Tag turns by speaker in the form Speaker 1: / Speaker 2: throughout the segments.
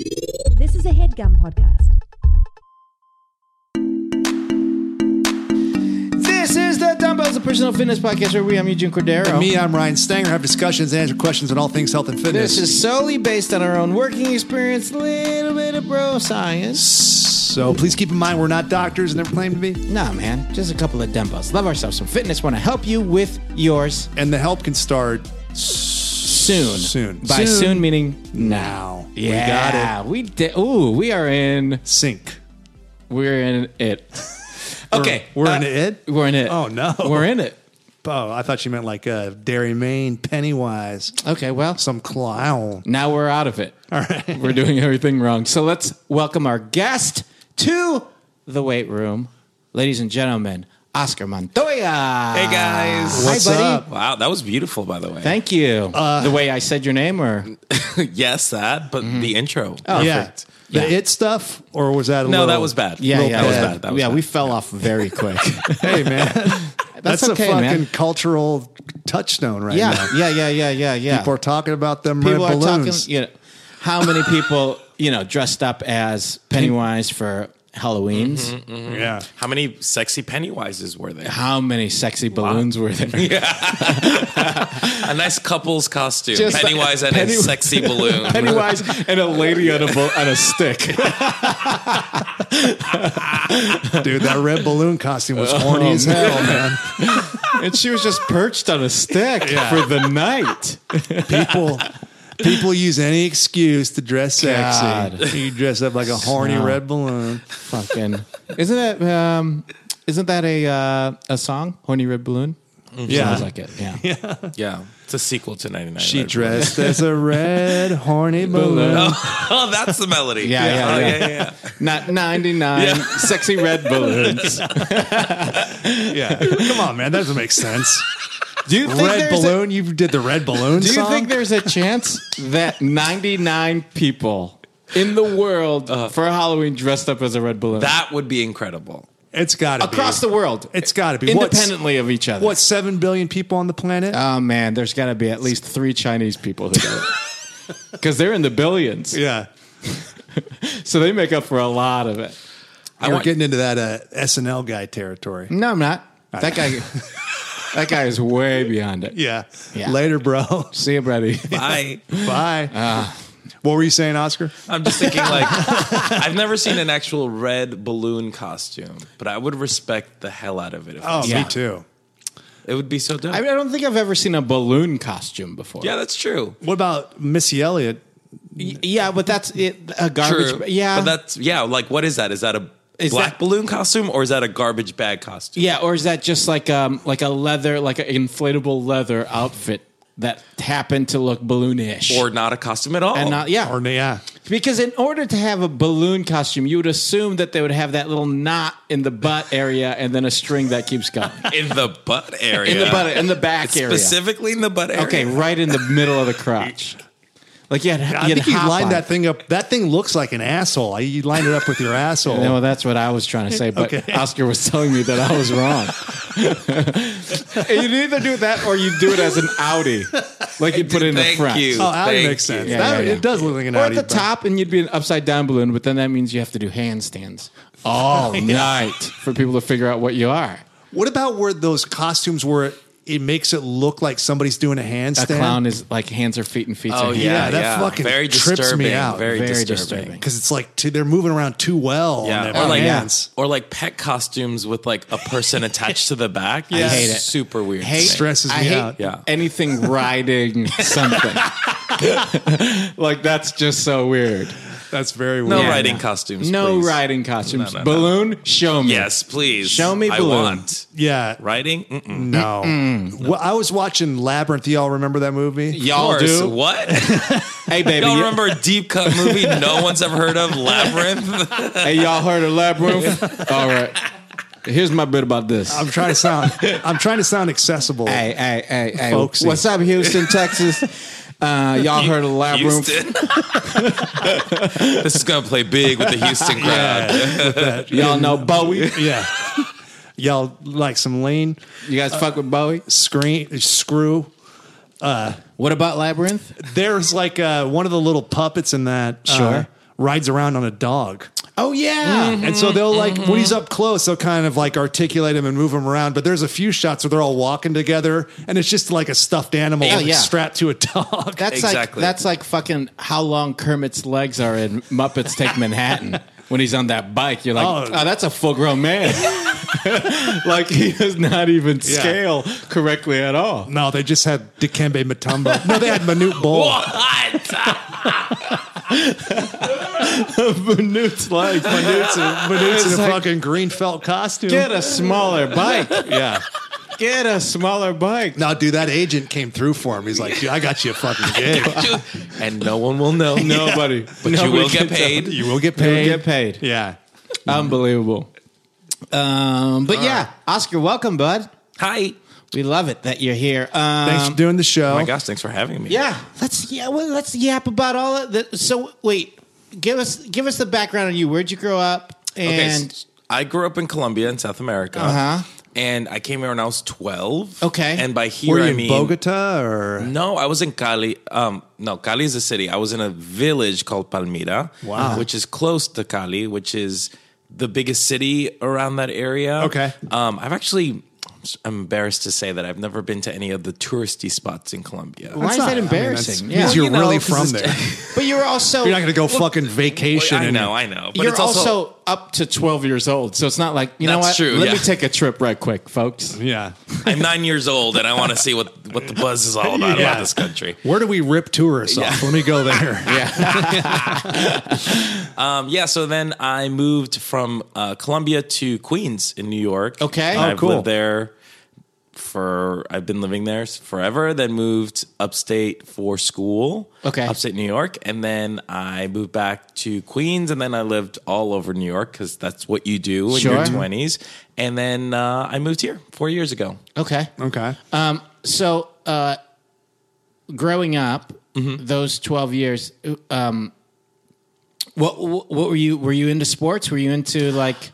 Speaker 1: is a headgum podcast.
Speaker 2: This is the Dumbbells of Personal Fitness Podcast where we, I'm Eugene Cordero.
Speaker 3: Me, I'm Ryan Stanger. Have discussions and answer questions on all things health and fitness.
Speaker 2: This is solely based on our own working experience, little bit of bro science.
Speaker 3: so please keep in mind we're not doctors and never claim to be.
Speaker 2: Nah, man, just a couple of dumbbells. Love ourselves some fitness. Want to help you with yours
Speaker 3: And the help can start
Speaker 2: soon.
Speaker 3: Soon.
Speaker 2: By soon, meaning now.
Speaker 3: now.
Speaker 2: Yeah, we did. Ooh, we are in.
Speaker 3: Sync.
Speaker 2: We're in it. Okay,
Speaker 3: We're in
Speaker 2: uh,
Speaker 3: it.
Speaker 2: We're in it.
Speaker 3: Oh, no.
Speaker 2: we're in it.
Speaker 3: Oh, I thought you meant like uh, Dairy Maine, Pennywise,
Speaker 2: Okay, well,
Speaker 3: some clown.
Speaker 2: Now we're out of it. All right. We're doing everything wrong. So let's welcome our guest to the weight room. Ladies and gentlemen, Oscar Montoya.
Speaker 4: Hey guys.
Speaker 3: What's
Speaker 2: buddy.
Speaker 3: up?
Speaker 4: Wow, that was beautiful by the way.
Speaker 2: Thank you. the way I said your name or
Speaker 4: yes, that, but
Speaker 2: Mm-hmm.
Speaker 4: the intro.
Speaker 2: Oh,
Speaker 3: Yeah. The it stuff, or was that a
Speaker 4: no,
Speaker 3: little-
Speaker 4: that was bad.
Speaker 2: yeah,
Speaker 3: Little
Speaker 2: yeah,
Speaker 4: that was
Speaker 2: yeah.
Speaker 4: bad. That was
Speaker 2: yeah,
Speaker 4: bad.
Speaker 2: we fell off very quick.
Speaker 3: Hey man, that's,
Speaker 2: okay,
Speaker 3: a fucking
Speaker 2: man.
Speaker 3: cultural touchdown right
Speaker 2: yeah,
Speaker 3: now.
Speaker 2: yeah, yeah, yeah, yeah, yeah.
Speaker 3: People are talking about them
Speaker 2: People
Speaker 3: red
Speaker 2: are talking.
Speaker 3: balloons.
Speaker 2: You know, how many people you know dressed up as Pennywise for Halloween's?
Speaker 4: Mm-hmm.
Speaker 3: yeah.
Speaker 4: How many sexy Pennywises were there?
Speaker 2: How many sexy balloons were there?
Speaker 4: A nice couple's costume.
Speaker 2: Just-
Speaker 4: Pennywise and
Speaker 2: Penny-
Speaker 4: a sexy balloon.
Speaker 2: Pennywise and a lady on a bu- on a stick.
Speaker 3: Dude, that red balloon costume was horny as hell, man.
Speaker 2: and she was just perched on a stick for the night.
Speaker 3: People people use any excuse to dress sexy.
Speaker 2: God.
Speaker 3: You dress up like a horny
Speaker 2: No.
Speaker 3: red balloon.
Speaker 2: Fucking isn't that um, isn't that a uh, a song? Horny red balloon.
Speaker 3: Yeah.
Speaker 2: Sounds like it. Yeah.
Speaker 4: yeah. It's a sequel to 99.
Speaker 3: she
Speaker 4: Red
Speaker 3: dressed as a red horny balloon.
Speaker 4: Balloon. Oh, that's the melody.
Speaker 2: Yeah, yeah,
Speaker 4: Oh,
Speaker 2: yeah.
Speaker 4: yeah, yeah, yeah.
Speaker 2: Not ninety nine sexy red balloons.
Speaker 3: Yeah. Come on, man. That doesn't make sense.
Speaker 2: Do you think
Speaker 3: red
Speaker 2: there's a-
Speaker 3: balloon? you did the red balloon
Speaker 2: do you
Speaker 3: song?
Speaker 2: think there's a chance that ninety nine people in the world for Halloween dressed up as a red balloon
Speaker 4: That would be incredible.
Speaker 3: it's got to be.
Speaker 2: across the world?
Speaker 3: It's gotta be. What's-
Speaker 2: independently of each other.
Speaker 3: What, 7 billion people on the planet?
Speaker 2: Oh man, there's got to be at least three Chinese people who do it because they're in the billions,
Speaker 3: yeah.
Speaker 2: so they make up for a lot of it.
Speaker 3: We're
Speaker 4: want-
Speaker 3: getting into that uh, SNL guy territory.
Speaker 2: No, I'm not. That guy, that guy is way beyond it.
Speaker 3: Yeah.
Speaker 2: Yeah.
Speaker 3: Later, bro.
Speaker 2: See you, buddy.
Speaker 4: I
Speaker 3: Bye.
Speaker 2: Ah.
Speaker 3: what were you saying, Oscar?
Speaker 4: I'm just thinking like I've never seen an actual red balloon costume, but I would respect the hell out of it. If
Speaker 3: Oh,
Speaker 4: it's-
Speaker 2: Yeah.
Speaker 3: me too.
Speaker 4: It would be so dope.
Speaker 2: I, mean, I don't think I've ever seen a balloon costume before.
Speaker 4: yeah, that's true.
Speaker 3: What about Missy Elliott?
Speaker 2: Y- yeah, but that's it, a garbage.
Speaker 4: True.
Speaker 2: Yeah,
Speaker 4: But that's yeah. Like, what is that? Is that a
Speaker 2: Is
Speaker 4: black
Speaker 2: that-
Speaker 4: balloon costume or is that a garbage bag costume?
Speaker 2: yeah, or is that just like um like a leather like an inflatable leather outfit that happened to look balloonish
Speaker 4: Or not a costume at all?
Speaker 2: and not yeah
Speaker 3: Or yeah,
Speaker 2: Because in order to have a balloon costume, you would assume that they would have that little knot in the butt area and then a string that keeps going.
Speaker 4: in the butt area.
Speaker 2: In the butt, in the back area.
Speaker 4: specifically in the butt area. Oh,
Speaker 2: Okay, right in the middle of the crotch. Like you had,
Speaker 3: I
Speaker 2: you had
Speaker 3: think you
Speaker 2: hop
Speaker 3: lined
Speaker 2: on
Speaker 3: that
Speaker 2: it.
Speaker 3: thing up. That thing looks like an asshole. You lined it up with your asshole.
Speaker 2: No, that's what I was trying to say, but Oscar was telling me that I was wrong. you'd either do that or you do it as an Audi, like you put it in the
Speaker 4: Thank
Speaker 2: front.
Speaker 4: you.
Speaker 3: oh, that
Speaker 4: Thank
Speaker 3: makes
Speaker 4: you.
Speaker 3: sense.
Speaker 2: Yeah,
Speaker 3: that,
Speaker 2: yeah, yeah.
Speaker 3: It does look like an
Speaker 2: Or
Speaker 3: Audi,
Speaker 2: at the
Speaker 3: but-
Speaker 2: top, and you'd be an upside down balloon, but then that means you have to do handstands all night for people to figure out what you are.
Speaker 3: What about where those costumes were? It makes it look like somebody's doing a handstand.
Speaker 2: A clown is like hands or feet and feet.
Speaker 4: Oh
Speaker 2: are
Speaker 4: yeah,
Speaker 2: hands.
Speaker 3: Yeah, that fucking
Speaker 4: very
Speaker 3: trips me
Speaker 4: disturbing,
Speaker 3: out.
Speaker 4: Very,
Speaker 2: Very disturbing. Oh,
Speaker 4: disturbing.
Speaker 3: because it's like too, they're moving around too well. on
Speaker 4: Yeah,
Speaker 3: their
Speaker 4: or like
Speaker 3: hands.
Speaker 4: or like pet costumes with like a person attached to the back.
Speaker 2: I
Speaker 4: It's
Speaker 2: hate it.
Speaker 4: Super weird.
Speaker 2: Hate,
Speaker 4: to me.
Speaker 3: Stresses
Speaker 2: I
Speaker 3: me
Speaker 2: hate
Speaker 3: out.
Speaker 4: Yeah.
Speaker 2: Anything riding something. like that's just so weird.
Speaker 3: That's very weird.
Speaker 4: No
Speaker 2: Yeah,
Speaker 4: riding
Speaker 2: no.
Speaker 4: costumes.
Speaker 2: No
Speaker 4: please.
Speaker 2: riding costumes.
Speaker 4: No, no, no.
Speaker 2: balloon, show me.
Speaker 4: Yes, please.
Speaker 2: Show me
Speaker 4: I
Speaker 2: balloon.
Speaker 4: want
Speaker 3: Yeah,
Speaker 4: riding. Mm-mm.
Speaker 3: no. Well, I was watching Labyrinth. Y'all remember that movie?
Speaker 2: Y'all
Speaker 4: Of course.
Speaker 2: do.
Speaker 4: what?
Speaker 2: Hey baby.
Speaker 4: Y'all remember a deep cut movie no one's ever heard of, Labyrinth?
Speaker 2: hey y'all heard of Labyrinth? All right. Here's my bit about this.
Speaker 3: I'm trying to sound. I'm trying to sound accessible.
Speaker 2: Hey, hey, hey, hey.
Speaker 3: Folksy.
Speaker 2: What's up, Houston, Texas? Uh, y'all heard of Labyrinth?
Speaker 4: Houston. this is gonna play big with the Houston crowd.
Speaker 2: Y'all know Bowie?
Speaker 3: Yeah. Y'all like some lean
Speaker 2: You guys fuck with Bowie?
Speaker 3: screen screw.
Speaker 2: What about Labyrinth?
Speaker 3: There's like uh, one of the little puppets in that. uh,
Speaker 2: Sure.
Speaker 3: rides around on a dog.
Speaker 2: Oh yeah.
Speaker 3: And so they'll like when he's up close, they'll kind of like articulate him and move him around. But there's a few shots where they're all walking together, and it's just like a stuffed animal
Speaker 2: Yeah, yeah.
Speaker 3: strapped to a dog.
Speaker 2: That's
Speaker 4: Exactly.
Speaker 2: like that's like fucking how long Kermit's legs are in Muppets Take Manhattan. When he's on that bike, you're like,
Speaker 3: Oh.
Speaker 2: oh, that's a full grown man. like he does not even
Speaker 3: Yeah.
Speaker 2: scale correctly at all.
Speaker 3: no, they just had Dikembe Mutombo. No, they had Manute Bol.
Speaker 2: Manute's legs.
Speaker 3: Manute's, a- Manute's in a
Speaker 2: It's like-
Speaker 3: fucking green felt costume.
Speaker 2: Get a smaller bike.
Speaker 3: yeah.
Speaker 2: Get a smaller bike.
Speaker 3: No, dude, that agent came through for him. He's like, dude, I got you a fucking gig.
Speaker 4: and no one will know.
Speaker 2: Nobody.
Speaker 4: But you
Speaker 2: Nobody
Speaker 4: will get
Speaker 2: can tell.
Speaker 4: paid.
Speaker 3: you will get
Speaker 2: You will
Speaker 3: paid.
Speaker 2: get paid.
Speaker 3: Yeah.
Speaker 2: Unbelievable. Um, but yeah, Oscar, welcome, bud.
Speaker 4: Hi.
Speaker 2: We love it that you're here. Um,
Speaker 3: Thanks for doing the show.
Speaker 4: Oh my gosh, thanks for having me.
Speaker 2: Yeah, let's yeah well, let's yap about all of the. So wait, give us give us the background on you. Where'd you grow up?
Speaker 4: Okay,
Speaker 2: And
Speaker 4: s- I grew up in Colombia in South America.
Speaker 2: Uh-huh.
Speaker 4: And I came here when I was 12.
Speaker 2: Okay.
Speaker 4: And by here
Speaker 3: Were you
Speaker 4: I
Speaker 3: in
Speaker 4: mean
Speaker 3: Bogota or?
Speaker 4: No, I was in Cali. Um, no, Cali is a city. I was in a village called Palmira,
Speaker 3: Wow.
Speaker 4: which is close to Cali, which is the biggest city around that area.
Speaker 3: Okay.
Speaker 4: Um, I've actually, I'm embarrassed to say that I've never been to any of the touristy spots in Colombia.
Speaker 2: why is
Speaker 3: It's not-
Speaker 2: that
Speaker 3: I mean,
Speaker 2: embarrassing?
Speaker 3: that's- means
Speaker 2: yeah,
Speaker 3: you're
Speaker 4: Well, you know,
Speaker 3: really from
Speaker 4: 'cause
Speaker 3: there.
Speaker 4: it's-
Speaker 2: but you're also
Speaker 3: You're not going to go fucking vacation.
Speaker 4: I
Speaker 3: and-
Speaker 4: know, I know. But
Speaker 2: you're
Speaker 4: it's also,
Speaker 2: also up to 12 years old, so it's not like you know what.
Speaker 4: That's true,
Speaker 2: Let me
Speaker 4: yeah.
Speaker 2: take a trip right quick, folks.
Speaker 3: Yeah.
Speaker 4: I'm nine years old, and I want to see what what the buzz is all about
Speaker 3: Yeah.
Speaker 4: about this country.
Speaker 3: Where do we rip tourists off? Let me go there.
Speaker 4: Um, yeah, so then I moved from uh, Columbia to Queens in New York.
Speaker 2: Okay.
Speaker 4: And
Speaker 2: Oh,
Speaker 4: I've
Speaker 3: cool.
Speaker 4: lived there for I've been living there s- forever. Then moved upstate for school.
Speaker 2: Okay.
Speaker 4: upstate New York, and then I moved back to Queens, and then I lived all over New York because that's what you do in
Speaker 2: Sure.
Speaker 4: your twenties. And then uh, I moved here four years ago.
Speaker 2: Okay.
Speaker 3: Okay.
Speaker 2: Um. So, uh, growing up,
Speaker 4: Mm-hmm.
Speaker 2: those 12 years, um, what what were you were you into sports? Were you into like,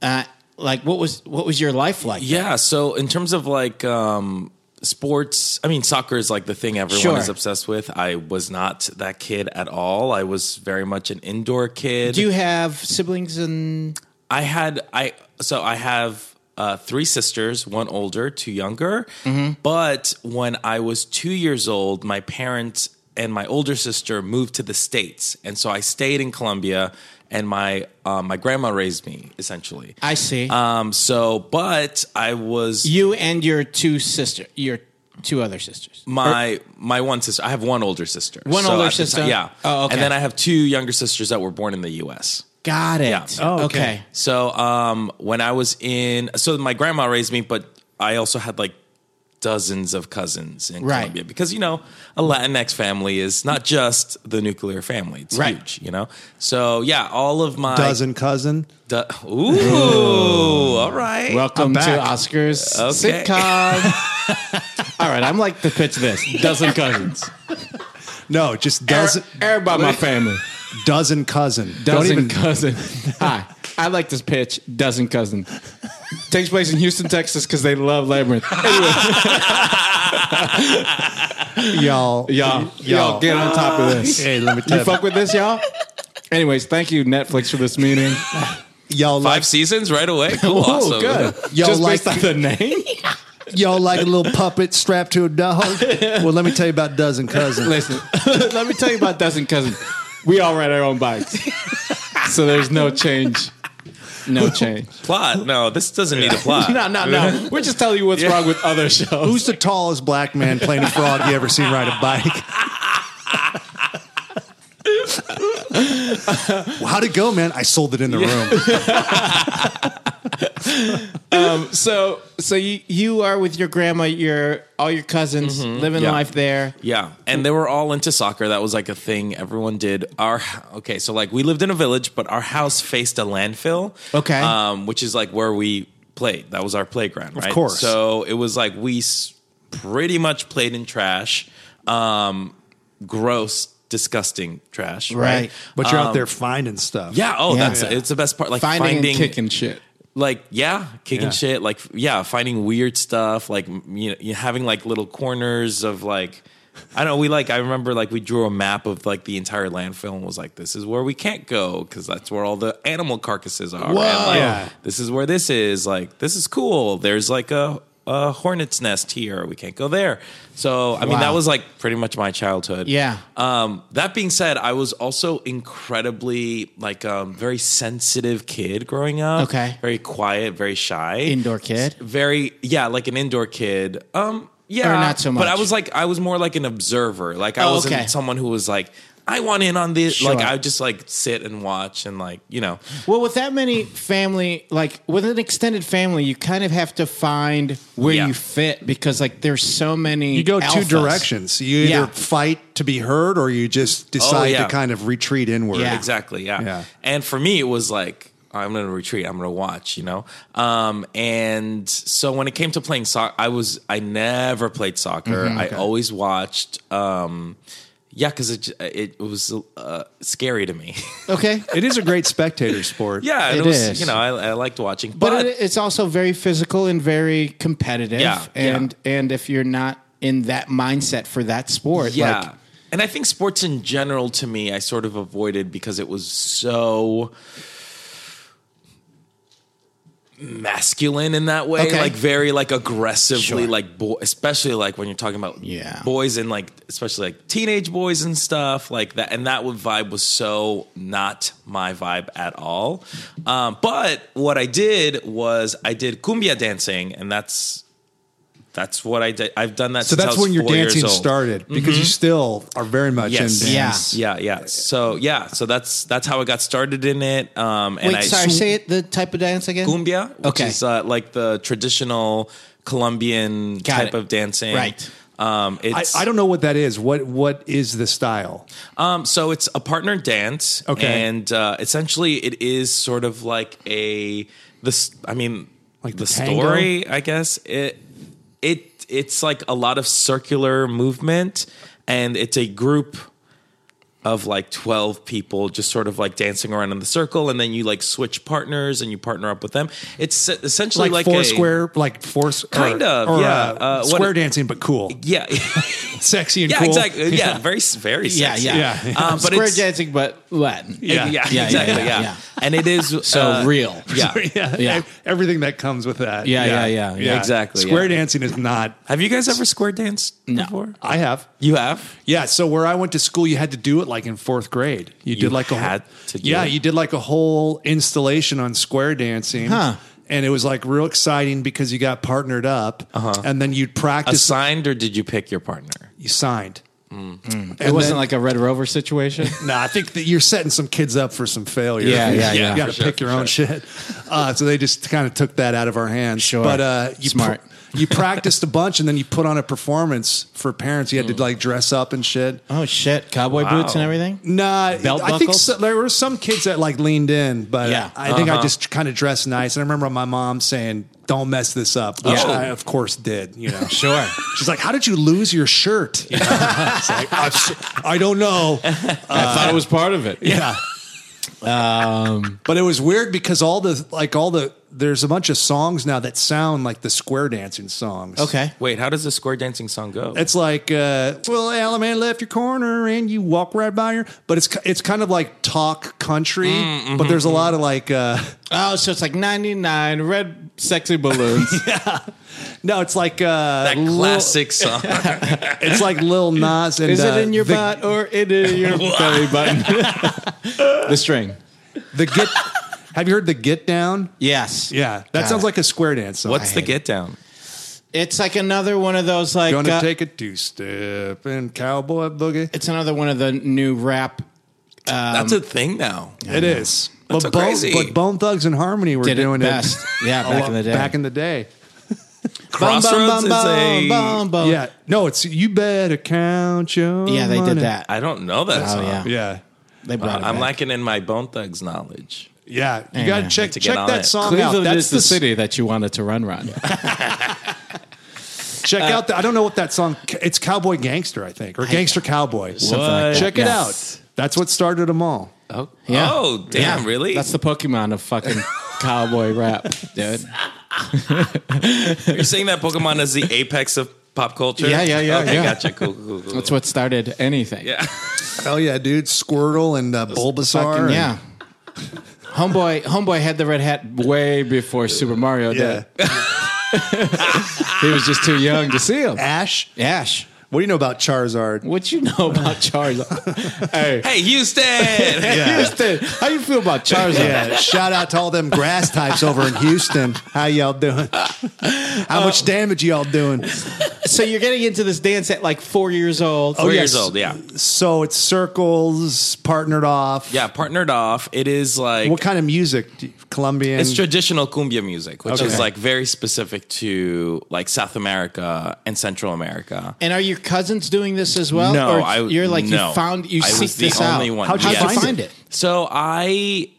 Speaker 2: uh, like what was what was your life like?
Speaker 4: Yeah. So in terms of like um, sports, I mean, soccer is like the thing everyone
Speaker 2: Sure.
Speaker 4: is obsessed with. I was not that kid at all. I was very much an indoor kid.
Speaker 2: Do you have siblings and
Speaker 4: I had I so I have uh, three sisters, one older, two younger.
Speaker 2: Mm-hmm.
Speaker 4: But when I was two years old, my parents and my older sister moved to the states, and so I stayed in Colombia. And my uh, my grandma raised me essentially.
Speaker 2: I see
Speaker 4: Um. So, but I was
Speaker 2: you and your two sister, your two other sisters.
Speaker 4: my my one sister. I have one older sister.
Speaker 2: Er, One older
Speaker 4: at the
Speaker 2: sister?
Speaker 4: time- yeah.
Speaker 2: Oh, okay.
Speaker 4: And then I have two younger sisters that were born in the U.S.
Speaker 2: Got it.
Speaker 4: Yeah.
Speaker 3: Oh, okay.
Speaker 4: So um, when I was in, so my grandma raised me, but I also had like dozens of cousins in
Speaker 2: Right.
Speaker 4: Colombia because you know a Latinx family is not just the nuclear family; it's
Speaker 2: Right.
Speaker 4: huge. You know. So yeah, all of my
Speaker 3: Dozen cousin.
Speaker 4: do- ooh, all right.
Speaker 2: Welcome to
Speaker 3: back.
Speaker 2: Oscars
Speaker 4: Okay.
Speaker 2: sitcom. All right, I'm like to pitch this dozen cousins.
Speaker 3: No, just dozen.
Speaker 2: Everybody, my family.
Speaker 3: dozen cousin.
Speaker 2: Dozen
Speaker 3: Don't even.
Speaker 2: cousin. Hi, I like this pitch. Dozen cousin takes place in Houston, Texas, because they love labyrinth. Anyway,
Speaker 3: y'all.
Speaker 2: y'all, y'all, get on top of this.
Speaker 3: Hey, let me tell
Speaker 2: You
Speaker 3: you.
Speaker 2: fuck with this, y'all. Anyways, thank you Netflix for this meeting.
Speaker 3: y'all like
Speaker 4: Five seasons right away. Cool. awesome.
Speaker 2: Oh, good.
Speaker 3: Y'all
Speaker 2: Just
Speaker 3: like-
Speaker 2: based on the name.
Speaker 3: y'all like a little puppet strapped to a dog. well, let me tell you about dozen cousin.
Speaker 2: Listen, let me tell you about dozen cousin. We all ride our own bikes, so there's no change. No change.
Speaker 4: Plot? No, this doesn't need a plot.
Speaker 2: No, no, no. We're just telling you what's wrong with other shows.
Speaker 3: Who's the tallest black man playing a frog you ever seen ride a bike? Well, how'd it go, man? I sold it in the room.
Speaker 2: So, so you you are with your grandma, your all your cousins, living
Speaker 4: Yeah.
Speaker 2: life there.
Speaker 4: Yeah, and they were all into soccer. That was like a thing everyone did. Our okay, so like we lived in a village, but our house faced a landfill.
Speaker 2: Okay.
Speaker 4: um, which is like where we played. That was our playground, right?
Speaker 3: course.
Speaker 4: So it was like we s- pretty much played in trash, um, gross, disgusting trash, right?
Speaker 2: Right.
Speaker 3: But you're out there finding stuff.
Speaker 4: Yeah. Oh,
Speaker 2: Yeah.
Speaker 4: that's
Speaker 2: Yeah.
Speaker 4: it's the best part. Like
Speaker 2: Finding,
Speaker 4: finding
Speaker 2: and kicking shit.
Speaker 4: like yeah kicking
Speaker 3: Yeah.
Speaker 4: shit like yeah finding weird stuff like m- you know you having like little corners of like I don't know. We like. I remember like we drew a map of like the entire landfill and was like, "This is where we can't go because that's where all the animal carcasses are." And, like,
Speaker 2: Whoa.
Speaker 4: this is where this is. Like, this is cool. There's like a a hornet's nest here. We can't go there. So I mean,
Speaker 2: Wow.
Speaker 4: that was like pretty much my childhood.
Speaker 2: Yeah.
Speaker 4: Um, that being said, I was also incredibly like um, very sensitive kid growing up.
Speaker 2: Okay.
Speaker 4: Very quiet, very shy.
Speaker 2: Indoor kid?
Speaker 4: Very yeah, like an indoor kid. Um. Yeah,
Speaker 2: Or not so
Speaker 4: But I
Speaker 2: much.
Speaker 4: was like, I was more like an observer. Like I
Speaker 2: Oh,
Speaker 4: wasn't
Speaker 2: okay.
Speaker 4: someone who was like, I want in on this.
Speaker 2: Sure.
Speaker 4: Like I would just like sit and watch and like you know.
Speaker 2: Well, with that many family, like with an extended family, you kind of have to find where
Speaker 4: Yeah.
Speaker 2: you fit because like there's so many.
Speaker 3: You go
Speaker 2: alphas.
Speaker 3: two directions. You either
Speaker 2: Yeah.
Speaker 3: fight to be heard or you just decide
Speaker 4: yeah.
Speaker 3: to kind of retreat inward.
Speaker 2: Yeah.
Speaker 4: Exactly. Yeah.
Speaker 3: Oh, Yeah.
Speaker 4: And for me, it was like, I'm going to retreat. I'm going to watch, you know? Um, and so when it came to playing soccer, I was, I never played soccer.
Speaker 2: Mm-hmm.
Speaker 4: I always watched, um, yeah, cause it, j- it was, uh, scary to me.
Speaker 2: Okay,
Speaker 3: It is a great spectator sport.
Speaker 4: yeah. and
Speaker 2: It
Speaker 4: it was,
Speaker 2: is.
Speaker 4: you know, I, I liked watching, but,
Speaker 2: but it, it's also very physical and very competitive.
Speaker 4: Yeah, yeah.
Speaker 2: and and if you're not in that mindset for that sport,
Speaker 4: yeah.
Speaker 2: like,
Speaker 4: and I think sports in general to me, I sort of avoided because it was so masculine in that way,
Speaker 2: Okay.
Speaker 4: like very like aggressively,
Speaker 2: Sure.
Speaker 4: like boy, especially like when you're talking about
Speaker 2: Yeah.
Speaker 4: boys and like especially like teenage boys and stuff like that. And that would vibe was so not my vibe at all. Um, but what I did was I did cumbia dancing, and that's. That's what I did. I've done that.
Speaker 3: So that's when your
Speaker 4: you're
Speaker 3: dancing started because you still are very much
Speaker 4: Yes.
Speaker 3: in
Speaker 2: Yeah.
Speaker 3: dance.
Speaker 4: Yeah, yeah. So yeah, so that's that's how I got started in it. Um, and
Speaker 2: wait,
Speaker 4: I
Speaker 2: sorry, say it the type of dance again.
Speaker 4: cumbia, which
Speaker 2: Okay.
Speaker 4: is uh, like the traditional Colombian
Speaker 2: Got
Speaker 4: type
Speaker 2: it.
Speaker 4: of dancing,
Speaker 2: Right.
Speaker 4: Um,
Speaker 3: I,
Speaker 4: it's
Speaker 3: I don't know what that is. What what is the style?
Speaker 4: um, so it's a partner dance,
Speaker 3: Okay.
Speaker 4: and uh, essentially it is sort of like a this. I mean,
Speaker 3: Like
Speaker 4: the
Speaker 3: the tango?
Speaker 4: story, I guess it it it's like a lot of circular movement, and it's a group of like 12 people just sort of like dancing around in the circle and then you like switch partners and you partner up with them it's s- essentially
Speaker 3: Like,
Speaker 4: like,
Speaker 3: four
Speaker 4: a-
Speaker 3: square, like four s- or-
Speaker 4: Kind of,
Speaker 3: or,
Speaker 4: yeah.
Speaker 3: uh,
Speaker 4: Uh, what-
Speaker 3: square dancing, but cool,
Speaker 4: yeah
Speaker 3: sexy and
Speaker 4: yeah
Speaker 3: cool.
Speaker 4: exactly yeah very s- very
Speaker 2: Yeah,
Speaker 4: sexy.
Speaker 2: yeah,
Speaker 3: Yeah.
Speaker 4: Um, but
Speaker 2: Square
Speaker 4: it's-
Speaker 2: dancing, but Latin.
Speaker 4: yeah,
Speaker 3: Yeah.
Speaker 2: Yeah,
Speaker 4: exactly
Speaker 2: yeah,
Speaker 4: yeah,
Speaker 2: yeah, yeah.
Speaker 4: and it is
Speaker 2: So
Speaker 4: uh,
Speaker 2: real.
Speaker 4: yeah
Speaker 3: yeah,
Speaker 2: Yeah.
Speaker 3: e- everything that comes with that.
Speaker 2: Yeah, yeah, yeah.
Speaker 4: Exactly,
Speaker 3: Square
Speaker 4: yeah.
Speaker 3: dancing is not.
Speaker 4: have you guys ever square danced before
Speaker 3: I have.
Speaker 4: you have
Speaker 3: Yeah, so where I went to school, you had to do it like in fourth grade. You, did like a
Speaker 4: had
Speaker 3: whole,
Speaker 4: to do
Speaker 3: yeah,
Speaker 4: it.
Speaker 3: you did like a whole installation on square dancing,
Speaker 2: Huh.
Speaker 3: and it was like real exciting because you got partnered up,
Speaker 4: Uh-huh.
Speaker 3: and then you'd practice.
Speaker 4: assigned or did you pick your partner
Speaker 3: you signed.
Speaker 2: Mm. It wasn't like a Red Rover situation.
Speaker 3: No, I think that you're setting some kids up for some failure.
Speaker 2: Yeah, yeah,
Speaker 3: You
Speaker 2: yeah.
Speaker 3: got to
Speaker 4: For sure,
Speaker 3: pick your own shit. Uh, so they just kind of took that out of our hands.
Speaker 2: Sure.
Speaker 3: But uh, you
Speaker 2: Smart.
Speaker 3: pr- you practiced a bunch, and then you put on a performance for parents. You
Speaker 4: Hmm.
Speaker 3: had to like dress up and shit.
Speaker 2: oh shit, cowboy
Speaker 4: Wow.
Speaker 2: boots and everything.
Speaker 3: Nah,
Speaker 2: Belt
Speaker 3: I think
Speaker 2: buckles?
Speaker 3: so, there were some kids that like leaned in, but
Speaker 2: Yeah.
Speaker 3: I think I
Speaker 4: Uh-huh.
Speaker 3: just kind of dressed nice. And I remember my mom saying, "Don't mess this up," which
Speaker 4: Oh.
Speaker 2: Yeah.
Speaker 3: I of course did. You know,
Speaker 2: Sure.
Speaker 3: she's like, "How did you lose your shirt?" You know? It's like, "I'm s- I don't know.
Speaker 2: I thought it was part of it.
Speaker 3: Yeah. Um, but it was weird because all the like all the there's a bunch of songs now that sound like the square dancing songs.
Speaker 2: Okay.
Speaker 4: wait how does the square dancing song go
Speaker 3: It's like, uh, well, Alaman left your corner and you walk right by her. But it's it's kind of like talk country,
Speaker 2: Mm,
Speaker 3: but there's a
Speaker 2: mm-hmm,
Speaker 3: lot of like, uh,
Speaker 2: Oh, so it's like 99 red sexy balloons.
Speaker 3: no, it's like uh,
Speaker 4: that
Speaker 3: Lil-
Speaker 4: classic song
Speaker 3: It's like Lil Nas. And,
Speaker 2: Is
Speaker 3: uh,
Speaker 2: it in your
Speaker 3: the,
Speaker 2: butt or it in your belly button? the string.
Speaker 3: The get. have you heard the Get Down?
Speaker 2: Yes.
Speaker 3: Yeah, that
Speaker 2: Got
Speaker 3: sounds
Speaker 2: it.
Speaker 3: like a square dance. Song.
Speaker 4: what's
Speaker 2: I
Speaker 4: the
Speaker 2: hate it.
Speaker 4: get down
Speaker 2: It's like another one of those like
Speaker 3: gonna
Speaker 2: uh,
Speaker 3: take a two step and cowboy boogie?
Speaker 2: it's another one of the new rap
Speaker 4: that's a thing now
Speaker 3: It is.
Speaker 4: That's so
Speaker 3: but, Bone,
Speaker 4: crazy.
Speaker 3: but Bone Thugs and Harmony were
Speaker 2: Did it
Speaker 3: doing
Speaker 2: best.
Speaker 3: it.
Speaker 2: Yeah, back
Speaker 3: a
Speaker 2: in the
Speaker 3: lot-
Speaker 2: day.
Speaker 3: Back in the day.
Speaker 4: crossroads
Speaker 2: bum,
Speaker 4: is
Speaker 2: bum,
Speaker 4: a
Speaker 2: bum, bum.
Speaker 3: Yeah. No, it's you better count
Speaker 2: Oh.
Speaker 3: your.
Speaker 2: Yeah, they did
Speaker 3: money.
Speaker 2: that.
Speaker 4: i don't know that
Speaker 2: Oh
Speaker 4: song
Speaker 2: yeah.
Speaker 3: Yeah.
Speaker 2: They brought it
Speaker 4: Uh, i'm
Speaker 2: back.
Speaker 4: lacking in my bone thugs knowledge
Speaker 3: Yeah, you
Speaker 2: Yeah.
Speaker 3: got to check
Speaker 4: To get
Speaker 3: check
Speaker 4: on
Speaker 3: that
Speaker 4: it.
Speaker 3: song out.
Speaker 2: Cleveland
Speaker 3: That's
Speaker 2: is the,
Speaker 3: s-
Speaker 2: city that you wanted to run run.
Speaker 3: Check
Speaker 2: Uh,
Speaker 3: out. The, I don't know what that song. It's Cowboy Gangster, I think, or Gangster Cowboy.
Speaker 2: Something like that.
Speaker 3: Check it
Speaker 2: Yeah.
Speaker 3: out. That's what started them all.
Speaker 4: Oh,
Speaker 2: Yeah.
Speaker 4: oh damn,
Speaker 2: Yeah.
Speaker 4: really?
Speaker 2: That's the Pokemon of fucking cowboy rap, dude.
Speaker 4: You're saying that Pokemon is the apex of Pop culture?
Speaker 2: Yeah, yeah, yeah,
Speaker 4: Okay,
Speaker 2: yeah.
Speaker 4: gotcha. Cool, cool, cool.
Speaker 2: That's what started anything.
Speaker 4: Yeah.
Speaker 3: Hell yeah, dude! Squirtle and uh, Bulbasaur.
Speaker 2: Fucking,
Speaker 3: and-
Speaker 2: yeah. Homeboy, homeboy had the red hat way before Super Mario
Speaker 3: yeah.
Speaker 2: did. He was just too young to see him.
Speaker 3: Ash.
Speaker 2: Ash,
Speaker 3: What do you know about Charizard?
Speaker 2: what you know about Charizard? hey,
Speaker 4: Hey, Houston.
Speaker 2: Houston, how you feel about Charizard?
Speaker 3: Yeah, shout out to all them grass types over in Houston. How y'all doing? How much damage y'all doing?
Speaker 2: So you're getting into this dance at like four years old.
Speaker 4: Four
Speaker 3: yes.
Speaker 4: years old. Yeah.
Speaker 3: So it's circles partnered off.
Speaker 4: Yeah. Partnered off. It is like.
Speaker 3: What kind of music? Do you- Colombian.
Speaker 4: It's traditional cumbia music, which
Speaker 3: Okay.
Speaker 4: is like very specific to like South America and Central America.
Speaker 2: And are your cousins doing this as well?
Speaker 4: No,
Speaker 2: or
Speaker 4: I
Speaker 2: you're like
Speaker 4: no.
Speaker 2: you found you
Speaker 4: I
Speaker 2: seek
Speaker 4: was the
Speaker 2: this
Speaker 4: only
Speaker 2: out.
Speaker 4: one.
Speaker 2: How'd you
Speaker 3: Yes.
Speaker 2: find, it?
Speaker 4: So I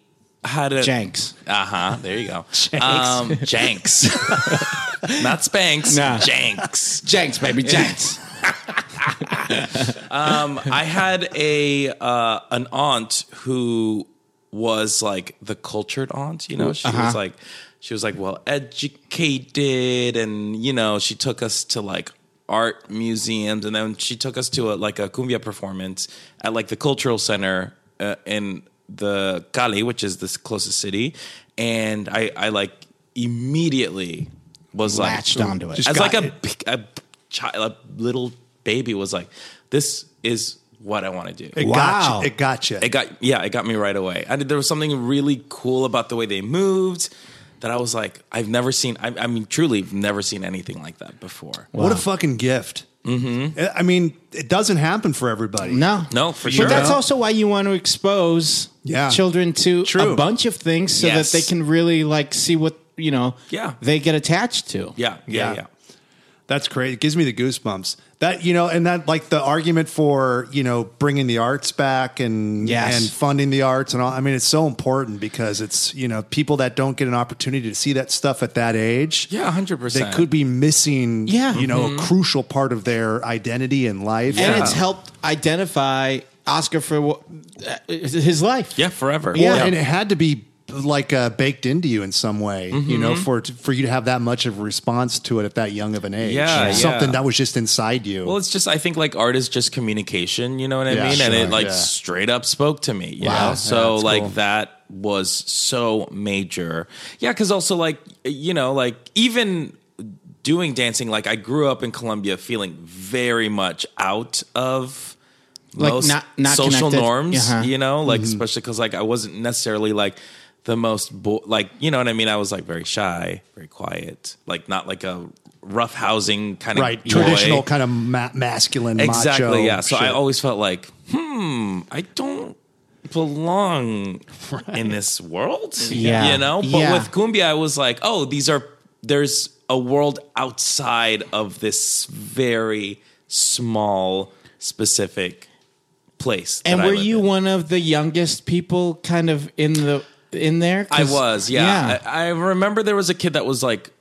Speaker 4: had a
Speaker 2: Janks.
Speaker 4: Uh huh. There you go. Janks. Um, janks. Not Spanx.
Speaker 2: Nah.
Speaker 4: Janks.
Speaker 2: Janks, baby, Janks.
Speaker 4: Um, I had a uh, an aunt who was like the cultured aunt. You know, she
Speaker 2: Uh-huh.
Speaker 4: was like she was like well educated, and you know, she took us to like art museums, and then she took us to a, like a cumbia performance at like the cultural center uh, in the Cali, which is the closest city, and I I like immediately was like
Speaker 2: Latched onto it.
Speaker 4: as
Speaker 3: got
Speaker 4: like a, big- a child, a little baby was like, "This is what I want to do."
Speaker 3: It
Speaker 4: It,
Speaker 2: Wow.
Speaker 3: got you. It got you.
Speaker 4: got yeah, it got me right away. I did, there was something really cool about the way they moved that I was like, "I've never seen." I, I mean, truly, I've never seen anything like that before.
Speaker 3: What a fucking gift. Mm-hmm. I mean, it doesn't happen for everybody.
Speaker 2: No,
Speaker 4: No, for
Speaker 2: But
Speaker 4: sure.
Speaker 2: that's also why you want to expose
Speaker 3: Yeah.
Speaker 2: children to
Speaker 3: True.
Speaker 2: a bunch of things so
Speaker 4: Yes.
Speaker 2: that they can really like see what you know.
Speaker 4: Yeah.
Speaker 2: they get attached to.
Speaker 4: Yeah, yeah,
Speaker 3: Yeah.
Speaker 4: yeah.
Speaker 3: That's great. It gives me the goosebumps. That you know, and that like the argument for you know bringing the arts back and
Speaker 2: Yes.
Speaker 3: and funding the arts and all. I mean, it's so important because it's you know people that don't get an opportunity to see that stuff at that age.
Speaker 4: Yeah, 100%.
Speaker 3: They could be missing.
Speaker 2: Yeah.
Speaker 3: you know, a crucial part of their identity and life.
Speaker 2: and
Speaker 4: Yeah.
Speaker 2: it's helped identify Oscar for wha- uh, his life.
Speaker 4: Yeah, forever.
Speaker 3: Well,
Speaker 2: Yeah.
Speaker 3: and it had to be like uh, baked into you in some way,
Speaker 4: Mm-hmm.
Speaker 3: you know, for for you to have that much of a response to it at that young of an age.
Speaker 4: Yeah,
Speaker 3: something
Speaker 4: yeah.
Speaker 3: that was just inside you.
Speaker 4: Well, it's just I think like art is just communication, you know what I
Speaker 3: Yeah,
Speaker 4: mean? and
Speaker 3: sure,
Speaker 4: it like
Speaker 3: yeah.
Speaker 4: straight up spoke to me, you
Speaker 3: Wow.
Speaker 4: know. So
Speaker 3: Yeah, that's
Speaker 4: like
Speaker 3: cool.
Speaker 4: that was so major. Yeah, cuz also like you know, like even doing dancing like I grew up in Colombia feeling very much out of
Speaker 2: Like,
Speaker 4: most
Speaker 2: not- not
Speaker 4: social
Speaker 2: connected.
Speaker 4: norms,
Speaker 2: Uh-huh.
Speaker 4: you know, like
Speaker 3: Mm-hmm.
Speaker 4: especially cuz like I wasn't necessarily like the most bo- like you know what I mean? I was like very shy, very quiet, like not like a rough housing kind of
Speaker 3: right, traditional
Speaker 4: boy
Speaker 3: kind of ma- masculine,
Speaker 4: exactly
Speaker 3: macho
Speaker 4: yeah so i
Speaker 3: shit.
Speaker 4: always felt like hmm i don't belong in this world
Speaker 2: Yeah.
Speaker 4: you know but
Speaker 2: Yeah.
Speaker 4: with cumbia i was like oh these are there's a world outside of this very small specific place that
Speaker 2: And
Speaker 4: I
Speaker 2: were
Speaker 4: live
Speaker 2: you
Speaker 4: in.
Speaker 2: one of the youngest people, kind of in the in there?
Speaker 4: I
Speaker 2: 'Cause-
Speaker 4: was, yeah. I, I remember there was a kid that was like,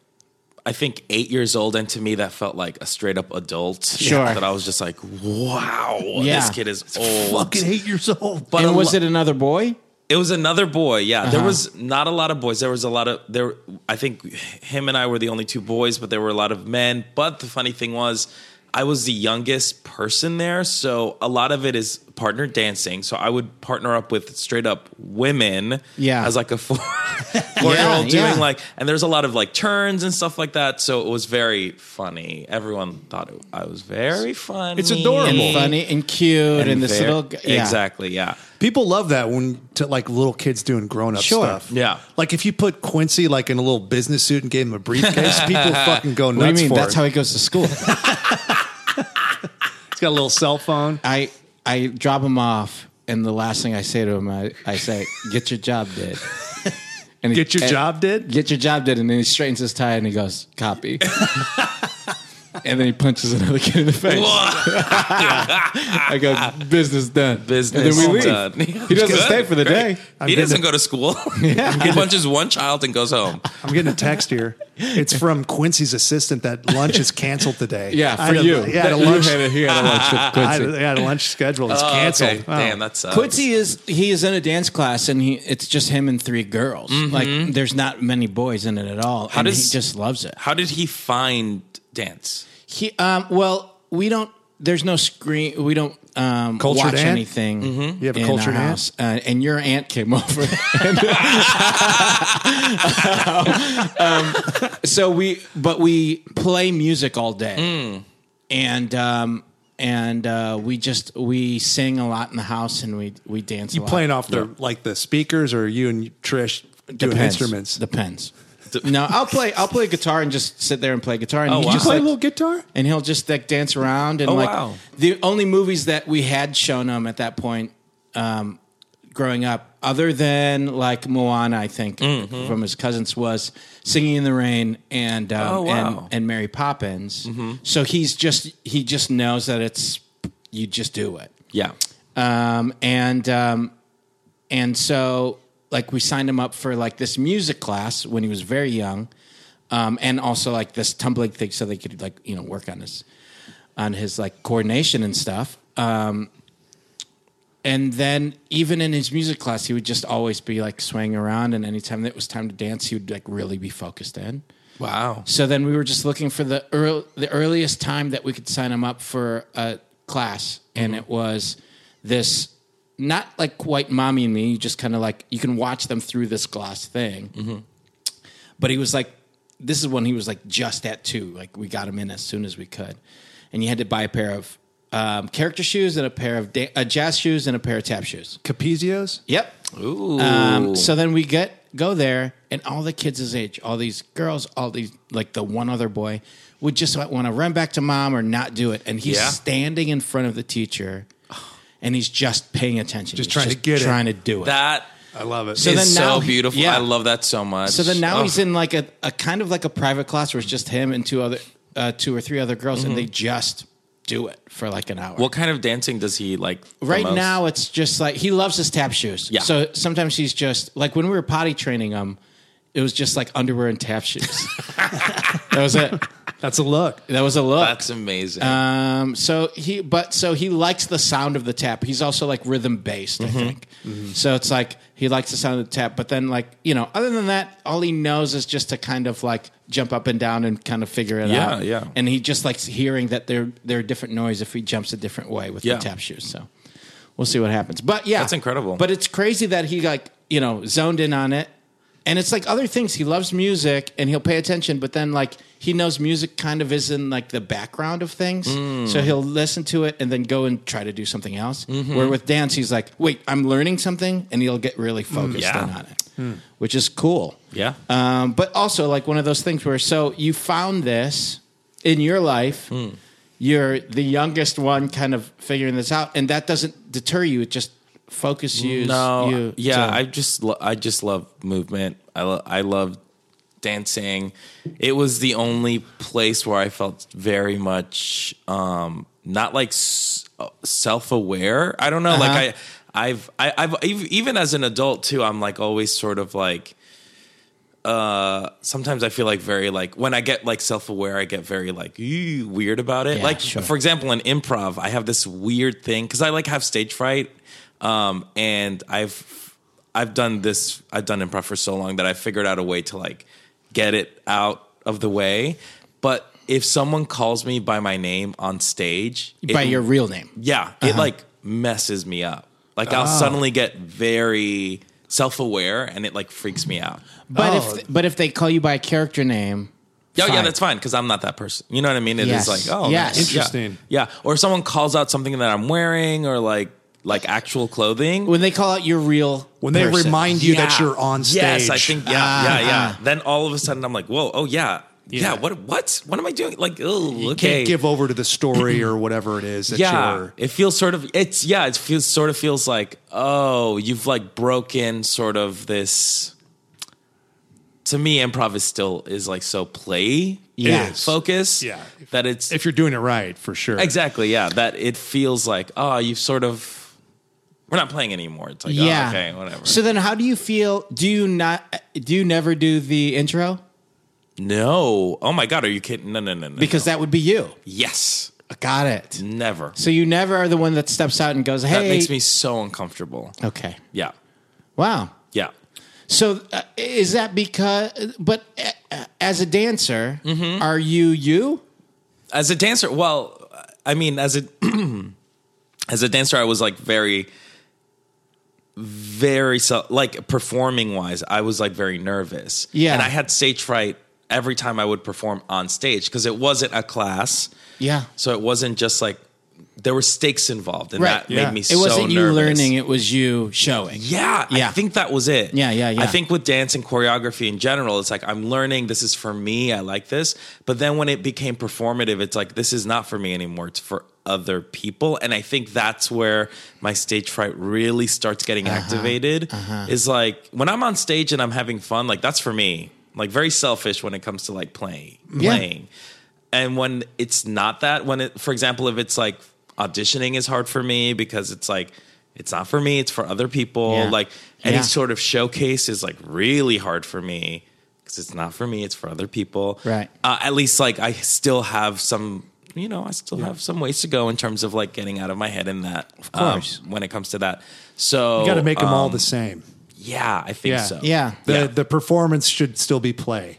Speaker 4: I think eight years old, and to me that felt like a straight up adult.
Speaker 2: Sure.
Speaker 4: That I was just like, wow,
Speaker 2: Yeah.
Speaker 4: this kid is old.
Speaker 3: fucking eight years old.
Speaker 4: But
Speaker 2: and
Speaker 4: a
Speaker 2: was
Speaker 4: lo-
Speaker 2: it another boy?
Speaker 4: It was another boy. Yeah,
Speaker 2: Uh-huh.
Speaker 4: there was not a lot of boys. There was a lot of there. I think him and I were the only two boys, but there were a lot of men. But the funny thing was, I was the youngest person there, so a lot of it is partner dancing. So I would partner up with straight up women.
Speaker 2: Yeah.
Speaker 4: as like a four four year old
Speaker 2: Yeah, yeah.
Speaker 4: doing like, and there's a lot of like turns and stuff like that. So it was very funny. Everyone thought it, I was very funny.
Speaker 3: It's adorable.
Speaker 2: And
Speaker 3: Normal.
Speaker 2: funny and cute, and, this
Speaker 4: ver-
Speaker 2: little g- yeah.
Speaker 4: exactly, yeah.
Speaker 3: People love that when to like little kids doing grown up
Speaker 2: Sure.
Speaker 3: stuff.
Speaker 4: Yeah.
Speaker 3: like if you put Quincy like in a little business suit and gave him a briefcase, people fucking go nuts
Speaker 2: What do you mean?
Speaker 3: for
Speaker 2: That's
Speaker 3: it.
Speaker 2: how he goes to school.
Speaker 3: He's got a little cell phone.
Speaker 2: I I drop him off, and the last thing I say to him, I, I say, "Get your job did." And he-
Speaker 3: Get your
Speaker 2: and-
Speaker 3: job did.
Speaker 2: Get your job did, and then he straightens his tie and he goes, "Copy." and then he punches another kid in the face. I go, "Business done."
Speaker 4: business
Speaker 2: And then we leave.
Speaker 4: done.
Speaker 2: He doesn't stay for the day.
Speaker 4: Great. he doesn't go to school. he punches one child and goes home.
Speaker 3: I'm getting a text here. It's from Quincy's assistant that lunch is canceled today.
Speaker 2: Yeah,
Speaker 3: I
Speaker 2: for
Speaker 3: had a-
Speaker 2: you.
Speaker 3: yeah, I had a
Speaker 2: You
Speaker 3: lunch.
Speaker 2: had a- he had a lunch with
Speaker 3: I had
Speaker 2: Quincy.
Speaker 3: a- I had a lunch schedule. It's canceled.
Speaker 4: Oh, Okay.
Speaker 3: Wow.
Speaker 4: Damn, uh, that sucks.
Speaker 2: Quincy is he is in a dance class and he it's just him and three girls. Like there's not many boys in it at all. How and
Speaker 4: does-
Speaker 2: he just loves it.
Speaker 4: How did he find dance?
Speaker 2: He, um, well, we don't. There's no screen. We don't um,
Speaker 3: Cultured
Speaker 2: watch
Speaker 3: aunt?
Speaker 2: anything.
Speaker 3: You have a
Speaker 2: in
Speaker 3: cultured
Speaker 2: our
Speaker 3: aunt?
Speaker 2: house, uh, and your aunt came over. Um, so we, but we play music all day,
Speaker 3: Hmm.
Speaker 2: and um, and uh, we just we sing a lot in the house, and we we dance. a lot.
Speaker 3: Playing off the like the speakers, or you and Trish doing
Speaker 2: Depends.
Speaker 3: instruments.
Speaker 2: Depends. No, I'll play. I'll play guitar and just sit there and play guitar. And
Speaker 4: Oh,
Speaker 2: he
Speaker 4: wow.
Speaker 2: just,
Speaker 4: You play
Speaker 2: like-
Speaker 3: guitar.
Speaker 2: and he'll just like dance around and
Speaker 4: Oh,
Speaker 2: like
Speaker 4: wow.
Speaker 2: the only movies that we had shown him at that point um, growing up other than like moana i think
Speaker 4: Mm-hmm.
Speaker 2: from his cousins was singing in the rain and um,
Speaker 4: Oh, wow. Mm-hmm.
Speaker 2: and, and mary poppins so he's just he just knows that it's you just do it
Speaker 4: Yeah.
Speaker 2: um, and um, and so like we signed him up for like this music class when he was very young, um, and also like this tumbling thing so they could like you know work on his on his like coordination and stuff. Um, and then even in his music class, he would just always be like swaying around, and anytime that it was time to dance, he would like really be focused in.
Speaker 4: Wow.
Speaker 2: So then we were just looking for the earl the earliest time that we could sign him up for a class, and it was this not like quite mommy and me. You just kind of like you can watch them through this glass thing. But he was like, this is when he was like just at two. Like we got him in as soon as we could, and you had to buy a pair of um, character shoes and a pair of da- uh, jazz shoes and a pair of tap shoes.
Speaker 3: Capizios.
Speaker 2: Yep.
Speaker 4: Ooh.
Speaker 2: Um, so then we get go there, and all the kids his age, all these girls, all these like the one other boy would just want to run back to mom or not do it, and he's
Speaker 4: Yeah.
Speaker 2: standing in front of the teacher, and he's just paying attention,
Speaker 3: Just
Speaker 2: He's
Speaker 3: trying to get it.
Speaker 2: trying to do it.
Speaker 4: that
Speaker 3: I love it.
Speaker 4: so
Speaker 2: then now-
Speaker 4: so beautiful.
Speaker 2: yeah.
Speaker 4: I love that so much.
Speaker 2: so then now
Speaker 4: Oh,
Speaker 2: he's in like a, a kind of like a private class where it's just him and two other uh, two or three other girls, and
Speaker 4: Mm-hmm.
Speaker 2: they just do it for like an hour.
Speaker 4: What kind of dancing does he like? the
Speaker 2: right
Speaker 4: most?
Speaker 2: now it's just like he loves his tap shoes.
Speaker 4: Yeah.
Speaker 2: So sometimes he's just like when we were potty training him, it was just like underwear and tap shoes. that was it.
Speaker 3: That's a look.
Speaker 2: That was a look.
Speaker 4: That's amazing.
Speaker 2: um, so he, but so he likes the sound of the tap. He's also like rhythm based,
Speaker 4: Mm-hmm.
Speaker 2: I think. So it's like he likes the sound of the tap, but then like you know, other than that, all he knows is just to kind of like jump up and down and kind of figure it
Speaker 4: Yeah,
Speaker 2: out.
Speaker 4: yeah.
Speaker 2: And he just likes hearing that there there are different noise if he jumps a different way with
Speaker 4: Yeah.
Speaker 2: the tap shoes. So we'll see what happens. But yeah,
Speaker 4: That's incredible.
Speaker 2: But it's crazy that he like you know zoned in on it, and it's like other things. He loves music and he'll pay attention, but then like he knows music kind of is in like the background of things,
Speaker 4: Mm.
Speaker 2: so he'll listen to it and then go and try to do something else.
Speaker 4: Mm-hmm.
Speaker 2: Where with dance, he's like, wait, I'm learning something, and he'll get really focused
Speaker 4: Mm, Yeah. Hmm.
Speaker 2: in on it, which is cool.
Speaker 4: Yeah.
Speaker 2: Um, but also like one of those things where so you found this in your life.
Speaker 4: Hmm.
Speaker 2: You're the youngest one, kind of figuring this out, and that doesn't deter you. It just focuses you.
Speaker 4: no,
Speaker 2: you
Speaker 4: yeah,
Speaker 2: to-
Speaker 4: I just lo- I just love movement. I lo- I love dancing. It was the only place where I felt very much um not like s- uh, self-aware. I don't know, like I I've I, I've ev- even as an adult too, I'm like always sort of like sometimes I feel like very like when I get like self aware, I get very like "Ew," weird about it.
Speaker 2: Yeah,
Speaker 4: like
Speaker 2: sure.
Speaker 4: for example, in improv, I have this weird thing because I like have stage fright, um, and I've I've done this I've done improv for so long that I figured out a way to like get it out of the way. But if someone calls me by my name on stage, it
Speaker 2: by your Uh-huh. real name.
Speaker 4: yeah, it like messes me up. Like I'll
Speaker 2: Oh.
Speaker 4: suddenly get very self aware, and it like freaks me out.
Speaker 2: But
Speaker 3: Oh.
Speaker 2: if but if they call you by a character name,
Speaker 4: Yeah, yeah,
Speaker 2: fine.
Speaker 4: that's fine because I'm not that person. You know what I mean? It is
Speaker 2: Yes.
Speaker 4: like, oh,
Speaker 2: Yes.
Speaker 4: nice. Yeah.
Speaker 3: Interesting.
Speaker 4: Yeah. or someone calls out something that I'm wearing, or like like actual clothing.
Speaker 2: when they call out your real
Speaker 3: When they
Speaker 2: person.
Speaker 3: remind you that
Speaker 4: Yeah.
Speaker 3: you're on stage.
Speaker 4: Yes, I think. Yeah, yeah, yeah.
Speaker 2: Ah.
Speaker 4: Then all of a sudden, I'm like, whoa, oh yeah, yeah.
Speaker 3: Yeah.
Speaker 4: what? What? What am I doing? Like, oh,
Speaker 3: You can't
Speaker 4: okay.
Speaker 3: give over to the story or whatever it is that
Speaker 4: yeah,
Speaker 3: you're.
Speaker 4: it feels sort of. It's yeah, it feels sort of feels like oh, you've like broken sort of this. To me, improv is still is like so play
Speaker 2: Yeah.
Speaker 3: is.
Speaker 4: focus.
Speaker 3: Yeah.
Speaker 4: that it's
Speaker 3: If you're doing it right, for sure.
Speaker 4: Exactly. Yeah. That it feels like, oh, you've sort of, we're not playing anymore. It's like,
Speaker 2: yeah.
Speaker 4: oh, okay, whatever.
Speaker 2: So then, how do you feel? Do you not? Do you never do the intro
Speaker 4: no. Oh my God. Are you kidding? No, no, no, no.
Speaker 2: because that would be you?
Speaker 4: yes,
Speaker 2: Got it.
Speaker 4: never.
Speaker 2: So you never are the one that steps out and goes, "Hey."
Speaker 4: That makes me so uncomfortable.
Speaker 2: okay.
Speaker 4: Yeah.
Speaker 2: Wow.
Speaker 4: Yeah.
Speaker 2: So uh, is
Speaker 4: Mm-hmm.
Speaker 2: that because? But uh, uh, as a dancer, are you you?
Speaker 4: as a dancer well i mean as a as a dancer i was like very very so like performing wise i was like very nervous
Speaker 2: Yeah.
Speaker 4: and i had stage fright every time i would perform on stage because it wasn't a class
Speaker 2: Yeah.
Speaker 4: so it wasn't just like there were stakes involved and
Speaker 2: Right.
Speaker 4: that
Speaker 3: Yeah.
Speaker 4: made me
Speaker 2: It
Speaker 4: so
Speaker 2: wasn't you
Speaker 4: nervous.
Speaker 2: learning, it was you showing.
Speaker 4: Yeah,
Speaker 2: Yeah.
Speaker 4: I think that was it.
Speaker 2: Yeah, yeah, yeah.
Speaker 4: I think with dance and choreography in general, it's like I'm learning. This is for me. I like this. But then when it became performative, it's like this is not for me anymore. It's for other people. And I think that's where my stage fright really starts getting
Speaker 2: Uh-huh.
Speaker 4: activated. Is like when I'm on stage and I'm having fun. Like that's for me. Like very selfish when it comes to like playing,
Speaker 2: Yeah.
Speaker 4: playing. And when it's not that, when it, for example, if it's like auditioning is hard for me because it's like, it's not for me, it's for other people.
Speaker 2: Yeah.
Speaker 4: Like any
Speaker 2: Yeah.
Speaker 4: sort of showcase is like really hard for me because it's not for me, it's for other people.
Speaker 2: Right.
Speaker 4: Uh, at least like I still have some, you know, I still have some ways to go in terms of like getting out of my head in that. Of
Speaker 2: course.
Speaker 4: when it comes to that. So
Speaker 3: You got to make them all
Speaker 4: um,
Speaker 3: the same.
Speaker 4: Yeah, I think
Speaker 3: Yeah.
Speaker 4: so.
Speaker 2: Yeah.
Speaker 3: The
Speaker 4: yeah.
Speaker 3: the performance should still be play.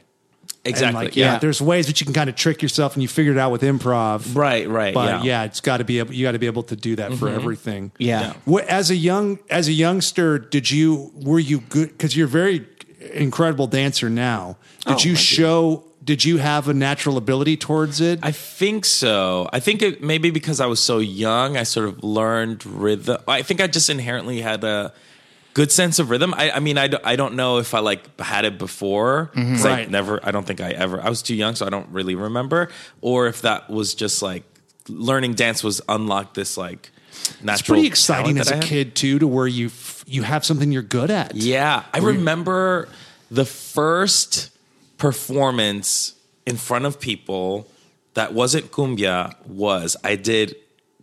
Speaker 3: And,
Speaker 4: exactly.
Speaker 3: like, yeah,
Speaker 2: yeah.
Speaker 3: there's ways that you can kind of trick yourself, and you figure it out with improv.
Speaker 4: Right, right. Mm-hmm.
Speaker 3: But yeah, it's got to be able, you got to be able to do that for everything.
Speaker 2: Yeah. Yeah.
Speaker 3: What, as a young as a youngster, did you were you good because you're a very incredible dancer now? Did
Speaker 4: Oh,
Speaker 3: you
Speaker 4: thank you.
Speaker 3: show? Did you have a natural ability towards it?
Speaker 4: I think so. I think it, maybe because I was so young, I sort of learned rhythm. I think I just inherently had a good sense of rhythm. I, I mean, I, do, I don't know if I like had it before. 'cause I
Speaker 3: Mm-hmm. Right.
Speaker 4: never. I don't think I ever. I was too young, so I don't really remember. Or if that was just like learning dance was unlocked this like natural.
Speaker 3: it's pretty exciting
Speaker 4: talent
Speaker 3: as
Speaker 4: that I
Speaker 3: a
Speaker 4: had.
Speaker 3: kid too, to where you f- you have something you're good at.
Speaker 4: Yeah, I remember the first performance in front of people that wasn't cumbia was I did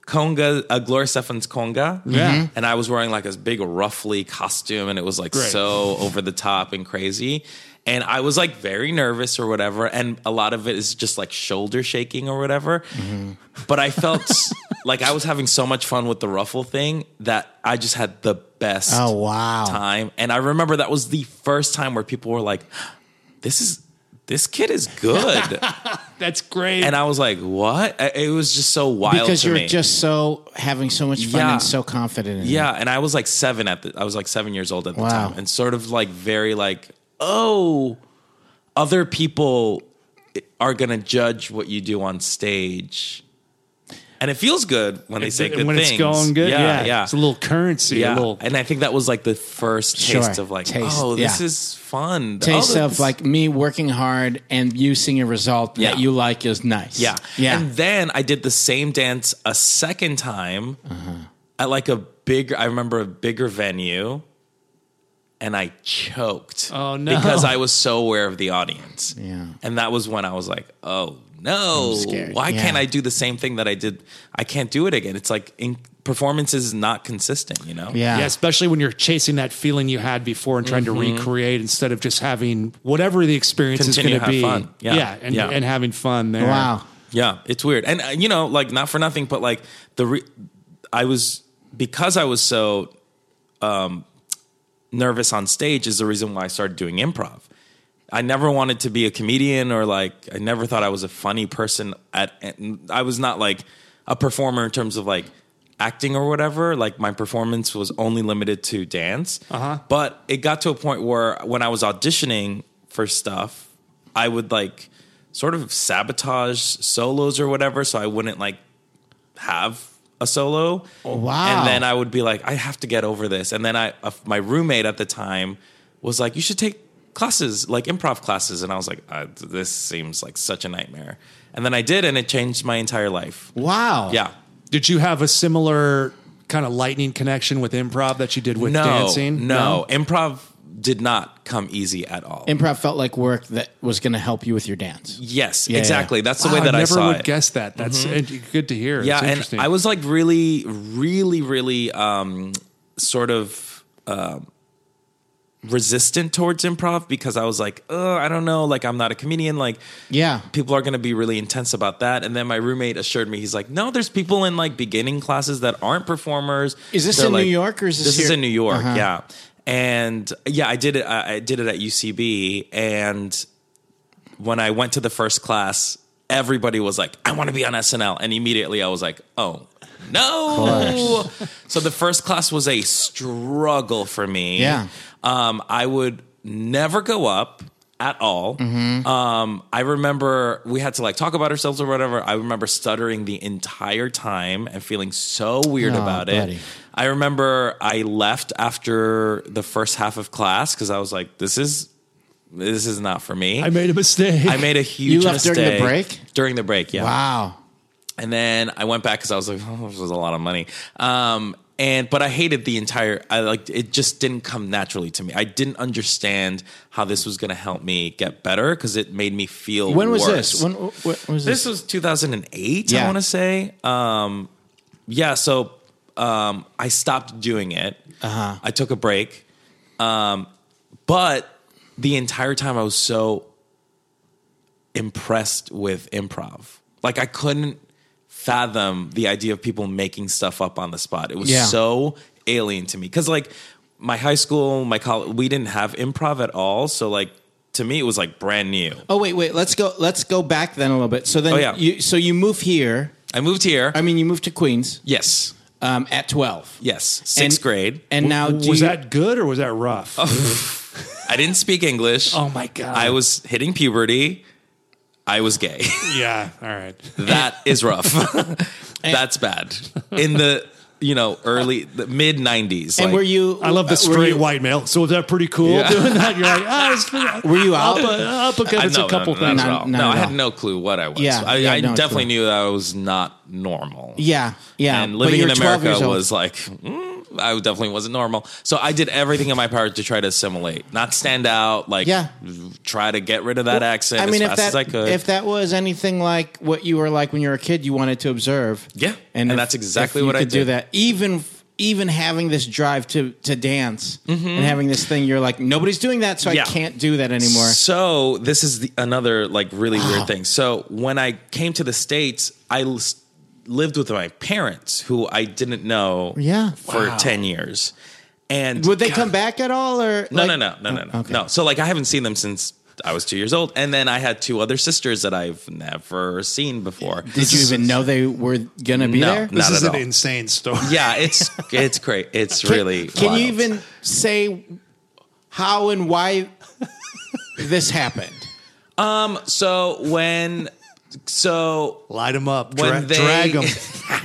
Speaker 4: conga, uh, Gloria Stefan's conga.
Speaker 3: Yeah. Mhm.
Speaker 4: and I was wearing like this big ruffly costume, and it was like
Speaker 3: Great.
Speaker 4: so over the top and crazy. And I was like very nervous or whatever, and a lot of it is just like shoulder shaking or whatever. But I felt like I was having so much fun with the ruffle thing that I just had the best
Speaker 2: Oh, wow.
Speaker 4: time. And I remember that was the first time where people were like, this is, this kid is good.
Speaker 3: That's great.
Speaker 4: and I was like, what? I- It was just so wild
Speaker 2: Because
Speaker 4: to
Speaker 2: you're
Speaker 4: me.
Speaker 2: just so having so much fun
Speaker 4: Yeah.
Speaker 2: and so confident in it.
Speaker 4: yeah. And I was like seven at the, I was like seven years old at the
Speaker 2: Wow.
Speaker 4: time and sort of like very like, oh, other people are going to judge what you do on stage. And it feels good when they say
Speaker 3: And
Speaker 4: good
Speaker 3: when
Speaker 4: things.
Speaker 3: it's going good, yeah,
Speaker 4: yeah.
Speaker 3: it's a little currency. a
Speaker 4: Yeah,
Speaker 3: little,
Speaker 4: and I think that was like the first
Speaker 2: Sure.
Speaker 4: taste of like,
Speaker 2: Taste,
Speaker 4: oh, this
Speaker 2: yeah.
Speaker 4: is fun.
Speaker 2: Taste
Speaker 4: Oh,
Speaker 2: of
Speaker 4: this-
Speaker 2: like me working hard and you seeing a result
Speaker 4: Yeah.
Speaker 2: that you like is nice.
Speaker 4: yeah,
Speaker 2: Yeah.
Speaker 4: And then I did the same dance a second time at like a bigger. I remember a bigger venue, and I choked.
Speaker 3: Oh, no.
Speaker 4: Because I was so aware of the audience.
Speaker 2: Yeah.
Speaker 4: and that was when I was like, oh no,
Speaker 2: scared.
Speaker 4: why
Speaker 2: Yeah.
Speaker 4: can't I do the same thing that I did? I can't do it again. It's like in, performance is not consistent. You know.
Speaker 2: yeah.
Speaker 3: Yeah, especially when you're chasing that feeling you had before and trying to
Speaker 4: Mm-hmm.
Speaker 3: recreate instead of just having whatever the experience
Speaker 4: Continue
Speaker 3: is going
Speaker 4: to have
Speaker 3: to be.
Speaker 4: fun. Yeah.
Speaker 3: and,
Speaker 4: Yeah.
Speaker 3: and having fun there.
Speaker 2: Wow.
Speaker 4: Yeah, it's weird. And uh, you know, like not for nothing, but like the re- I was because I was so um nervous on stage is the reason why I started doing improv. I never wanted to be a comedian or like I never thought I was a funny person at and I was not like a performer in terms of like acting or whatever like my performance was only limited to dance uh-huh. but it got to a point where when i was auditioning for stuff i would like sort of sabotage solos or whatever so i wouldn't like have a solo
Speaker 2: wow.
Speaker 4: and then i would be like i have to get over this and then i uh, my roommate at the time was like you should take classes like improv classes and i was like uh, this seems like such a nightmare and then i did and it changed my entire life
Speaker 2: Wow.
Speaker 4: yeah
Speaker 3: Did you have a similar kind of lightning connection with improv that you did with
Speaker 4: no,
Speaker 3: dancing?
Speaker 4: No, improv did not come easy at all.
Speaker 2: Improv felt like work that was going to help you with your dance.
Speaker 4: yes,
Speaker 2: Yeah,
Speaker 4: exactly.
Speaker 2: yeah.
Speaker 4: That's the
Speaker 3: Wow,
Speaker 4: way that I,
Speaker 3: Ah, never
Speaker 4: saw
Speaker 3: would
Speaker 4: it. Mm-hmm.
Speaker 3: guess that. That's it- good to hear.
Speaker 4: yeah,
Speaker 3: it's
Speaker 4: and
Speaker 3: interesting.
Speaker 4: I was like really, really, really um, sort of um, resistant towards improv because I was like, oh, I don't know, like I'm not a comedian, like
Speaker 2: Yeah.
Speaker 4: people are going to be really intense about that. And then my roommate assured me, he's like, no, there's people in like beginning classes that aren't performers.
Speaker 2: Is this
Speaker 4: They're
Speaker 2: in New
Speaker 4: like-
Speaker 2: York or is this
Speaker 4: this is
Speaker 2: here?
Speaker 4: in New York?
Speaker 2: Uh-huh.
Speaker 4: Yeah, and yeah, I did it. I I did it at UCB, and when I went to the first class, everybody was like, I want to be on SNL. And immediately I was like, oh, no. so the first class was a struggle for me.
Speaker 2: Yeah.
Speaker 4: Um, I would never go up at all.
Speaker 2: Mm-hmm.
Speaker 4: Um, I remember we had to like talk about ourselves or whatever. I remember stuttering the entire time and feeling so weird
Speaker 2: Oh,
Speaker 4: about
Speaker 2: buddy.
Speaker 4: it. I remember I left after the first half of class because I was like, this is. This is not for me.
Speaker 3: I made a mistake.
Speaker 4: I made a huge
Speaker 2: left during the
Speaker 4: mistake.
Speaker 2: break?
Speaker 4: During the break, yeah.
Speaker 2: Wow.
Speaker 4: And then I went back because I was like, oh, this was a lot of money. Um, and but I hated the entire. I like it just didn't come naturally to me. I didn't understand how this was going to help me get better because it made me feel.
Speaker 2: When was
Speaker 4: worse.
Speaker 2: this? When, wh- when was
Speaker 4: This
Speaker 2: this?
Speaker 4: was 2008, I
Speaker 2: Yeah.
Speaker 4: want to say. Um, yeah, so um, I stopped doing it. Uh-huh. I took a break. Um, but the entire time I was so impressed with improv. Like I couldn't fathom the idea of people making stuff up on the spot. It was
Speaker 2: Yeah.
Speaker 4: so alien to me cuz like my high school, my college, we didn't have improv at all, so like to me it was like brand new.
Speaker 2: Oh wait, wait. Let's go. Let's go back then a little bit. So then,
Speaker 4: Oh, yeah.
Speaker 2: you, so you move here.
Speaker 4: I moved here.
Speaker 2: I mean, you moved to Queens
Speaker 4: yes.
Speaker 2: um, at twelve.
Speaker 4: Yes, sixth
Speaker 2: And-
Speaker 4: grade.
Speaker 2: And now, do
Speaker 3: was
Speaker 2: you,
Speaker 3: that good or was that rough?
Speaker 4: I didn't speak English.
Speaker 3: Oh, my God.
Speaker 4: I was hitting puberty. I was gay.
Speaker 3: yeah. All right.
Speaker 4: that is rough. That's bad. In the you know early the mid nineties.
Speaker 2: And were you?
Speaker 3: I love the
Speaker 2: uh, were
Speaker 3: straight
Speaker 2: you-
Speaker 3: white male. So is that pretty cool doing that? You're like, ah, it's
Speaker 2: Were you out?
Speaker 3: up because it's a couple
Speaker 4: no,
Speaker 3: things.
Speaker 4: not at
Speaker 2: Not-
Speaker 4: all.
Speaker 2: not
Speaker 4: no,
Speaker 2: at
Speaker 4: I had
Speaker 2: all.
Speaker 4: no clue what I was.
Speaker 2: Yeah,
Speaker 4: I,
Speaker 2: yeah,
Speaker 4: I
Speaker 2: no, it's
Speaker 4: definitely
Speaker 2: cool.
Speaker 4: knew that I was not normal.
Speaker 2: Yeah, yeah.
Speaker 4: And
Speaker 2: But
Speaker 4: living
Speaker 2: you
Speaker 4: in
Speaker 2: were 12 years
Speaker 4: America
Speaker 2: old.
Speaker 4: was like, mm, I definitely wasn't normal. So I did everything in my power to try to assimilate, not stand out, like
Speaker 2: Yeah.
Speaker 4: try to get rid of that accent as
Speaker 2: if
Speaker 4: fast
Speaker 2: that
Speaker 4: as I could.
Speaker 2: if that was anything like what you were like when you were a kid, you wanted to observe.
Speaker 4: Yeah, and that's exactly
Speaker 2: if you
Speaker 4: what I
Speaker 2: could do.
Speaker 4: did.
Speaker 2: That even even having this drive to to dance and having this thing, you're like nobody's doing that, so
Speaker 4: Mm-hmm. Yeah.
Speaker 2: I can't do that anymore.
Speaker 4: So this is the, another like really weird thing. So when I came to the states, I l- lived with my parents who I didn't know
Speaker 2: Yeah.
Speaker 4: for 10 years. And
Speaker 2: Would they
Speaker 4: God-
Speaker 2: come back at all? Or
Speaker 4: No,
Speaker 2: like-
Speaker 4: no, no, no, no, no.
Speaker 2: okay.
Speaker 4: No. So like I haven't seen them since I was 2 years old and then I had two other sisters that I've never seen before.
Speaker 2: Did you even know they were gonna be
Speaker 4: No,
Speaker 2: there?
Speaker 4: no. Not
Speaker 3: This is
Speaker 4: at
Speaker 3: an
Speaker 4: all.
Speaker 3: insane story.
Speaker 4: Yeah, it's it's great. It's really
Speaker 2: Can
Speaker 4: wild.
Speaker 2: you even say how and why this happened?
Speaker 4: So when so
Speaker 3: Light them up. Dra-
Speaker 4: When they-
Speaker 3: drag them.
Speaker 4: when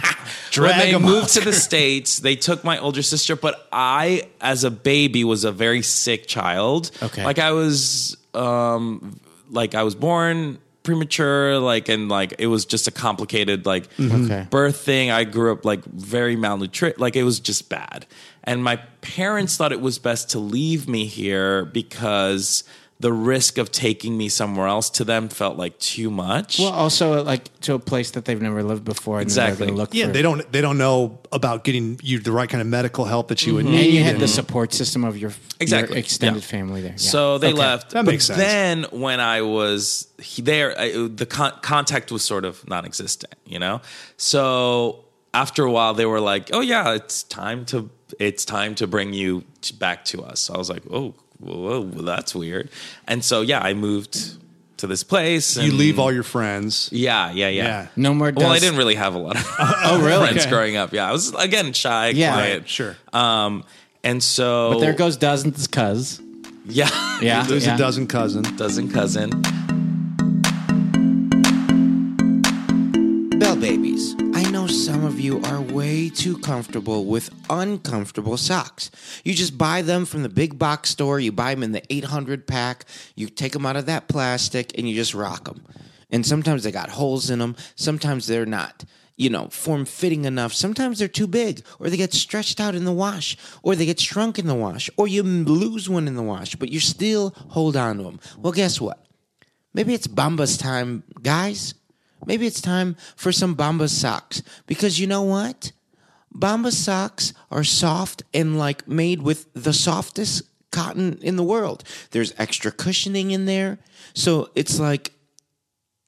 Speaker 3: drag
Speaker 4: they
Speaker 3: them
Speaker 4: moved
Speaker 3: up.
Speaker 4: to the states they took my older sister but i as a baby was a very sick child
Speaker 2: Okay.
Speaker 4: like i was um like i was born premature like and like it was just a complicated like
Speaker 2: Mm-hmm. Okay.
Speaker 4: birth thing i grew up like very malnutri like it was just bad and my parents thought it was best to leave me here because the risk of taking me somewhere else to them felt like too much
Speaker 2: Well, also like to a place that they've never lived before. And they're
Speaker 4: Exactly.
Speaker 2: gonna Look
Speaker 3: Yeah,
Speaker 2: for-
Speaker 3: they don't. They don't know about getting you the right kind of medical help that you would
Speaker 2: And
Speaker 3: need.
Speaker 2: you had the support system of your,
Speaker 4: Exactly.
Speaker 2: your extended
Speaker 4: Yeah.
Speaker 2: family there. Yeah.
Speaker 4: So they left.
Speaker 3: That
Speaker 4: but
Speaker 3: makes sense.
Speaker 4: Then when I was he- there, I, the con- contact was sort of non-existent, you know. So after a while, they were like, "Oh yeah, it's time to it's time to bring you t- back to us." So I was like, "Oh, whoa, whoa, well, that's weird." And so yeah, I moved to this place.
Speaker 3: You
Speaker 4: and-
Speaker 3: leave all your friends.
Speaker 4: Yeah, yeah, yeah.
Speaker 3: Yeah.
Speaker 2: no more.
Speaker 4: Well, I
Speaker 2: dust.
Speaker 4: didn't really have a lot of
Speaker 2: Oh, really?
Speaker 4: friends
Speaker 3: Okay.
Speaker 4: growing up. Yeah, I was again shy,
Speaker 2: Yeah.
Speaker 4: quiet.
Speaker 3: Sure.
Speaker 4: Um, and so
Speaker 2: But there goes dozens, cuz.
Speaker 4: yeah,
Speaker 2: Yeah,
Speaker 3: Lose
Speaker 2: yeah.
Speaker 3: a dozen cousin.
Speaker 4: dozen cousin.
Speaker 1: Bell babies, I know some of you are way too comfortable with uncomfortable socks. You just buy them from the big box store, you buy them in the 800 pack, you take them out of that plastic, and you just rock them. And sometimes they got holes in them, sometimes they're not, you know, form fitting enough. Sometimes they're too big, or they get stretched out in the wash, or they get shrunk in the wash, or you m- lose one in the wash, but you still hold on to them. Well, guess what? Maybe it's Bombas time, guys. Maybe it's time for some Bombas socks. Because you know what? Bombas socks are soft and like made with the softest cotton in the world. There's extra cushioning in there. So it's like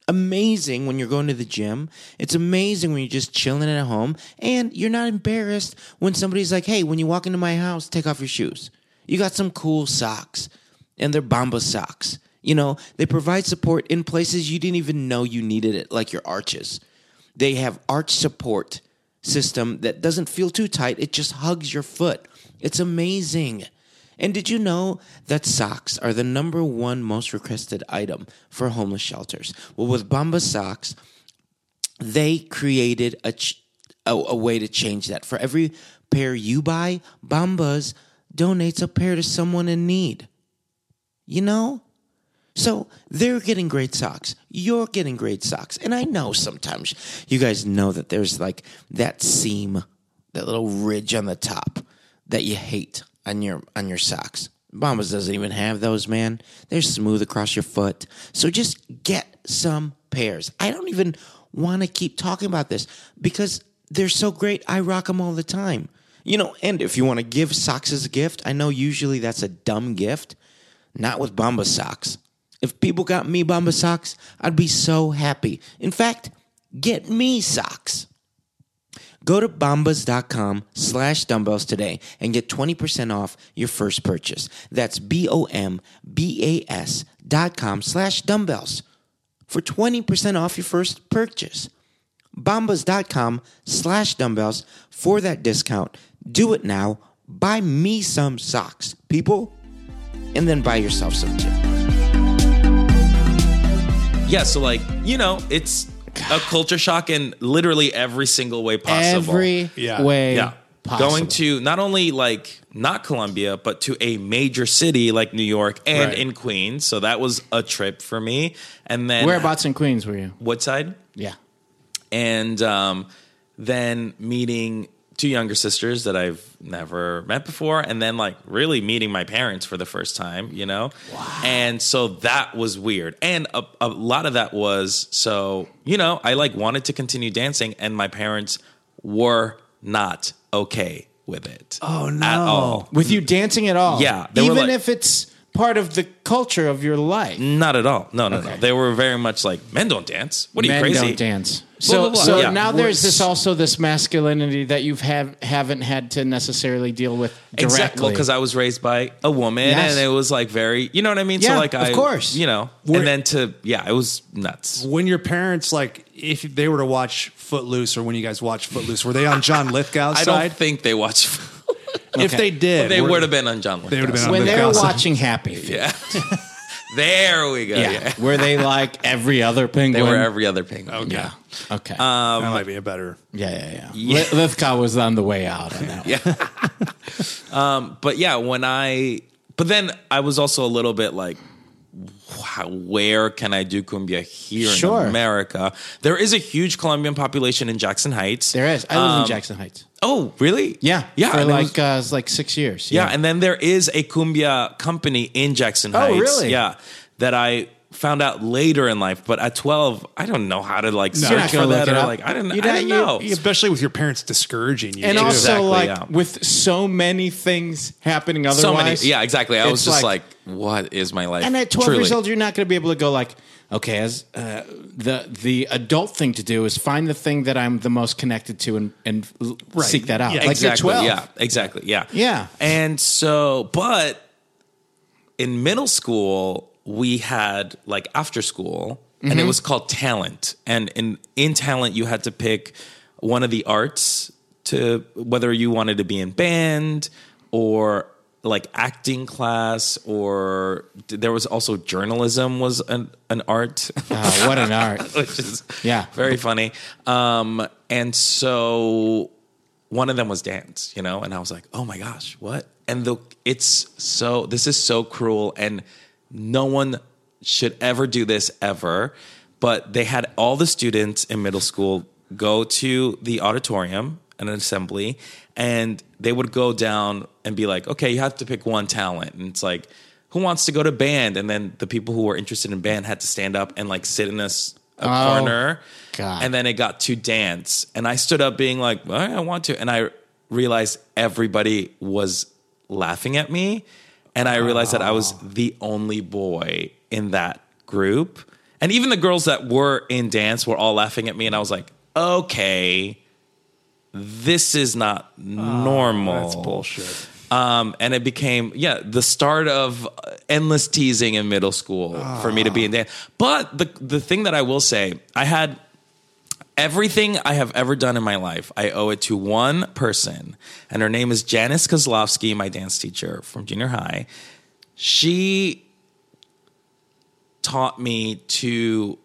Speaker 1: amazing when you're going to the gym. It's amazing when you're just chilling at home and you're not embarrassed when somebody's like, hey, when you walk into my house, take off your shoes. You got some cool socks and they're Bombas socks. You know, they provide support in places you didn't even know you needed it, like your arches. They have arch support system that doesn't feel too tight, it just hugs your foot. It's amazing. And did you know that socks are the number one most requested item for homeless shelters? Well, with Bamba socks, they created a, ch- a a way to change that. For every pair you buy, Bombas donates a pair to someone in need. You know? So they're getting great socks. You're getting great socks. And I know sometimes you guys know that there's like that seam, that little ridge on the top that you hate on your on your socks. Bombas doesn't even have those, man. They're smooth across your foot. So just get some pairs. I don't even want to keep talking about this because they're so great. I rock them all the time. You know, and if you want to give socks as a gift, I know usually that's a dumb gift. Not with Bamba socks. If people got me Bamba socks, I'd be so happy. In fact, get me socks. Go to bombas.com slash dumbbells today and get 20% off your first purchase. That's B O M B A S dot com slash dumbbells for 20% off your first purchase. Bombas.com slash dumbbells for that discount. Do it now. Buy me some socks, people, and then buy yourself some too.
Speaker 4: Yeah, so like, you know, it's a culture shock in literally every single way possible.
Speaker 2: Every
Speaker 3: Yeah.
Speaker 2: way
Speaker 4: yeah.
Speaker 2: possible.
Speaker 4: Going to not only like not Columbia, but to a major city like New York and
Speaker 2: Right.
Speaker 4: in Queens. So that was a trip for me. And then
Speaker 2: Whereabouts in Queens were you?
Speaker 4: Woodside.
Speaker 2: Yeah.
Speaker 4: and um, then meeting two younger sisters that I've never met before, and then like really meeting my parents for the first time, you know? And so that was weird. And a, a lot of that was so, you know, I like wanted to continue dancing, and my parents were not okay with it. Oh, no. At all.
Speaker 2: With you dancing at all.
Speaker 4: Yeah, they were
Speaker 2: Even
Speaker 4: like-
Speaker 2: if it's part of the culture of your life.
Speaker 4: Not at all. No, no,
Speaker 2: Okay.
Speaker 4: no. They were very much like, men don't dance. What are
Speaker 2: Men
Speaker 4: you crazy?
Speaker 2: don't dance. So,
Speaker 4: Blah, blah, blah.
Speaker 2: so
Speaker 4: Yeah.
Speaker 2: now there's
Speaker 4: We're-
Speaker 2: this also this masculinity that you've have haven't had to necessarily deal with directly.
Speaker 4: Exactly, because I was raised by a woman,
Speaker 2: Yes.
Speaker 4: and it was like very, you know what I mean.
Speaker 2: Yeah,
Speaker 4: so like,
Speaker 2: of
Speaker 4: I,
Speaker 2: course.
Speaker 4: you know,
Speaker 3: We're-
Speaker 4: and then to yeah, it was nuts.
Speaker 3: When your parents like, if they were to watch Footloose, or when you guys watched Footloose, were they on John Lithgow's
Speaker 4: I
Speaker 3: side?
Speaker 4: don't think they watched.
Speaker 3: If they did,
Speaker 4: they
Speaker 3: were-
Speaker 4: would have been on John.
Speaker 3: They would have been on
Speaker 2: when they're
Speaker 3: Lithgow's side.
Speaker 2: watching Happy Feet.
Speaker 4: Yeah. there we go. Yeah.
Speaker 2: Were they like every other penguin?
Speaker 4: They were every other penguin. Okay.
Speaker 2: Yeah. Okay.
Speaker 4: Um,
Speaker 3: that might be a better.
Speaker 2: yeah, yeah, yeah. yeah. Lithgow was on the way out on that. one.
Speaker 4: Um, But yeah, when I, but then I was also a little bit like. Wow, where can I do cumbia here
Speaker 2: Sure.
Speaker 4: in America? There is a huge Colombian population in Jackson Heights.
Speaker 2: There is. I live in
Speaker 4: Um,
Speaker 2: Jackson Heights.
Speaker 4: Oh, really?
Speaker 2: Yeah,
Speaker 4: yeah.
Speaker 2: For
Speaker 4: and it was-
Speaker 2: like uh, it's like six years.
Speaker 4: Yeah, and then there is a cumbia company in Jackson Heights.
Speaker 2: Oh, really?
Speaker 4: Yeah, that I found out later in life. But at twelve, I don't know how to like
Speaker 2: You're
Speaker 4: search
Speaker 2: not
Speaker 4: for
Speaker 2: gonna
Speaker 4: that
Speaker 2: look it
Speaker 4: or
Speaker 2: up.
Speaker 4: like I don't, I
Speaker 2: You
Speaker 4: don't
Speaker 2: don't- you-
Speaker 4: know.
Speaker 2: you-
Speaker 3: Especially with your parents discouraging you,
Speaker 2: and
Speaker 3: too.
Speaker 2: also
Speaker 4: Exactly,
Speaker 2: like
Speaker 4: yeah.
Speaker 2: with so many things happening otherwise.
Speaker 4: so many. Yeah, exactly. I was
Speaker 2: it's
Speaker 4: just
Speaker 2: like-
Speaker 4: like, what is my life?
Speaker 2: And at 12
Speaker 4: truly?
Speaker 2: years old, you're not going to be able to go like, okay, as uh, the the adult thing to do is find the thing that I'm the most connected to and and l- seek that out.
Speaker 3: Yeah,
Speaker 2: like
Speaker 4: exactly.
Speaker 2: you're 12.
Speaker 4: Yeah, exactly. Yeah.
Speaker 2: Yeah.
Speaker 4: And so, but in middle school, we had like after school, and it
Speaker 2: Mm-hmm.
Speaker 4: was called talent. And in in talent, you had to pick one of the arts to whether you wanted to be in band or like acting class or there was also journalism was an, an art
Speaker 2: Oh, what an art.
Speaker 4: which is
Speaker 2: Yeah.
Speaker 4: very funny. Um, and so one of them was dance, you know, and I was like, oh my gosh, what? And the it's so this is so cruel, and no one should ever do this ever. But they had all the students in middle school go to the auditorium, an assembly, and they would go down and be like, okay, you have to pick one talent, and it's like. Who wants to go to band? And then the people who were interested in band had to stand up and like sit in a, s- a
Speaker 2: Oh.
Speaker 4: corner
Speaker 2: God.
Speaker 4: and then it got to dance. And I stood up being like, "All right, I want to. And I realized everybody was laughing at me. And I realized that I was the only boy in that group. And even the girls that were in dance were all laughing at me. And I was like, okay, this is not normal.
Speaker 3: That's bullshit.
Speaker 4: Um, and it became, yeah, the start of endless teasing in middle school for me to be in dance. But the the thing that I will say, I had everything I have ever done in my life, I owe it to one person, and her name is Janice Kozlowski, my dance teacher from junior high. She taught me to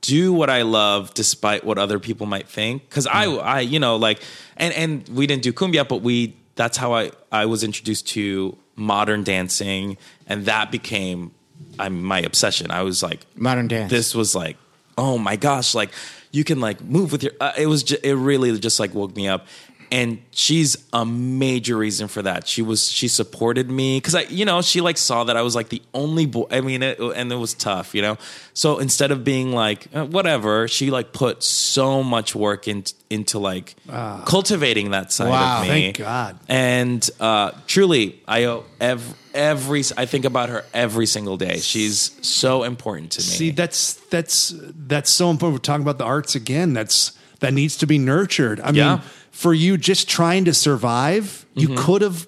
Speaker 4: do what I love despite what other people might think. Cause I, I, you know, like, and, and we didn't do cumbia, but we, that's how I, I was introduced to modern dancing. And that became I'm, my obsession. I was like,
Speaker 2: Modern dance.
Speaker 4: this was like, oh my gosh, like you can like move with your, uh, it was, ju- it really just like woke me up. And she's a major reason for that. She was, she supported me because I, you know, she like saw that I was like the only boy. I mean, it, and it was tough, you know? So instead of being like, "Uh, whatever, she like put so much work in, into like cultivating that side
Speaker 2: Wow.
Speaker 4: of me.
Speaker 3: Ah. Thank God.
Speaker 4: And uh, truly, I owe every, every, I think about her every single day. She's so important to me.
Speaker 3: See, that's that's that's so important. We're talking about the arts again. That's that needs to be nurtured. I
Speaker 4: Yeah. Mm-hmm.
Speaker 3: mean, for you just trying to survive, you could have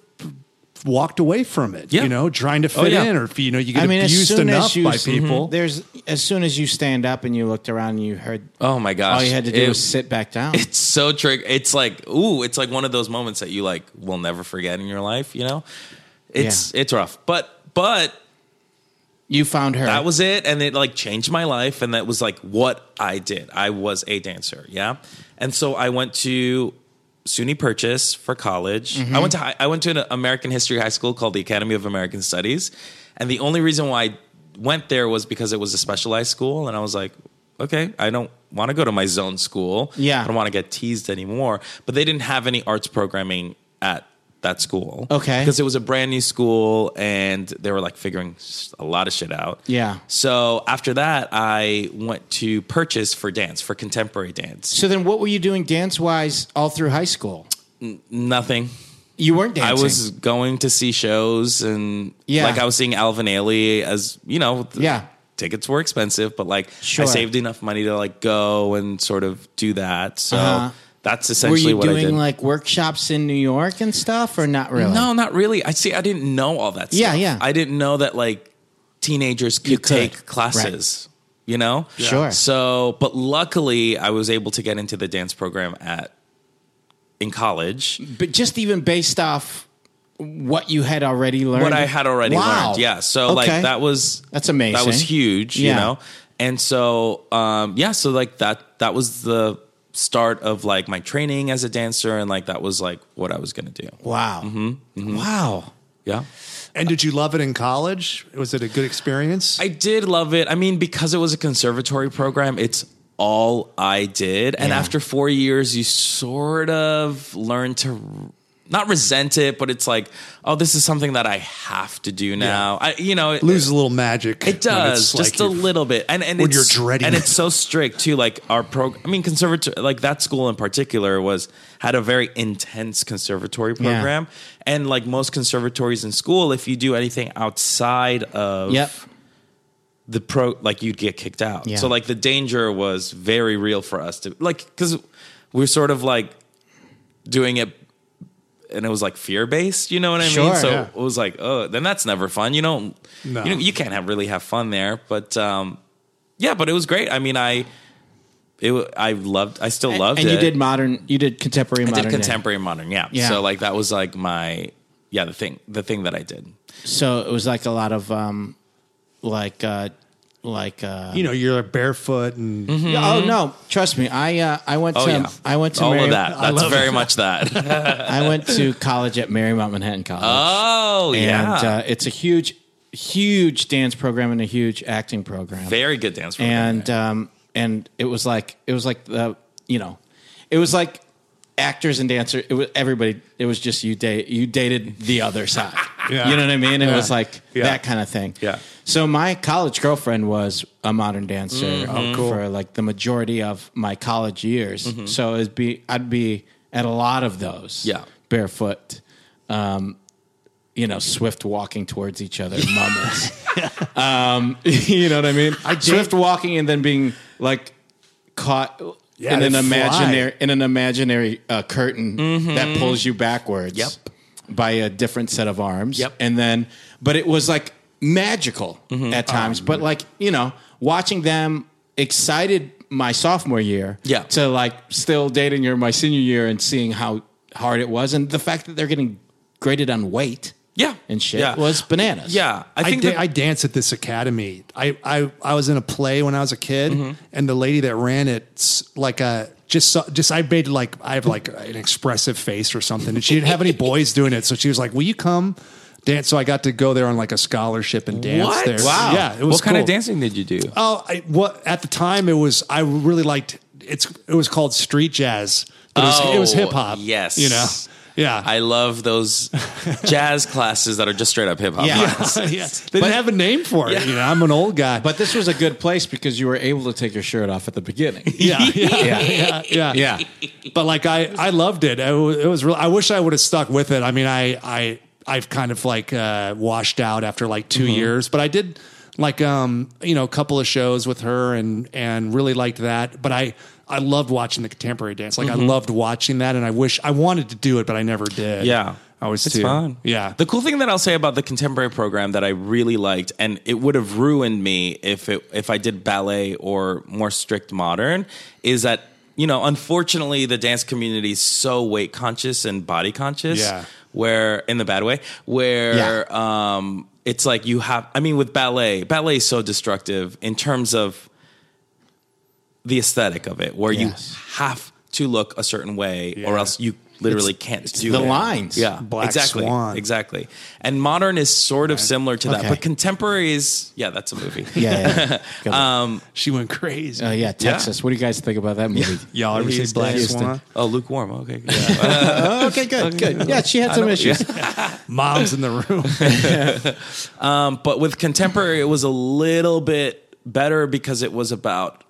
Speaker 3: walked away from it.
Speaker 4: Yeah.
Speaker 3: You know, trying to fit
Speaker 4: Oh, yeah.
Speaker 3: in, or if, you know, you get
Speaker 2: I mean, as
Speaker 3: abused
Speaker 2: soon
Speaker 3: enough
Speaker 2: as you, mm-hmm.
Speaker 3: by people.
Speaker 4: mm-hmm.
Speaker 2: there's as soon as you stand up and you looked around, and you heard
Speaker 4: Oh my gosh.
Speaker 2: all you had to do
Speaker 4: It-
Speaker 2: was sit back down.
Speaker 4: It's so trick. It's like, ooh, it's like one of those moments that you like will never forget in your life, you know? It's it's rough. But but
Speaker 2: You found her.
Speaker 4: that was it and it like changed my life and that was like what i did i was a dancer yeah and so i went to suny purchase for college
Speaker 2: Mm-hmm.
Speaker 4: i went to hi- i went to an american history high school called the academy of american studies and the only reason why i went there was because it was a specialized school and i was like okay i don't want to go to my zone school
Speaker 2: Yeah.
Speaker 4: i don't want to get teased anymore but they didn't have any arts programming at that school
Speaker 2: Okay.
Speaker 4: because it was a brand new school and they were like figuring s- a lot of shit out
Speaker 2: Yeah.
Speaker 4: so after that, I went to purchase for dance, for contemporary dance.
Speaker 2: so then, what were you doing dance wise all through high school?
Speaker 4: Nothing.
Speaker 2: You weren't dancing.
Speaker 4: I was going to see shows and
Speaker 2: Yeah.
Speaker 4: like I was seeing Alvin Ailey as, you know, th-
Speaker 2: Yeah.
Speaker 4: tickets were expensive, but like
Speaker 2: Sure.
Speaker 4: I saved enough money to like go and sort of do that. So
Speaker 2: Uh-huh.
Speaker 4: that's
Speaker 2: Were
Speaker 4: essentially
Speaker 2: you
Speaker 4: what I did.
Speaker 2: doing like workshops in New York and stuff, or not really?
Speaker 4: No, not really. I see. I didn't know all that.
Speaker 2: Yeah,
Speaker 4: stuff.
Speaker 2: yeah.
Speaker 4: I didn't know that like teenagers could,
Speaker 2: could.
Speaker 4: take classes. You know,
Speaker 2: Sure.
Speaker 4: So, but luckily, I was able to get into the dance program at in college.
Speaker 2: but just even based off what you had already learned,
Speaker 4: What I had already
Speaker 2: Wow.
Speaker 4: learned. Yeah. So like
Speaker 2: Okay.
Speaker 4: that was
Speaker 2: That's amazing.
Speaker 4: That was huge. You
Speaker 2: Yeah.
Speaker 4: know, and so um, yeah. So like that that was the start of like my training as a dancer, and like that was like what I was gonna do.
Speaker 2: Wow,
Speaker 4: Mm-hmm.
Speaker 2: wow.
Speaker 4: Yeah.
Speaker 3: and did you love it in college? Was it a good experience?
Speaker 4: I did love it. I mean, because it was a conservatory program, it's all I did. And
Speaker 2: Yeah.
Speaker 4: after four years, you sort of learn to not resent it, but it's like, oh, this is something that I have to do now. I, you know, it,
Speaker 3: Lose a little magic.
Speaker 4: it does just a little bit, and and
Speaker 3: when
Speaker 4: it's,
Speaker 3: you're dreading
Speaker 4: and
Speaker 3: it.
Speaker 4: it's so strict too. Like our program, I mean, conservatory, like that school in particular was had a very intense conservatory
Speaker 2: Yeah.
Speaker 4: program, and like most conservatories in school, if you do anything outside of
Speaker 2: Yep.
Speaker 4: the pro like you'd get kicked out.
Speaker 2: Yeah.
Speaker 4: So like the danger was very real for us to like because we're sort of like doing it and it was like fear based, you know what I
Speaker 2: Sure,
Speaker 4: mean? So
Speaker 2: yeah.
Speaker 4: it was like, oh, then that's never fun. You don't,
Speaker 3: No.
Speaker 4: you, you can't have really have fun there. But um, yeah, but it was great. I mean, I, it, wa- I loved, I still loved
Speaker 2: and
Speaker 4: it.
Speaker 2: you did modern, you did contemporary
Speaker 4: I
Speaker 2: modern.
Speaker 4: did
Speaker 2: dance.
Speaker 4: contemporary modern, yeah.
Speaker 2: Yeah.
Speaker 4: So like that was like my, yeah, the thing, the thing that I did.
Speaker 2: So it was like a lot of um, like uh, like uh,
Speaker 3: You know, you're barefoot
Speaker 4: Mm-hmm.
Speaker 3: and
Speaker 2: oh no, trust me, I uh, I went to
Speaker 4: Oh yeah,
Speaker 2: I went to
Speaker 4: all
Speaker 2: Mary-
Speaker 4: of that.
Speaker 2: I,
Speaker 4: That's very much that.
Speaker 2: I went to college at Marymount Manhattan College.
Speaker 4: oh yeah,
Speaker 2: and uh, it's a huge, huge dance program and a huge acting program.
Speaker 4: Very good dance program.
Speaker 2: and um, and it was like it was like the you know, it was like actors and dancers. It was everybody. It was just you date you dated the other side.
Speaker 3: Yeah.
Speaker 2: You know what I mean? It was like
Speaker 3: Yeah.
Speaker 2: that kind of thing.
Speaker 4: Yeah.
Speaker 2: So my college girlfriend was a modern dancer
Speaker 4: Mm-hmm. Oh,
Speaker 2: for like the majority of my college years.
Speaker 4: Mm-hmm.
Speaker 2: So it'd be I'd be at a lot of those.
Speaker 4: Yeah.
Speaker 2: Barefoot. Um, you know, swift walking towards each other moments. um, you know what I mean? swift walking and then being like caught
Speaker 3: Yeah,
Speaker 2: in
Speaker 3: they
Speaker 2: an
Speaker 3: fly.
Speaker 2: imaginary in an imaginary uh, curtain that pulls you backwards.
Speaker 4: Yep.
Speaker 2: by a different set of arms.
Speaker 4: Yep.
Speaker 2: And then, but it was like magical at times. but like you know, watching them excited my sophomore year.
Speaker 4: Yeah.
Speaker 2: To like still dating your my senior year and seeing how hard it was, and the fact that they're getting graded on weight.
Speaker 4: Yeah.
Speaker 2: And shit
Speaker 4: Yeah.
Speaker 2: was bananas.
Speaker 4: Yeah, I
Speaker 3: I,
Speaker 4: think
Speaker 3: da-
Speaker 4: that-
Speaker 3: I danced at this academy. I, I I was in a play when I was a kid,
Speaker 4: Mm-hmm.
Speaker 3: and the lady that ran it, s- like uh just saw, just I made like I have like an expressive face or something, and she didn't have any boys doing it, so she was like, "Will you come dance?" So I got to go there on like a scholarship and dance
Speaker 4: What?
Speaker 3: there.
Speaker 4: Wow.
Speaker 3: yeah, it was
Speaker 4: what kind of
Speaker 3: cool.
Speaker 4: dancing did you do?
Speaker 3: Oh, I, what at the time it was. I really liked it's. It was called street jazz. But it was, it was
Speaker 4: Oh,
Speaker 3: hip hop.
Speaker 4: yes.
Speaker 3: you know. Yeah,
Speaker 4: I love those jazz classes that are just straight up hip hop.
Speaker 2: Yeah.
Speaker 3: yeah. They didn't have a name for it. You know, I'm an old guy.
Speaker 2: But this was a good place because you were able to take your shirt off at the beginning.
Speaker 3: yeah, yeah, yeah, yeah,
Speaker 2: yeah.
Speaker 3: But like, I, I loved it. It was, it was real. I wish I would have stuck with it. I mean, I, I, I've kind of like uh, washed out after like 2
Speaker 2: Mm-hmm.
Speaker 3: years, but I did like, um, you know, a couple of shows with her and, and really liked that. But I, I loved watching the contemporary dance. Like,
Speaker 2: Mm-hmm.
Speaker 3: I loved watching that, and I wish I wanted to do it, but I never did.
Speaker 4: Yeah.
Speaker 3: I was
Speaker 4: it's
Speaker 3: too.
Speaker 4: fun.
Speaker 3: Yeah.
Speaker 4: The cool thing that I'll say about the contemporary program that I really liked, and it would have ruined me if it if I did ballet or more strict modern, is that you know unfortunately the dance community is so weight conscious and body conscious.
Speaker 3: Yeah.
Speaker 4: Where in the bad way, where um, it's like you have. I mean, with ballet, ballet is so destructive in terms of the aesthetic of it, where
Speaker 2: Yes.
Speaker 4: you have to look a certain way, or
Speaker 3: Yeah.
Speaker 4: else you literally can't do
Speaker 2: the
Speaker 4: it.
Speaker 2: lines.
Speaker 4: Yeah,
Speaker 3: Black
Speaker 4: exactly,
Speaker 3: Swan.
Speaker 4: exactly. And modern is sort of similar to that,
Speaker 2: Okay.
Speaker 4: but contemporary is yeah, that's a movie.
Speaker 2: Yeah. yeah.
Speaker 3: She went crazy.
Speaker 2: Uh, Um, yeah, Texas. What do you guys think about that movie?
Speaker 3: Y'all ever seen
Speaker 4: He's
Speaker 3: Black
Speaker 2: Houston.
Speaker 3: Swan?
Speaker 4: Oh, lukewarm. Okay, yeah.
Speaker 2: Oh, okay, good, good. Yeah, she had some issues.
Speaker 3: Mom's in the room.
Speaker 4: um, but with contemporary, it was a little bit better because it was about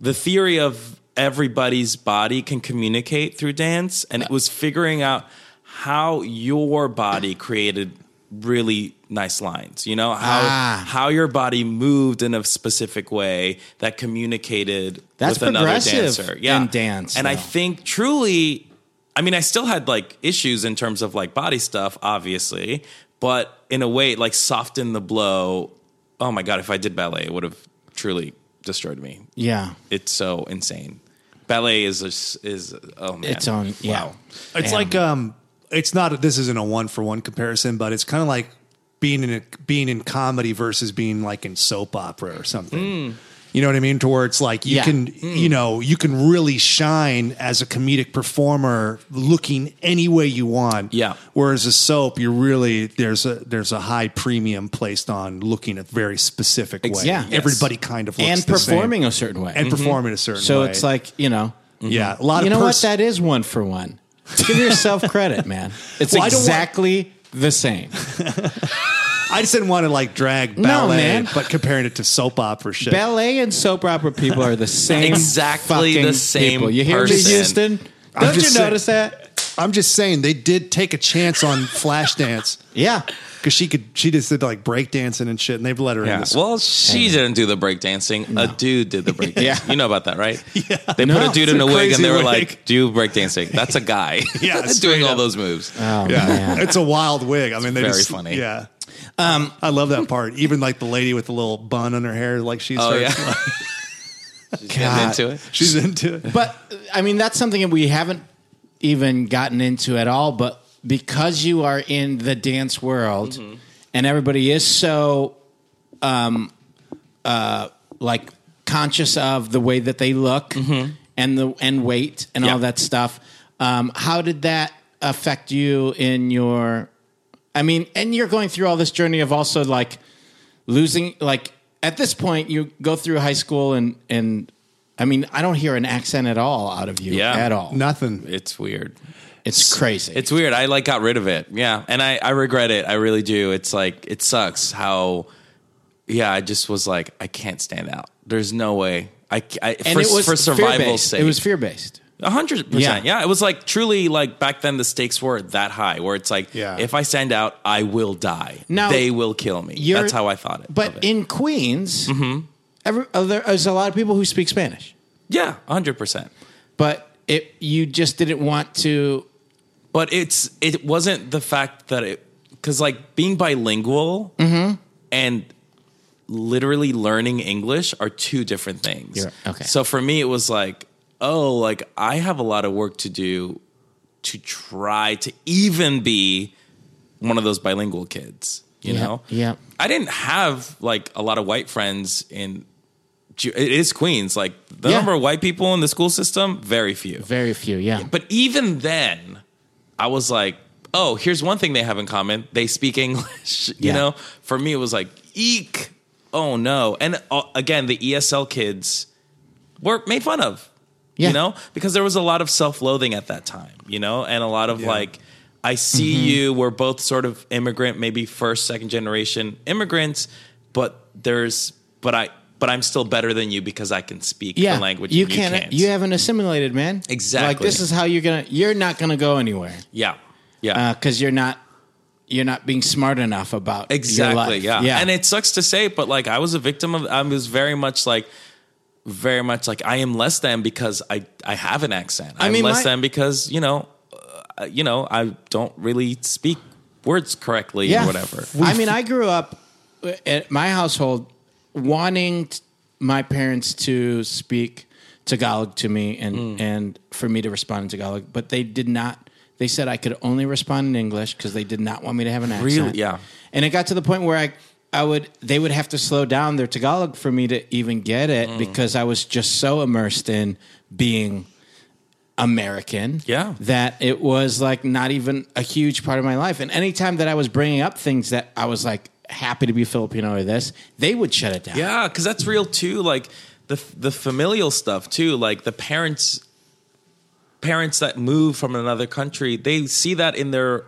Speaker 4: the theory of everybody's body can communicate through dance, and it was figuring out how your body created really nice lines. You know how
Speaker 2: Ah.
Speaker 4: how your body moved in a specific way that communicated
Speaker 2: That's
Speaker 4: with another
Speaker 2: progressive
Speaker 4: dancer.
Speaker 2: in dance,
Speaker 4: and I
Speaker 2: though.
Speaker 4: think truly, I mean, I still had like issues in terms of like body stuff, obviously, but in a way, it, like softened the blow. Oh my god, if I did ballet, it would have truly destroyed me.
Speaker 2: Yeah.
Speaker 4: It's so insane. Ballet is a s is oh man,
Speaker 2: Its own. Yeah.
Speaker 4: Wow.
Speaker 3: It's
Speaker 2: Damn.
Speaker 3: like um, it's not. This isn't a one for one comparison, but it's kind of like being in a, being in comedy versus being like in soap opera or something. You know what I mean? To where it's like you
Speaker 2: Mm. Yeah. Mm.
Speaker 3: can, you know, you can really shine as a comedic performer, looking any way you want.
Speaker 4: Yeah.
Speaker 3: Whereas a soap, you're really there's a there's a high premium placed on looking a very specific way.
Speaker 2: Yeah. Yes.
Speaker 3: Everybody kind of looks
Speaker 2: and
Speaker 3: the same.
Speaker 2: performing a certain way.
Speaker 3: and performing a certain
Speaker 2: so
Speaker 3: way.
Speaker 2: it's like, you know,
Speaker 3: yeah, a lot
Speaker 2: you know
Speaker 3: of pers-
Speaker 2: what? That is one for one. Give yourself credit, man. It's
Speaker 3: Well, I don't want-
Speaker 2: exactly the same.
Speaker 3: I just didn't want to like drag
Speaker 2: No,
Speaker 3: ballet,
Speaker 2: man.
Speaker 3: but comparing it to soap opera shit.
Speaker 2: Ballet and soap opera people are the same.
Speaker 4: Exactly
Speaker 2: fucking
Speaker 4: the same
Speaker 2: People. You hear
Speaker 4: person.
Speaker 2: me, Houston?
Speaker 3: I'm
Speaker 2: Don't you
Speaker 3: just saying-
Speaker 2: notice that?
Speaker 3: I'm just saying they did take a chance on Flashdance
Speaker 2: Yeah.
Speaker 3: because she could. She just did like breakdancing and shit, and they've let her in.
Speaker 4: Yeah.
Speaker 3: This.
Speaker 4: Well, she didn't do the breakdancing. A dude did the breakdancing.
Speaker 2: Yeah.
Speaker 4: You know about that, right? Yeah. They put
Speaker 2: No.
Speaker 4: a dude
Speaker 3: It's
Speaker 4: in
Speaker 3: a
Speaker 4: a wig
Speaker 3: crazy
Speaker 4: and they were
Speaker 3: wig.
Speaker 4: like, do breakdancing. That's a guy.
Speaker 3: Yeah,
Speaker 4: doing
Speaker 3: straight
Speaker 4: all
Speaker 3: up.
Speaker 4: those moves.
Speaker 2: Oh,
Speaker 3: yeah,
Speaker 2: man.
Speaker 3: it's a wild wig. I mean, they
Speaker 4: very
Speaker 3: just,
Speaker 4: funny.
Speaker 3: Yeah, Um, I love that part. Even like the lady with the little bun on her hair, like she's
Speaker 4: oh,
Speaker 3: her-
Speaker 4: yeah.
Speaker 2: God.
Speaker 4: Getting into it.
Speaker 3: she's into it.
Speaker 2: But I mean, that's something that we haven't even gotten into at all. But because you are in the dance world,
Speaker 4: Mm-hmm.
Speaker 2: and everybody is so, um, uh, like conscious of the way that they look and the and weight and
Speaker 4: Mm-hmm. Yeah.
Speaker 2: all that stuff. Um, how did that affect you in your? I mean, and you're going through all this journey of also like losing like at this point you go through high school and and I mean I don't hear an accent at all out of you
Speaker 4: Yeah.
Speaker 2: at all.
Speaker 3: Nothing.
Speaker 4: It's weird.
Speaker 2: It's crazy.
Speaker 4: It's weird. I like got rid of it. Yeah. And I, I regret it. I really do. It's like, it sucks how, yeah, I just was like, I can't stand out. There's no way. I, I
Speaker 2: and
Speaker 4: for,
Speaker 2: it was
Speaker 4: for survival's
Speaker 2: fear-based.
Speaker 4: sake.
Speaker 2: It was fear based.
Speaker 4: A hundred percent.
Speaker 2: Yeah.
Speaker 4: Yeah. It was like truly like back then the stakes were that high where it's like
Speaker 3: Yeah.
Speaker 4: if I stand out, I will die.
Speaker 2: Now,
Speaker 4: they will kill me.
Speaker 2: you're-
Speaker 4: That's how I thought it. of
Speaker 2: But
Speaker 4: it. Mm-hmm.
Speaker 2: in Queens, every, uh, there is a lot of people who speak Spanish,
Speaker 4: yeah, a hundred percent.
Speaker 2: but it you just didn't want to
Speaker 4: But it's it wasn't the fact that it because like being bilingual
Speaker 2: Mm-hmm.
Speaker 4: and literally learning English are two different things.
Speaker 2: You're- okay.
Speaker 4: So for me, it was like, oh, like I have a lot of work to do to try to even be one of those bilingual kids. You
Speaker 2: Yeah,
Speaker 4: know?
Speaker 2: yeah.
Speaker 4: I didn't have like a lot of white friends in. Ju- It is Queens. Like the
Speaker 2: Yeah.
Speaker 4: number of white people in the school system, very few.
Speaker 2: Very few, yeah.
Speaker 4: But even then, I was like, oh, here's one thing they have in common. They speak English. You
Speaker 2: Yeah.
Speaker 4: know, for me, it was like, eek. Oh, no. And uh, again, the ESL kids were made fun of,
Speaker 2: Yeah.
Speaker 4: you know, because there was a lot of self loathing at that time, you know, and a lot of like, I see
Speaker 2: Mm-hmm.
Speaker 4: you. We're both sort of immigrant, maybe first, second generation immigrants, but there's, but I, but I'm still better than you because I can speak
Speaker 2: yeah,
Speaker 4: the language.
Speaker 2: you
Speaker 4: and
Speaker 2: can't,
Speaker 4: You can't.
Speaker 2: You haven't assimilated, man. Like
Speaker 4: Exactly.
Speaker 2: this is how you're gonna. You're not gonna go anywhere
Speaker 4: yeah. Yeah.
Speaker 2: because you're not. You're not being smart enough about your
Speaker 4: Exactly.
Speaker 2: life.
Speaker 4: Yeah. And it sucks to say, but like I was a victim of. I was very much like, very much like I am less than because I I have an accent. I'm
Speaker 2: mean,
Speaker 4: less
Speaker 2: my-
Speaker 4: than because you know, uh, you know I don't really speak words correctly or whatever.
Speaker 2: I mean, I grew up uh, at my household wanting t- my parents to speak Tagalog to me and
Speaker 4: Mm.
Speaker 2: and for me to respond in Tagalog, but they did not. They said I could only respond in English because they did not want me to have an accent.
Speaker 4: Really? Yeah.
Speaker 2: And it got to the point where I I would they would have to slow down their Tagalog for me to even get
Speaker 4: Mm.
Speaker 2: it because I was just so immersed in being American.
Speaker 4: Yeah.
Speaker 2: That it was like not even a huge part of my life. And anytime that I was bringing up things that I was like happy to be Filipino or this, they would shut it down.
Speaker 4: Yeah, because that's real too. Like the the familial stuff too. Like the parents parents that move from another country, they see that in their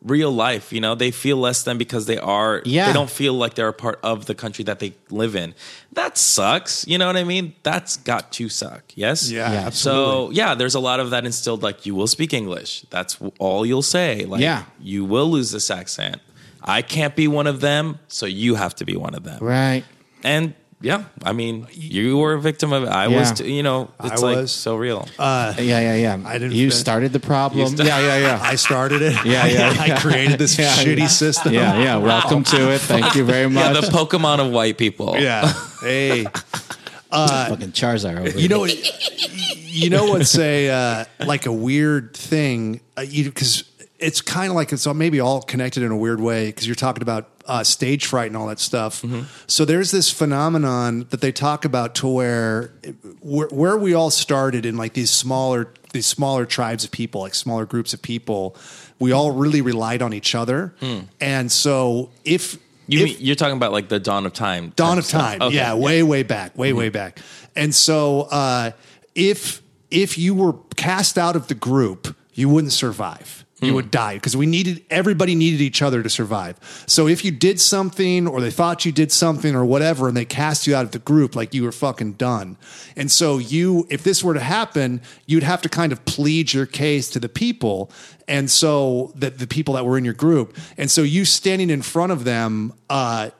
Speaker 4: real life. You know, they feel less than because they are.
Speaker 2: Yeah.
Speaker 4: they don't feel like they're a part of the country that they live in. That sucks. You know what I mean? That's got to suck. Yes.
Speaker 3: Yeah,
Speaker 2: Yeah.
Speaker 3: absolutely.
Speaker 4: So yeah, there's a lot of that instilled. Like you will speak English. That's w- all you'll say. Like
Speaker 2: Yeah.
Speaker 4: you will lose this accent. I can't be one of them, so you have to be one of them
Speaker 2: Right.
Speaker 4: and yeah, I mean, you were a victim of it. I
Speaker 2: Yeah.
Speaker 4: was, too, you know, it's
Speaker 3: I
Speaker 4: like
Speaker 3: was. Uh,
Speaker 4: so real.
Speaker 2: Yeah, yeah, yeah.
Speaker 3: I didn't
Speaker 2: you
Speaker 3: fit.
Speaker 2: started the problem.
Speaker 4: sta-
Speaker 2: yeah, yeah, yeah.
Speaker 3: I started it.
Speaker 2: Yeah, yeah,
Speaker 3: I created this
Speaker 2: Yeah,
Speaker 3: shitty
Speaker 2: yeah.
Speaker 3: system.
Speaker 2: Yeah, yeah. Welcome to it. Thank you very
Speaker 4: yeah,
Speaker 2: much.
Speaker 4: the Pokemon of white people.
Speaker 3: Yeah. Hey.
Speaker 2: Fucking Charizard over
Speaker 3: You know, you know what's a uh, like a weird thing because it's kind of like it's all- maybe all connected in a weird way because you're talking about uh, stage fright and all that stuff.
Speaker 4: Mm-hmm.
Speaker 3: So there's this phenomenon that they talk about to where where, where we all started in like these smaller these smaller tribes of people, like smaller groups of people. We all really relied on each other, and so if
Speaker 4: Hmm. You
Speaker 3: if,
Speaker 4: mean, you're talking about like the dawn of time.
Speaker 3: Dawn
Speaker 4: type
Speaker 3: of
Speaker 4: stuff.
Speaker 3: Time.
Speaker 4: Okay.
Speaker 3: Yeah, way way back, way way back. And so uh, if if you were cast out of the group, you wouldn't survive. You would die because we needed everybody needed each other to survive. So if you did something or they thought you did something or whatever and they cast you out of the group like you were fucking done. And so you if this were to happen, you'd have to kind of plead your case to the people and so that the people that were in your group. And so you standing in front of them uh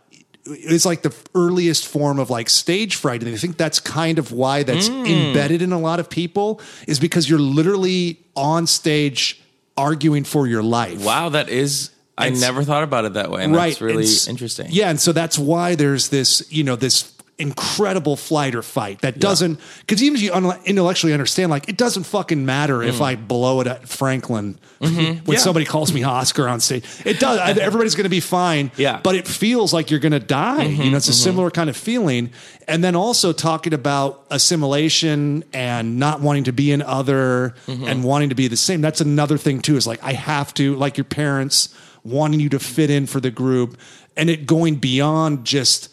Speaker 3: it's like the earliest form of like stage fright and i think that's kind of why that's
Speaker 4: Hmm.
Speaker 3: embedded in a lot of people is because you're literally on stage arguing for your life
Speaker 4: Wow, that is. I
Speaker 3: It's-
Speaker 4: never thought about it that way. And
Speaker 3: right
Speaker 4: That's
Speaker 3: and
Speaker 4: really
Speaker 3: s-
Speaker 4: interesting.
Speaker 3: yeah and so that's why there's this you know this incredible flight or fight that doesn't because even if you un- intellectually understand like it doesn't fucking matter if i blow it at franklin when
Speaker 4: Hmm. Mm-hmm. Yeah.
Speaker 3: somebody calls me oscar on stage it does I- everybody's gonna be fine
Speaker 4: Yeah.
Speaker 3: but it feels like you're gonna die you know it's a similar kind of feeling and then also talking about assimilation and not wanting to be an other and wanting to be the same that's another thing too is like i have to like your parents wanting you to fit in for the group and it going beyond just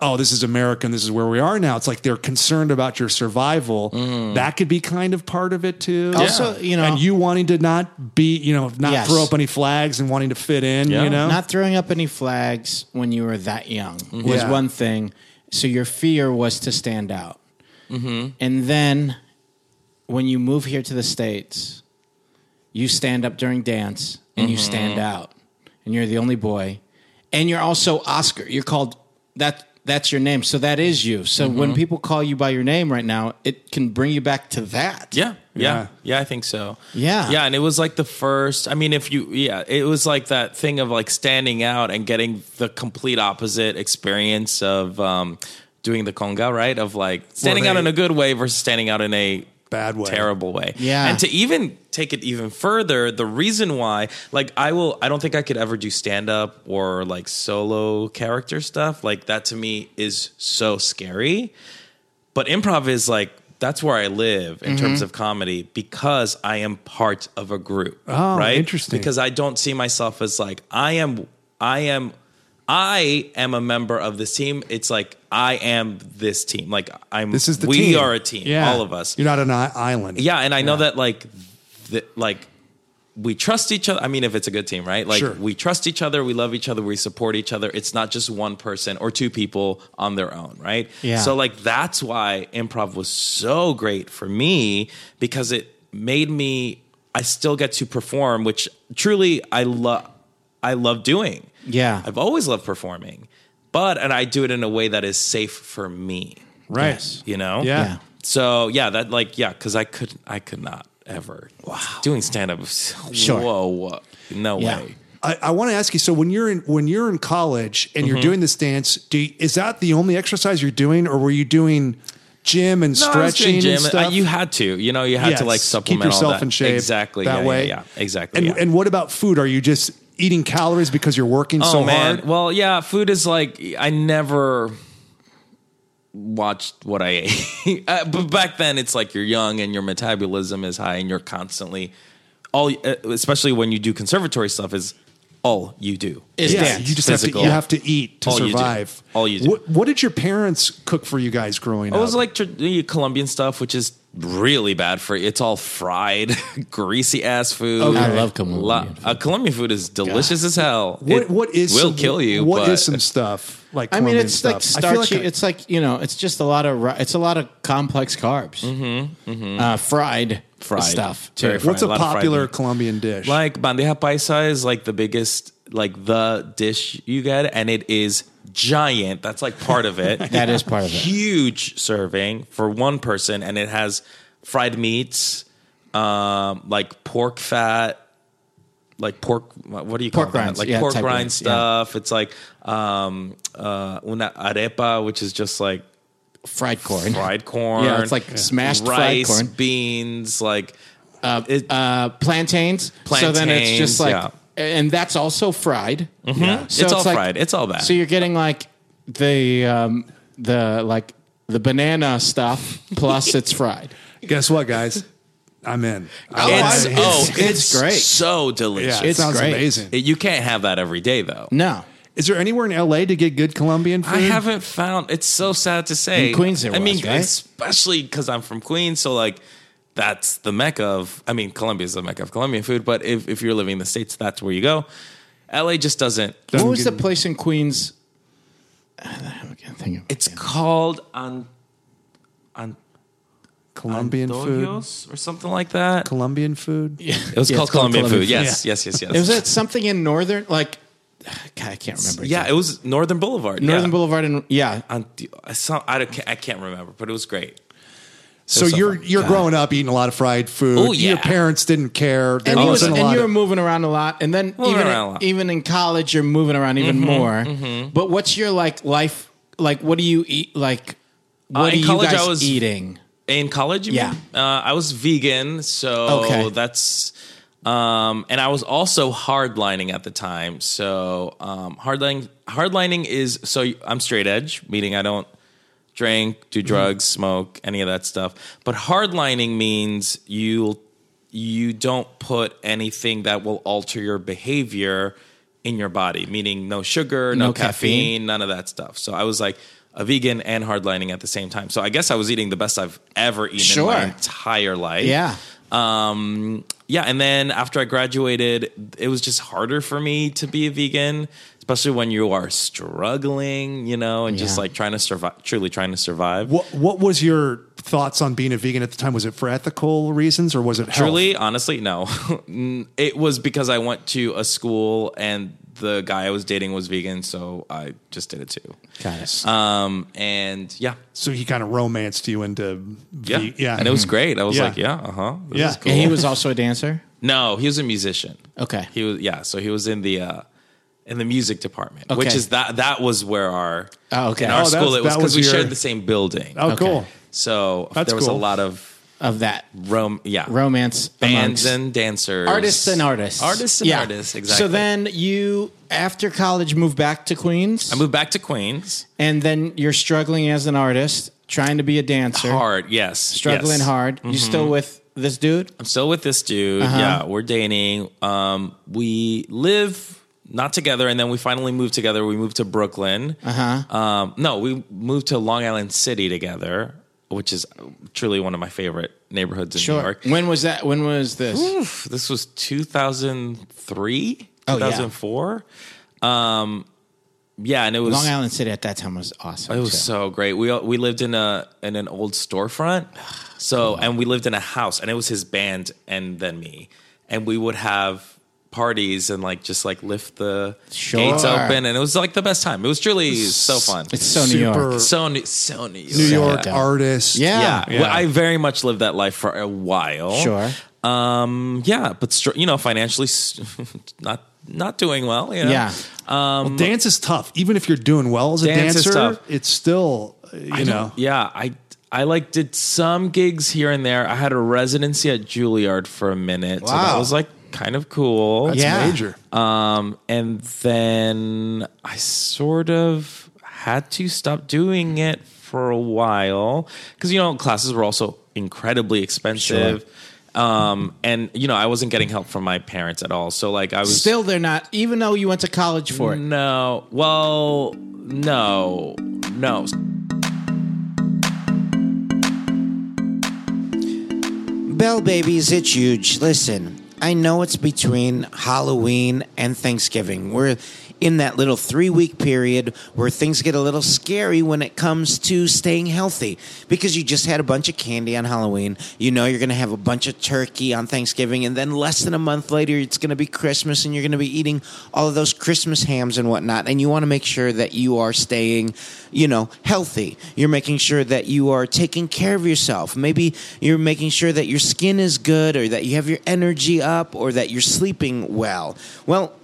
Speaker 3: oh this is america and this is where we are now it's like they're concerned about your survival that could be kind of part of it too
Speaker 2: Also, you know-
Speaker 3: and you wanting to not be you know not
Speaker 2: Yes.
Speaker 3: throw up any flags and wanting to fit in
Speaker 4: Yeah.
Speaker 3: you know
Speaker 2: Not throwing up any flags when you were that young was
Speaker 3: Mm-hmm. Yeah.
Speaker 2: one thing. So your fear was to stand out.
Speaker 3: Mm-hmm.
Speaker 2: And then when you move here to the States, you stand up during dance and you
Speaker 3: Mm-hmm.
Speaker 2: stand out. And you're the only boy. And you're also Oscar. You're called that that's your
Speaker 3: Mm-hmm.
Speaker 2: name. So that is you. So when people call you by your name right now, it can bring you back to that.
Speaker 4: Yeah. Yeah.
Speaker 3: Yeah.
Speaker 4: yeah. I think so.
Speaker 2: Yeah.
Speaker 4: Yeah. And it was like the first, I mean, if you, yeah, it was like that thing of like standing out and getting the complete opposite experience of um, doing the conga, right? Of like standing
Speaker 3: they-
Speaker 4: out in a good way versus standing out in a
Speaker 3: Bad way.
Speaker 4: terrible way.
Speaker 2: Yeah.
Speaker 4: And to even take it even further, the reason why, like, I will, I don't think I could ever do stand up or like solo character stuff. Like, that to me is so scary. But improv is like, that's where I live in
Speaker 3: Mm-hmm.
Speaker 4: terms of comedy because I am part of a group.
Speaker 3: Oh,
Speaker 4: right?
Speaker 3: interesting.
Speaker 4: Because I don't see myself as like, I am, I am. I am a member of this team. It's like I am this team. Like I'm.
Speaker 3: This is the
Speaker 4: we
Speaker 3: team.
Speaker 4: are a team.
Speaker 3: Yeah.
Speaker 4: All of us.
Speaker 3: You're not an i- island.
Speaker 4: Yeah, and I know that like, th- like we trust each other. I mean, if it's a good team, right? Like
Speaker 3: Sure.
Speaker 4: we trust each other, we love each other, we support each other. It's not just one person or two people on their own, right?
Speaker 2: Yeah.
Speaker 4: So like that's why improv was so great for me because it made me. I still get to perform, which truly I love. I love doing.
Speaker 2: Yeah.
Speaker 4: I've always loved performing, but and I do it in a way that is safe for me.
Speaker 3: Right.
Speaker 4: You know.
Speaker 3: Yeah.
Speaker 2: Yeah.
Speaker 4: So yeah, that like yeah, because I could I could not ever wow doing stand up.
Speaker 2: Sure.
Speaker 4: Whoa, whoa, no
Speaker 2: Yeah.
Speaker 4: way.
Speaker 3: I, I want to ask you. So when you're in when you're in college and
Speaker 4: Mm-hmm.
Speaker 3: you're doing this dance, do you, is that the only exercise you're doing, or were you doing gym and
Speaker 4: No, I was
Speaker 3: stretching
Speaker 4: doing gym.
Speaker 3: and stuff?
Speaker 4: Uh, you had to, you know, you had
Speaker 3: Yes.
Speaker 4: to like
Speaker 3: keep
Speaker 4: supplement
Speaker 3: yourself
Speaker 4: all that.
Speaker 3: in shape
Speaker 4: exactly
Speaker 3: that
Speaker 4: yeah, yeah,
Speaker 3: way.
Speaker 4: Yeah, exactly.
Speaker 3: And,
Speaker 4: yeah.
Speaker 3: and what about food? Are you just eating calories because you're working
Speaker 4: Oh,
Speaker 3: so hard?
Speaker 4: Well, yeah, food is like I never watched what I ate, uh, but back then it's like you're young and your metabolism is high and you're constantly all, uh, especially when you do conservatory stuff, is all you do.
Speaker 2: Is
Speaker 3: Yeah,
Speaker 2: dance.
Speaker 3: you just
Speaker 4: Physical.
Speaker 3: have to you have to eat to
Speaker 4: All you do.
Speaker 3: survive.
Speaker 4: All you do.
Speaker 3: What, what did your parents cook for you guys growing
Speaker 4: Oh, It
Speaker 3: up?
Speaker 4: was like tr- the Colombian stuff, which is really bad for you. It's all fried, greasy ass food.
Speaker 2: I love Colombian food.
Speaker 4: uh, Colombian food is delicious as hell.
Speaker 3: what
Speaker 4: It
Speaker 3: what is
Speaker 4: will
Speaker 3: some,
Speaker 4: kill you?
Speaker 3: What is
Speaker 4: but
Speaker 3: some stuff like?
Speaker 2: I mean,
Speaker 3: Colombian
Speaker 2: it's like
Speaker 3: stuff? I feel
Speaker 2: starchy.
Speaker 3: like I-
Speaker 2: it's like you know, it's just a lot of ri- it's a lot of complex carbs, Uh, fried,
Speaker 4: Mm-hmm, Fried.
Speaker 2: stuff.
Speaker 4: Very
Speaker 2: too.
Speaker 4: fried.
Speaker 3: What's a
Speaker 4: a lot of fried
Speaker 3: popular
Speaker 4: meat.
Speaker 3: Colombian dish?
Speaker 4: like bandeja paisa is like the biggest, like the dish you get, and it is giant. That's like part of it.
Speaker 2: That is part of it.
Speaker 4: huge serving for one person, and it has fried meats, um, like pork fat, like pork. What do you
Speaker 2: Pork
Speaker 4: call
Speaker 2: rinds,
Speaker 4: that? Like
Speaker 2: yeah,
Speaker 4: pork
Speaker 2: type of
Speaker 4: rind
Speaker 2: things, yeah.
Speaker 4: stuff. It's like um, uh, una arepa, which is just like
Speaker 2: Fried corn.
Speaker 4: fried corn.
Speaker 2: Yeah, it's like smashed fried
Speaker 4: rice,
Speaker 2: corn.
Speaker 4: beans, like it-
Speaker 2: uh, plantains. So then it's just
Speaker 4: Plantains,
Speaker 2: like,
Speaker 4: yeah. Mm-hmm.
Speaker 2: and that's also fried. Yeah.
Speaker 4: It's all fried. It's all that.
Speaker 2: So you're getting like the um, the like the banana stuff plus it's fried.
Speaker 3: Guess what, guys? I'm in. I
Speaker 4: it's,
Speaker 3: like it.
Speaker 4: oh,
Speaker 2: it's-
Speaker 4: it's,
Speaker 2: it's great.
Speaker 4: So delicious.
Speaker 3: yeah, it
Speaker 2: it's
Speaker 3: sounds
Speaker 2: great.
Speaker 3: amazing.
Speaker 4: It- you can't have that every day though.
Speaker 2: No,
Speaker 3: Is there anywhere in LA to get good Colombian food?
Speaker 4: I haven't found. It's so sad to say.
Speaker 2: In Queens there
Speaker 4: I mean,
Speaker 2: was, right?
Speaker 4: especially because I'm from Queens, so like that's the mecca of. I mean, Colombia is the mecca of Colombian food, but if if you're living in the states, that's where you go. LA just doesn't.
Speaker 2: what
Speaker 3: Doesn't
Speaker 2: was the
Speaker 3: get-
Speaker 2: place in Queens? I can't think of it.
Speaker 4: It's called an, an
Speaker 3: Colombian food?
Speaker 4: Antojos or something like that.
Speaker 3: Colombian food? Yeah.
Speaker 4: It was
Speaker 3: Yeah,
Speaker 4: called
Speaker 3: it's called
Speaker 4: Colombian food.
Speaker 3: Colombian food.
Speaker 4: Yes, yes, yes, yes.
Speaker 2: It was at something in northern like. God, I can't remember.
Speaker 4: yeah, it was Northern Boulevard.
Speaker 2: Northern
Speaker 4: yeah.
Speaker 2: Boulevard and yeah,
Speaker 4: Anti- some- I, don't, I can't remember, but it was great.
Speaker 3: So
Speaker 4: so
Speaker 3: you're
Speaker 4: fun.
Speaker 3: you're growing up eating a lot of fried food.
Speaker 4: Oh, yeah.
Speaker 3: Your parents didn't care. There
Speaker 2: and, you,
Speaker 4: Oh,
Speaker 2: was,
Speaker 4: so-
Speaker 3: wasn't
Speaker 2: and
Speaker 3: a lot
Speaker 2: you were
Speaker 3: of-
Speaker 2: moving around a lot, and then even
Speaker 4: around a lot. Mm-hmm,
Speaker 2: even in college, you're moving around even more. But what's your like life like? What do you eat? Like what are
Speaker 4: Uh, in
Speaker 2: you
Speaker 4: college,
Speaker 2: guys
Speaker 4: I was-
Speaker 2: eating?
Speaker 4: In college, you
Speaker 2: Yeah.
Speaker 4: mean? Uh, I was vegan, so
Speaker 2: Okay.
Speaker 4: that's. Um, and I was also hardlining at the time. So um, hardlining, hardlining is so you- I'm straight edge, meaning I don't drink,
Speaker 2: Mm-hmm.
Speaker 4: do drugs, smoke, any of that stuff. But hardlining means you you don't put anything that will alter your behavior in your body, meaning no sugar, no,
Speaker 2: No caffeine.
Speaker 4: caffeine, none of that stuff. So I was like a vegan and hardlining at the same time. So I guess I was eating the best I've ever eaten in
Speaker 2: Sure.
Speaker 4: my entire life.
Speaker 2: Yeah,
Speaker 4: Um, yeah, and then after I graduated, it was just harder for me to be a vegan, especially when you are struggling, you know, and just
Speaker 2: Yeah.
Speaker 4: like trying to survive, truly trying to survive.
Speaker 3: What what was your thoughts on being a vegan at the time? Was it for ethical reasons or was it health?
Speaker 4: Truly, honestly, no. it was because I went to a school and the guy I was dating was vegan, so I just did it too.
Speaker 2: Got it.
Speaker 4: Um, and yeah,
Speaker 3: So he kind of romanced you into
Speaker 4: yeah,
Speaker 3: the, yeah.
Speaker 4: and it was great. I was
Speaker 3: Yeah.
Speaker 4: like, yeah, uh huh,
Speaker 3: Yeah.
Speaker 4: Is
Speaker 2: And
Speaker 4: cool.
Speaker 2: he was also a dancer.
Speaker 4: no, he was a musician.
Speaker 2: Okay.
Speaker 4: he was yeah. So he was in the uh, in the music department, which
Speaker 2: Okay.
Speaker 4: is that that was where our
Speaker 2: Oh, okay.
Speaker 4: in our
Speaker 2: Oh,
Speaker 3: that's-
Speaker 4: school it was
Speaker 3: that was
Speaker 4: because we
Speaker 3: your-
Speaker 4: shared the same building.
Speaker 3: Oh,
Speaker 2: Okay.
Speaker 3: cool.
Speaker 4: So
Speaker 3: That's
Speaker 4: there was
Speaker 3: cool.
Speaker 4: a lot of
Speaker 2: Of that
Speaker 4: rom yeah
Speaker 2: romance
Speaker 4: bands
Speaker 2: amongst-
Speaker 4: and dancers,
Speaker 2: artists and artists,
Speaker 4: artists and artists. Exactly.
Speaker 2: So then you, after college, moved back to Queens,
Speaker 4: I moved back to Queens.
Speaker 2: and then you're struggling as an artist, trying to be a dancer,
Speaker 4: Hard, yes,
Speaker 2: struggling
Speaker 4: yes. Mm-hmm.
Speaker 2: hard. You still with this dude?
Speaker 4: I'm still with this dude.
Speaker 2: Uh-huh.
Speaker 4: Yeah, we're dating. Um, we live not together, and then we finally moved together. We moved to Brooklyn. Uh-huh. Um, no, we moved to Long Island City together, which is truly one of my favorite neighborhoods in New
Speaker 2: Sure.
Speaker 4: York.
Speaker 2: When was that? When was this?
Speaker 4: Oof, this was 2003,
Speaker 2: Oh, yeah.
Speaker 4: 2004. Um, yeah, and it was
Speaker 2: Long Island City at that time was awesome.
Speaker 4: it was
Speaker 2: too.
Speaker 4: so great. We we lived in a in an old storefront. So and we lived in a house, and it was his band and then me, and we would have parties and like just like lift the
Speaker 2: Sure.
Speaker 4: gates open, and it was like the best time. It was truly so fun.
Speaker 2: It's so New
Speaker 3: Super
Speaker 2: York.
Speaker 4: so New, so New York.
Speaker 3: New
Speaker 2: Yeah.
Speaker 3: York
Speaker 2: Yeah.
Speaker 3: artist.
Speaker 2: Yeah.
Speaker 4: Yeah,
Speaker 3: Yeah.
Speaker 4: Well, I very much lived that life for a while.
Speaker 2: Sure.
Speaker 4: Um. Yeah, but str- you know, financially, s- not not doing well. You know?
Speaker 2: Yeah.
Speaker 3: Well, dance is tough. Even if you're doing well as a
Speaker 4: Dance is
Speaker 3: dancer,
Speaker 4: tough.
Speaker 3: it's still uh, you know.
Speaker 4: Yeah, I I like did some gigs here and there. I had a residency at Juilliard for a minute, so that
Speaker 2: Wow.
Speaker 4: was like kind of cool.
Speaker 3: It's
Speaker 2: Yeah.
Speaker 3: major.
Speaker 4: Um, and then I sort of had to stop doing it for a while because you know classes were also incredibly expensive. Um, and you know I wasn't getting help from my parents at all. So like I was
Speaker 2: Still, they're not. Even though you went to college for
Speaker 4: Mm.
Speaker 2: it,
Speaker 4: no. Well, no, no.
Speaker 1: Bell babies, it's huge. Listen, I know it's between Halloween and Thanksgiving. We're in that little three week period where things get a little scary when it comes to staying healthy because you just had a bunch of candy on Halloween. You know you're going to have a bunch of turkey on Thanksgiving, and then less than a month later, it's going to be Christmas and you're going to be eating all of those Christmas hams and whatnot. And you want to make sure that you are staying, you know, healthy. You're making sure that you are taking care of yourself. Maybe you're making sure that your skin is good or that you have your energy up or that you're sleeping well. Well,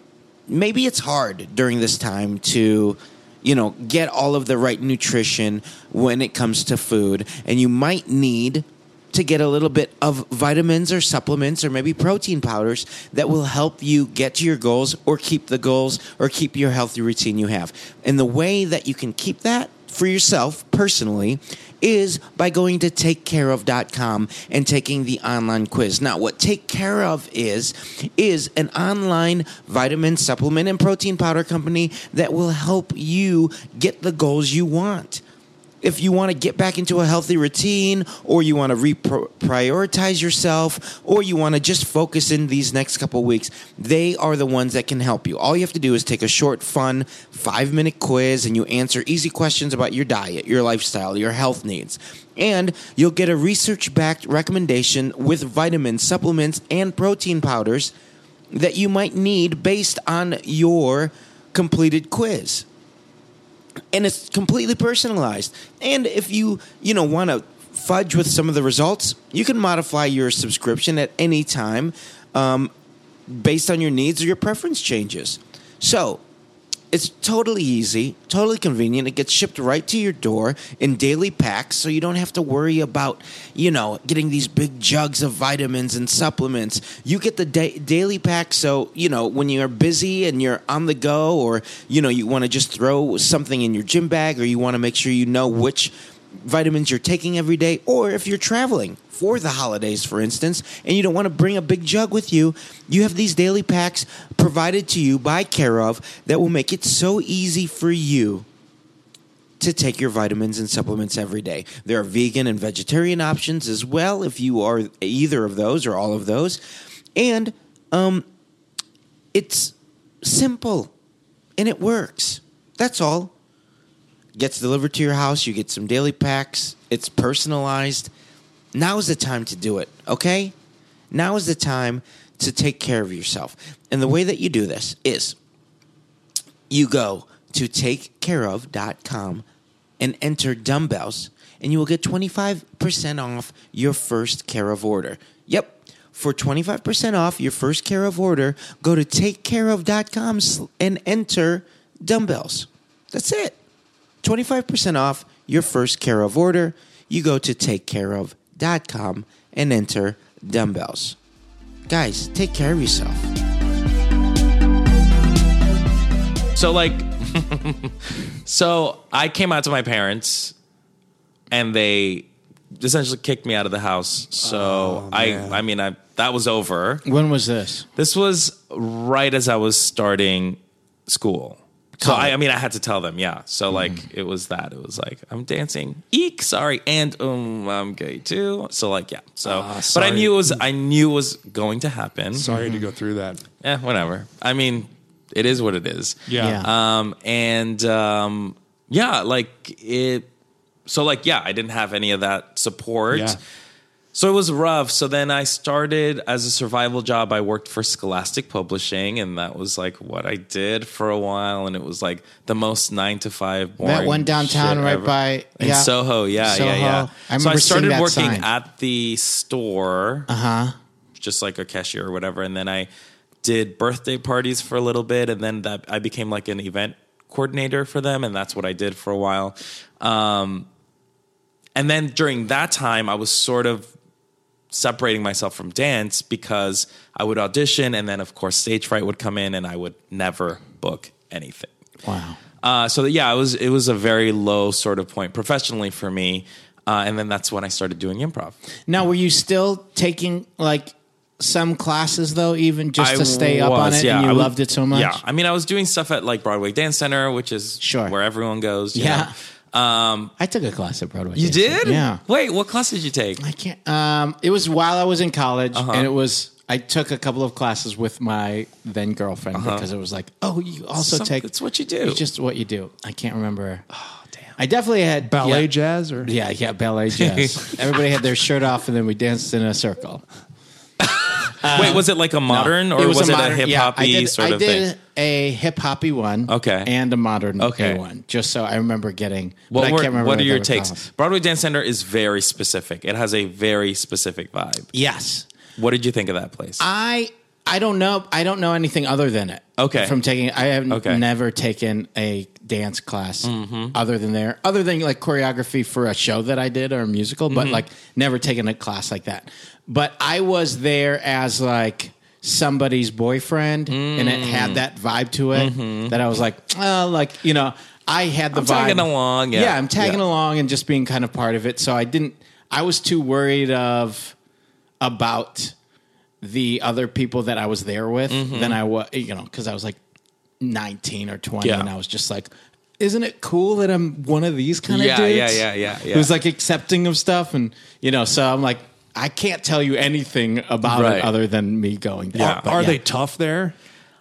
Speaker 1: maybe it's hard during this time to you know get all of the right nutrition when it comes to food and you might need to get a little bit of vitamins or supplements or maybe protein powders that will help you get to your goals or keep the goals or keep your healthy routine you have and the way that you can keep that for yourself personally is by going to takecareof.com and taking the online quiz. Now, what Take Care of is, is an online vitamin supplement and protein powder company that will help you get the goals you want if you want to get back into a healthy routine or you want to reprioritize yourself or you want to just focus in these next couple weeks they are the ones that can help you all you have to do is take a short fun five minute quiz and you answer easy questions about your diet your lifestyle your health needs and you'll get a research backed recommendation with vitamins supplements and protein powders that you might need based on your completed quiz and it's completely personalized. And if you you know want to fudge with some of the results, you can modify your subscription at any time um, based on your needs or your preference changes. So. It's totally easy, totally convenient. It gets shipped right to your door in daily packs, so you don't have to worry about, you know, getting these big jugs of vitamins and supplements. You get the da- daily pack, so, you know, when you're busy and you're on the go, or, you know, you want to just throw something in your gym bag, or you want to make sure you know which vitamins you're taking every day, or if you're traveling for the holidays, for instance, and you don't want to bring a big jug with you, you have these daily packs provided to you by Care of that will make it so easy for you to take your vitamins and supplements every day. There are vegan and vegetarian options as well if you are either of those or all of those. And um, it's simple and it works. That's all gets delivered to your house. You get some daily packs. It's personalized. Now is the time to do it, okay? Now is the time to take care of yourself. And the way that you do this is You go to takecareof.com and enter dumbbells, and you will get 25% off your first care of order. Yep. For 25% off your first care of order, go to takecareof.com sl- and enter dumbbells. That's it. 25% off your first care of order. You go to takecareof.com and enter dumbbells. Guys, take care of yourself.
Speaker 4: So like, so I came out to my parents, and they essentially kicked me out of the house.
Speaker 3: Oh,
Speaker 4: So I, I mean, I that was over.
Speaker 2: When was this?
Speaker 4: This was right as I was starting school. So I, I mean, I had to tell them, yeah. So
Speaker 3: Mm-hmm.
Speaker 4: like, it was that. It was like, I'm dancing. Eek, sorry, and um, I'm gay too. So like, yeah. So,
Speaker 3: Ah,
Speaker 4: but I
Speaker 3: sorry.
Speaker 4: knew it was, I knew it was going to happen.
Speaker 3: Sorry to go through that.
Speaker 4: Yeah, whatever. I mean, it is what it is.
Speaker 3: Yeah. Uh,
Speaker 2: Yeah.
Speaker 4: Um, and um, yeah, like it. So like, yeah, I didn't have any of that support.
Speaker 3: Yeah.
Speaker 4: So it was rough. So then I started as a survival job. I worked for Scholastic Publishing, and that was like what I did for a while. And it was like the most nine to five boring.
Speaker 2: That one downtown
Speaker 4: shit
Speaker 2: right
Speaker 4: ever.
Speaker 2: by-
Speaker 4: in
Speaker 2: yeah.
Speaker 4: Soho. Yeah,
Speaker 2: Soho.
Speaker 4: yeah, yeah.
Speaker 2: I
Speaker 4: so I
Speaker 2: remember seeing
Speaker 4: started
Speaker 2: that
Speaker 4: working
Speaker 2: sign.
Speaker 4: at the store
Speaker 2: Uh huh.
Speaker 4: just like a cashier or whatever. And then I did birthday parties for a little bit, and then that I became like an event coordinator for them, and that's what I did for a while. Um, and then during that time, I was sort of separating myself from dance because I would audition, and then of course stage fright would come in, and I would never book anything.
Speaker 2: Wow.
Speaker 4: Uh, so yeah, it was it was a very low sort of point professionally for me, uh, and then that's when I started doing improv.
Speaker 2: Now, were you still taking like some classes though, even just to stay up on
Speaker 4: was,
Speaker 2: it? and you
Speaker 4: I was-
Speaker 2: loved it so much.
Speaker 4: Yeah. I mean, I was doing stuff at like Broadway Dance Center, which is
Speaker 2: Sure.
Speaker 4: where everyone goes. you
Speaker 2: Yeah.
Speaker 4: know.
Speaker 2: I took a class at Broadway.
Speaker 4: Um, You did?
Speaker 2: Yeah.
Speaker 4: Wait, what class did you take?
Speaker 2: I can't. Um, it was while I was in college,
Speaker 4: Uh-huh.
Speaker 2: and it was. I took a couple of classes with my then girlfriend
Speaker 4: Uh-huh.
Speaker 2: because it was like, oh, you also
Speaker 4: Some-
Speaker 2: take.
Speaker 4: it's what you do.
Speaker 2: It's just what you do. I can't remember.
Speaker 4: oh, damn.
Speaker 2: I definitely had
Speaker 3: Ballet
Speaker 2: yeah.
Speaker 3: jazz or
Speaker 2: Yeah, yeah, ballet jazz. Everybody had their shirt off, and then we danced in a circle. uh,
Speaker 4: Wait, was it like a modern or was, it a
Speaker 2: modern-
Speaker 4: hip
Speaker 2: yeah,
Speaker 4: hoppy
Speaker 2: I did-
Speaker 4: sort
Speaker 2: I
Speaker 4: of
Speaker 2: did
Speaker 4: thing?
Speaker 2: a hip hoppy one,
Speaker 4: Okay.
Speaker 2: and a modern a
Speaker 4: Okay.
Speaker 2: one. Just so I remember getting. but I
Speaker 4: What,
Speaker 2: can't
Speaker 4: were,
Speaker 2: remember
Speaker 4: what are your
Speaker 2: that was
Speaker 4: takes?
Speaker 2: called.
Speaker 4: Broadway Dance Center is very specific. It has a very specific vibe.
Speaker 2: Yes,
Speaker 4: What did you think of that place?
Speaker 2: I I don't know. I don't know anything other than it.
Speaker 4: Okay.
Speaker 2: From taking, I have
Speaker 4: Okay. Mm-hmm.
Speaker 2: never taken a dance class other than there, other than like choreography for a show that I did or a musical, but
Speaker 4: Mm-hmm.
Speaker 2: like never taken a class like that. But I was there as like somebody's boyfriend, and it
Speaker 4: Mm.
Speaker 2: had that vibe to it that I was like, oh, like you know, I had the
Speaker 4: Mm-hmm. I'm
Speaker 2: vibe
Speaker 4: tagging along, yeah.
Speaker 2: I'm tagging
Speaker 4: Yeah.
Speaker 2: along and just being kind of part of it. So I didn't. I was too worried of about the other people that I was there with
Speaker 4: Mm-hmm.
Speaker 2: than I was, you know, because I was like 19 or 20
Speaker 4: Yeah.
Speaker 2: and I was just like, isn't it cool that I'm one of these kind of
Speaker 4: Yeah,
Speaker 2: dudes?
Speaker 4: yeah, yeah, yeah, yeah.
Speaker 2: Who's like accepting of stuff. And, you know, so I'm like, I can't tell you anything about
Speaker 4: Right.
Speaker 2: it other than me going there.
Speaker 3: Are,
Speaker 2: But
Speaker 3: are
Speaker 2: yeah.
Speaker 3: they tough there?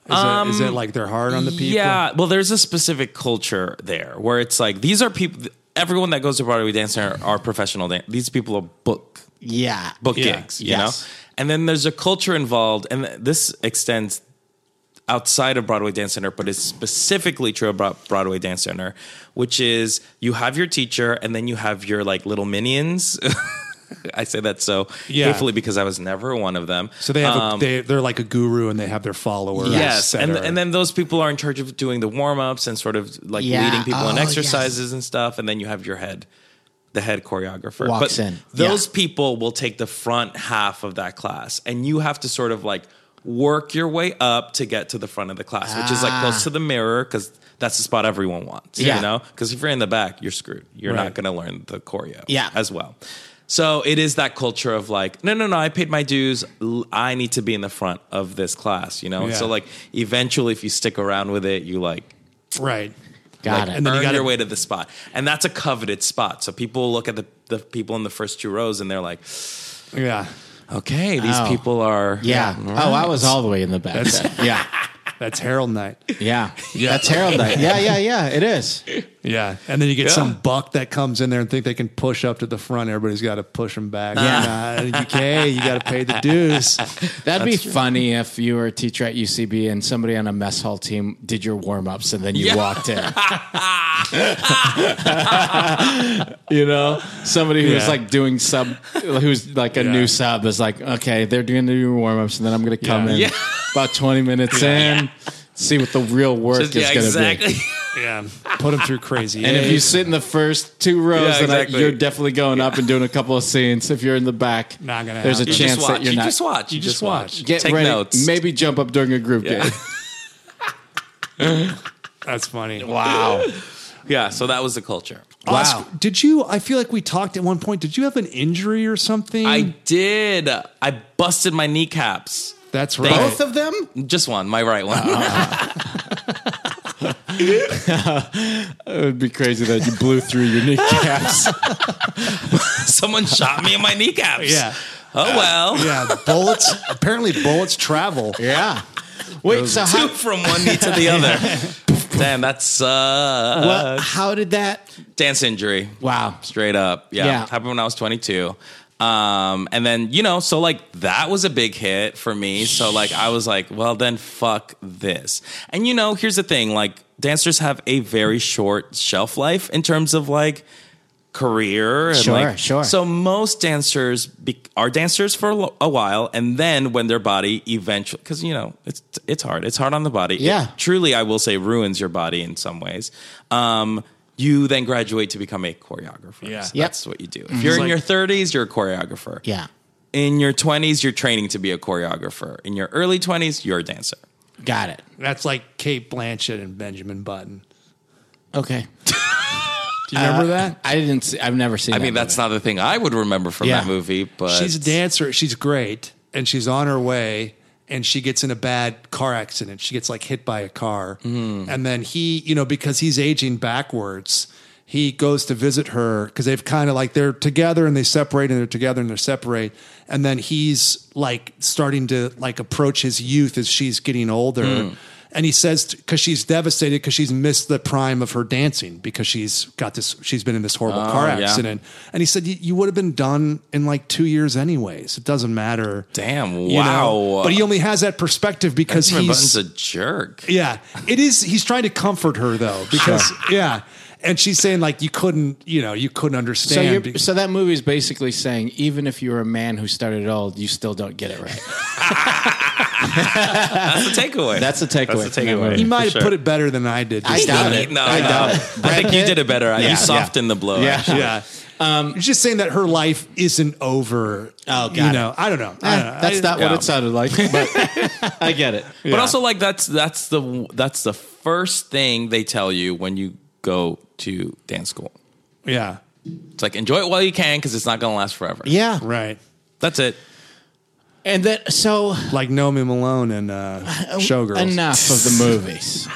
Speaker 3: Is, it, is it like they're hard on the people?
Speaker 4: Um, Yeah, well, there's a specific culture there where it's like these are people. Everyone that goes to Broadway Dance Center are professional. Dan- these people are book
Speaker 2: Yeah.
Speaker 4: book
Speaker 3: Yeah.
Speaker 4: gigs, you
Speaker 2: Yes.
Speaker 4: know? And then there's a culture involved, and th- this extends outside of Broadway Dance Center, but it's specifically true about Broadway Dance Center, which is you have your teacher and then you have your like little minions. I say that so
Speaker 3: Yeah.
Speaker 4: carefully because I was never one of them.
Speaker 3: So they have
Speaker 4: Um,
Speaker 3: a, they they're like a guru and they have their followers.
Speaker 4: Yes,
Speaker 3: that
Speaker 4: and
Speaker 3: are-
Speaker 4: and then those people are in charge of doing the warm ups and sort of like
Speaker 2: Yeah.
Speaker 4: leading people in
Speaker 2: Oh,
Speaker 4: exercises and stuff, and then you have your head, the head choreographer.
Speaker 2: Walks
Speaker 4: but
Speaker 2: in.
Speaker 4: those
Speaker 2: Yeah.
Speaker 4: people will take the front half of that class, and you have to sort of like work your way up to get to the front of the class, which is like close to the mirror because that's the spot everyone wants.
Speaker 2: Ah. Yeah.
Speaker 4: you know, because if you're in the back, you're screwed. You're
Speaker 3: Right.
Speaker 4: not going to learn the choreo
Speaker 2: Yeah.
Speaker 4: as well. So it is that culture of like, no, no, no, I paid my dues. L- I need to be in the front of this class, you know?
Speaker 3: Yeah.
Speaker 4: So like eventually if you stick around with it, you like
Speaker 3: right.
Speaker 2: Got
Speaker 3: Like,
Speaker 2: it.
Speaker 3: and then you
Speaker 4: earn
Speaker 3: gotta-
Speaker 4: your way to the spot. And that's a coveted spot. So people look at the, the people in the first two rows and they're like,
Speaker 3: Yeah,
Speaker 4: okay, these
Speaker 2: Oh.
Speaker 4: people are.
Speaker 2: yeah.
Speaker 4: all
Speaker 2: Oh, I
Speaker 4: right.
Speaker 2: was all the way in the back.
Speaker 3: That's-
Speaker 2: then. yeah.
Speaker 3: that's Harold Night.
Speaker 2: Yeah. That's Harold Night. Yeah, yeah, yeah. It is.
Speaker 3: Yeah, and then you get
Speaker 4: Yeah.
Speaker 3: some buck that comes in there and think they can push up to the front. Everybody's got to push them back. Yeah, nah, okay, you got to pay the dues.
Speaker 2: That'd be funny if you were a teacher at UCB and somebody on a mess hall team did your warm ups and then you walked in. you know, somebody who's
Speaker 3: Yeah.
Speaker 2: like doing sub, who's like a
Speaker 3: Yeah.
Speaker 2: new sub is like, okay, they're doing the warm ups and then I'm going to come
Speaker 3: Yeah.
Speaker 2: in
Speaker 4: Yeah.
Speaker 2: about 20 minutes in, see what the real work
Speaker 4: Just-
Speaker 2: is
Speaker 4: yeah,
Speaker 2: going to be.
Speaker 4: exactly.
Speaker 3: Yeah, put them through crazy.
Speaker 2: And if you sit in the first two rows,
Speaker 4: Yeah,
Speaker 2: then I-
Speaker 4: exactly.
Speaker 2: you're definitely going up and doing a couple of scenes. If you're in the back,
Speaker 3: Not gonna
Speaker 2: there's a
Speaker 3: happen.
Speaker 4: You
Speaker 2: chance
Speaker 4: just watch.
Speaker 2: that you're
Speaker 4: you
Speaker 2: not.
Speaker 4: just watch. You,
Speaker 3: just
Speaker 4: just watch.
Speaker 3: watch.
Speaker 2: Get
Speaker 4: Take
Speaker 2: ready.
Speaker 4: notes.
Speaker 2: Maybe jump up during a group
Speaker 4: Yeah.
Speaker 2: date.
Speaker 3: that's funny.
Speaker 2: Wow.
Speaker 4: yeah. So that was the culture.
Speaker 3: Oscar, did you? I feel like we talked at one point. Did you have an injury or something?
Speaker 4: I did. I busted my kneecaps.
Speaker 3: that's right.
Speaker 4: Both
Speaker 1: Both of them?
Speaker 4: Just one, my right one.
Speaker 2: It would be crazy that you blew through your kneecaps.
Speaker 4: Someone shot me in my kneecaps.
Speaker 3: Yeah.
Speaker 4: Oh well.
Speaker 3: yeah, bullets. apparently, bullets travel.
Speaker 2: yeah. Wait, so
Speaker 4: Two
Speaker 2: how,
Speaker 4: from one knee to the other. Damn, that's uh,
Speaker 2: well, how did that?
Speaker 4: dance injury.
Speaker 2: Wow.
Speaker 4: Straight up. Yeah.
Speaker 2: Yeah.
Speaker 4: Happened when I was 22. Um, and then, you know, so like that was a big hit for me. So like I was like, well, then fuck this. And you know, here's the thing like dancers have a very short shelf life in terms of like career. And
Speaker 2: Sure,
Speaker 4: like,
Speaker 2: sure.
Speaker 4: So most dancers be- are dancers for a lo- a while. And then when their body eventually, because, you know, it's, it's hard. It's hard on the body. It
Speaker 2: Yeah.
Speaker 4: truly, I will say, ruins your body in some ways. Um, you then graduate to become a choreographer.
Speaker 3: Yeah. Mm-hmm.
Speaker 4: So
Speaker 2: Yep.
Speaker 4: that's what you do. If you're in
Speaker 3: like-
Speaker 4: your 30s, you're a choreographer.
Speaker 2: Yeah.
Speaker 4: In your 20s, you're training to be a choreographer. In your early 20s, you're a dancer.
Speaker 2: Got it.
Speaker 3: That's like Kate Blanchett and Benjamin Button.
Speaker 2: Okay. Uh,
Speaker 3: Do you remember that?
Speaker 2: I didn't see, I've never seen
Speaker 4: I mean, that's not the thing I would remember from
Speaker 2: Yeah.
Speaker 4: that movie, but
Speaker 3: She's a dancer. She's great, and she's on her way. And she gets in a bad car accident. She gets like hit by a car,
Speaker 4: Hmm.
Speaker 3: and then he, you know, because he's aging backwards, he goes to visit her because they've kind of like they're together and they separate and they're together and they're separate, and then he's like starting to like approach his youth as she's getting older.
Speaker 4: Hmm.
Speaker 3: And he says, because she's devastated because she's missed the prime of her dancing because she's got this, she's been in this horrible car
Speaker 4: Oh, yeah.
Speaker 3: accident. And he said, "You- You would have been done in like two years, anyways. It doesn't matter.
Speaker 4: Damn,
Speaker 3: You know?
Speaker 4: wow.
Speaker 3: But he only has that perspective because
Speaker 4: Benjamin
Speaker 3: he's.
Speaker 4: Button's a jerk.
Speaker 3: yeah. It is. He's trying to comfort her, though, because, yeah. And she's saying, like, you couldn't, you know, you couldn't
Speaker 2: so,
Speaker 3: understand.
Speaker 2: you're, so that movie is basically saying even if you're a man who started old, you still don't get it right.
Speaker 4: That's the takeaway.
Speaker 2: That's the takeaway.
Speaker 4: That's the takeaway.
Speaker 3: he might have
Speaker 4: for sure.
Speaker 3: put it better than I did.
Speaker 2: I
Speaker 3: Just-
Speaker 2: doubt it.
Speaker 4: No,
Speaker 2: I
Speaker 4: no.
Speaker 2: doubt it.
Speaker 4: I think you
Speaker 2: Pitt?
Speaker 4: did it better.
Speaker 2: Yeah.
Speaker 4: You softened the blow.
Speaker 2: Yeah.
Speaker 4: actually.
Speaker 3: yeah. He's just saying that her life isn't over.
Speaker 2: Oh, got
Speaker 3: You
Speaker 2: it.
Speaker 3: know, I don't know. I
Speaker 2: Eh,
Speaker 3: don't know.
Speaker 2: that's
Speaker 3: I-
Speaker 2: not what
Speaker 4: yeah.
Speaker 2: it sounded like, but I get it.
Speaker 4: But also, like that's that's the that's the first thing they tell you when you go to dance school.
Speaker 3: Yeah.
Speaker 4: It's like enjoy it while you can because it's not going to last forever.
Speaker 2: Yeah.
Speaker 3: Right.
Speaker 4: that's it.
Speaker 2: And then, so
Speaker 3: Like Nomi Malone and uh, Showgirls.
Speaker 2: enough of the movies.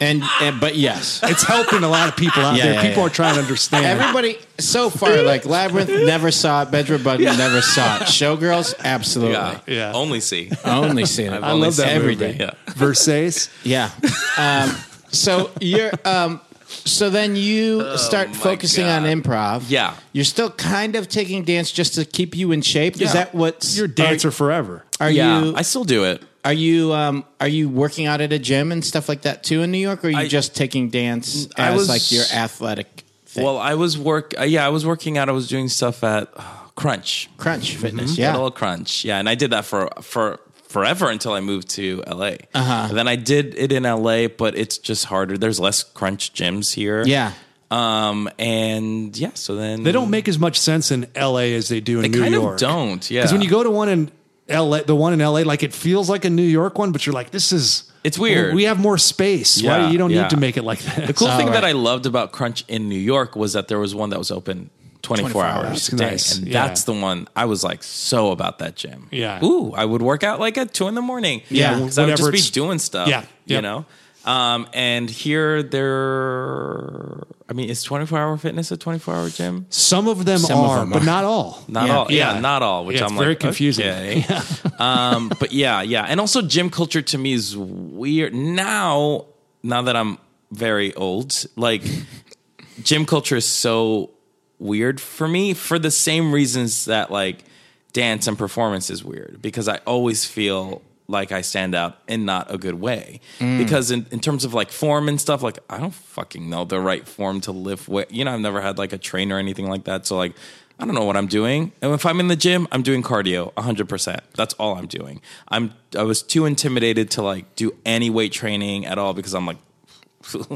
Speaker 2: And, and but yes,
Speaker 3: It's helping a lot of people out
Speaker 2: Yeah,
Speaker 3: there.
Speaker 2: yeah,
Speaker 3: people
Speaker 2: yeah.
Speaker 3: are trying to understand.
Speaker 2: Everybody so far, like Labyrinth, never saw it. Bedroom Button, never saw it. Showgirls, absolutely.
Speaker 4: Yeah,
Speaker 3: Yeah.
Speaker 4: Only see.
Speaker 2: Only seen it.
Speaker 3: I love that
Speaker 2: every
Speaker 3: movie.
Speaker 2: day.
Speaker 4: Yeah.
Speaker 3: Versace.
Speaker 2: Yeah. Um, so you're. Um, so then you start
Speaker 4: Oh my
Speaker 2: focusing
Speaker 4: God.
Speaker 2: on improv.
Speaker 4: Yeah.
Speaker 2: You're still kind of taking dance just to keep you in shape. Is
Speaker 4: Yeah.
Speaker 2: that what's
Speaker 3: You're a dancer forever.
Speaker 2: Are, are
Speaker 4: yeah,
Speaker 2: you
Speaker 4: I still do it.
Speaker 2: are you um, are you working out at a gym and stuff like that too in New York? Or are you
Speaker 4: I-
Speaker 2: just taking dance
Speaker 4: I
Speaker 2: as
Speaker 4: was-
Speaker 2: like your athletic thing?
Speaker 4: Well, I was work. Uh, yeah, I was working out. I was doing stuff at uh, Crunch.
Speaker 2: crunch fitness.
Speaker 4: Yeah.
Speaker 2: Yeah.
Speaker 4: Little Crunch. Yeah, and I did that for for forever until I moved to LA. Uh-huh. And then I did it in LA, but it's just harder. There's less Crunch gyms here.
Speaker 2: Yeah.
Speaker 4: Um. And yeah. So then
Speaker 3: They don't make as much sense in LA as they do in
Speaker 4: They
Speaker 3: New
Speaker 4: kind
Speaker 3: York.
Speaker 4: of don't. Yeah.
Speaker 3: Because when you go to one in LA, the one in LA, like it feels like a New York one, but you're like, this is.
Speaker 4: It's weird.
Speaker 3: We have more space. Why
Speaker 4: Yeah,
Speaker 3: you don't
Speaker 4: yeah.
Speaker 3: need to make it like that?
Speaker 4: The cool
Speaker 2: Oh,
Speaker 4: thing that
Speaker 2: right.
Speaker 4: I loved about Crunch in New York was that there was one that was open 24,
Speaker 2: 24
Speaker 4: hours,
Speaker 2: hours.
Speaker 4: a day.
Speaker 3: Nice.
Speaker 4: And
Speaker 3: Yeah.
Speaker 4: that's the one I was like so about that gym.
Speaker 3: Yeah.
Speaker 4: Ooh, I would work out like at two in the morning.
Speaker 2: Yeah,
Speaker 4: Because I would
Speaker 3: whatever
Speaker 4: just be
Speaker 3: it's-
Speaker 4: doing stuff.
Speaker 3: Yeah,
Speaker 4: You
Speaker 3: yep.
Speaker 4: know? Um, and here there I mean, is 24 hour fitness a 24 hour gym?
Speaker 3: Some of them
Speaker 2: Some of
Speaker 3: are,
Speaker 2: them
Speaker 3: but
Speaker 2: are.
Speaker 3: not all.
Speaker 4: Not
Speaker 2: Yeah.
Speaker 4: all. Yeah,
Speaker 3: Yeah.
Speaker 4: not all, which
Speaker 3: Yeah,
Speaker 4: I'm
Speaker 3: it's
Speaker 4: like
Speaker 3: very confusing.
Speaker 4: okay. um, but yeah, yeah. And also gym culture to me is weird. Now, now that I'm very old. Like gym culture is so weird for me for the same reasons that like dance and performance is weird because I always feel like I stand out in not a good way. Because in, in terms of like form and stuff, like I don't fucking know the right form to lift with. You know, I've never had like a trainer or anything like that. So like I don't know what I'm doing. And if I'm in the gym, I'm doing cardio 100%. That's all I'm doing. I'm I was too intimidated to like do any weight training at all because I'm like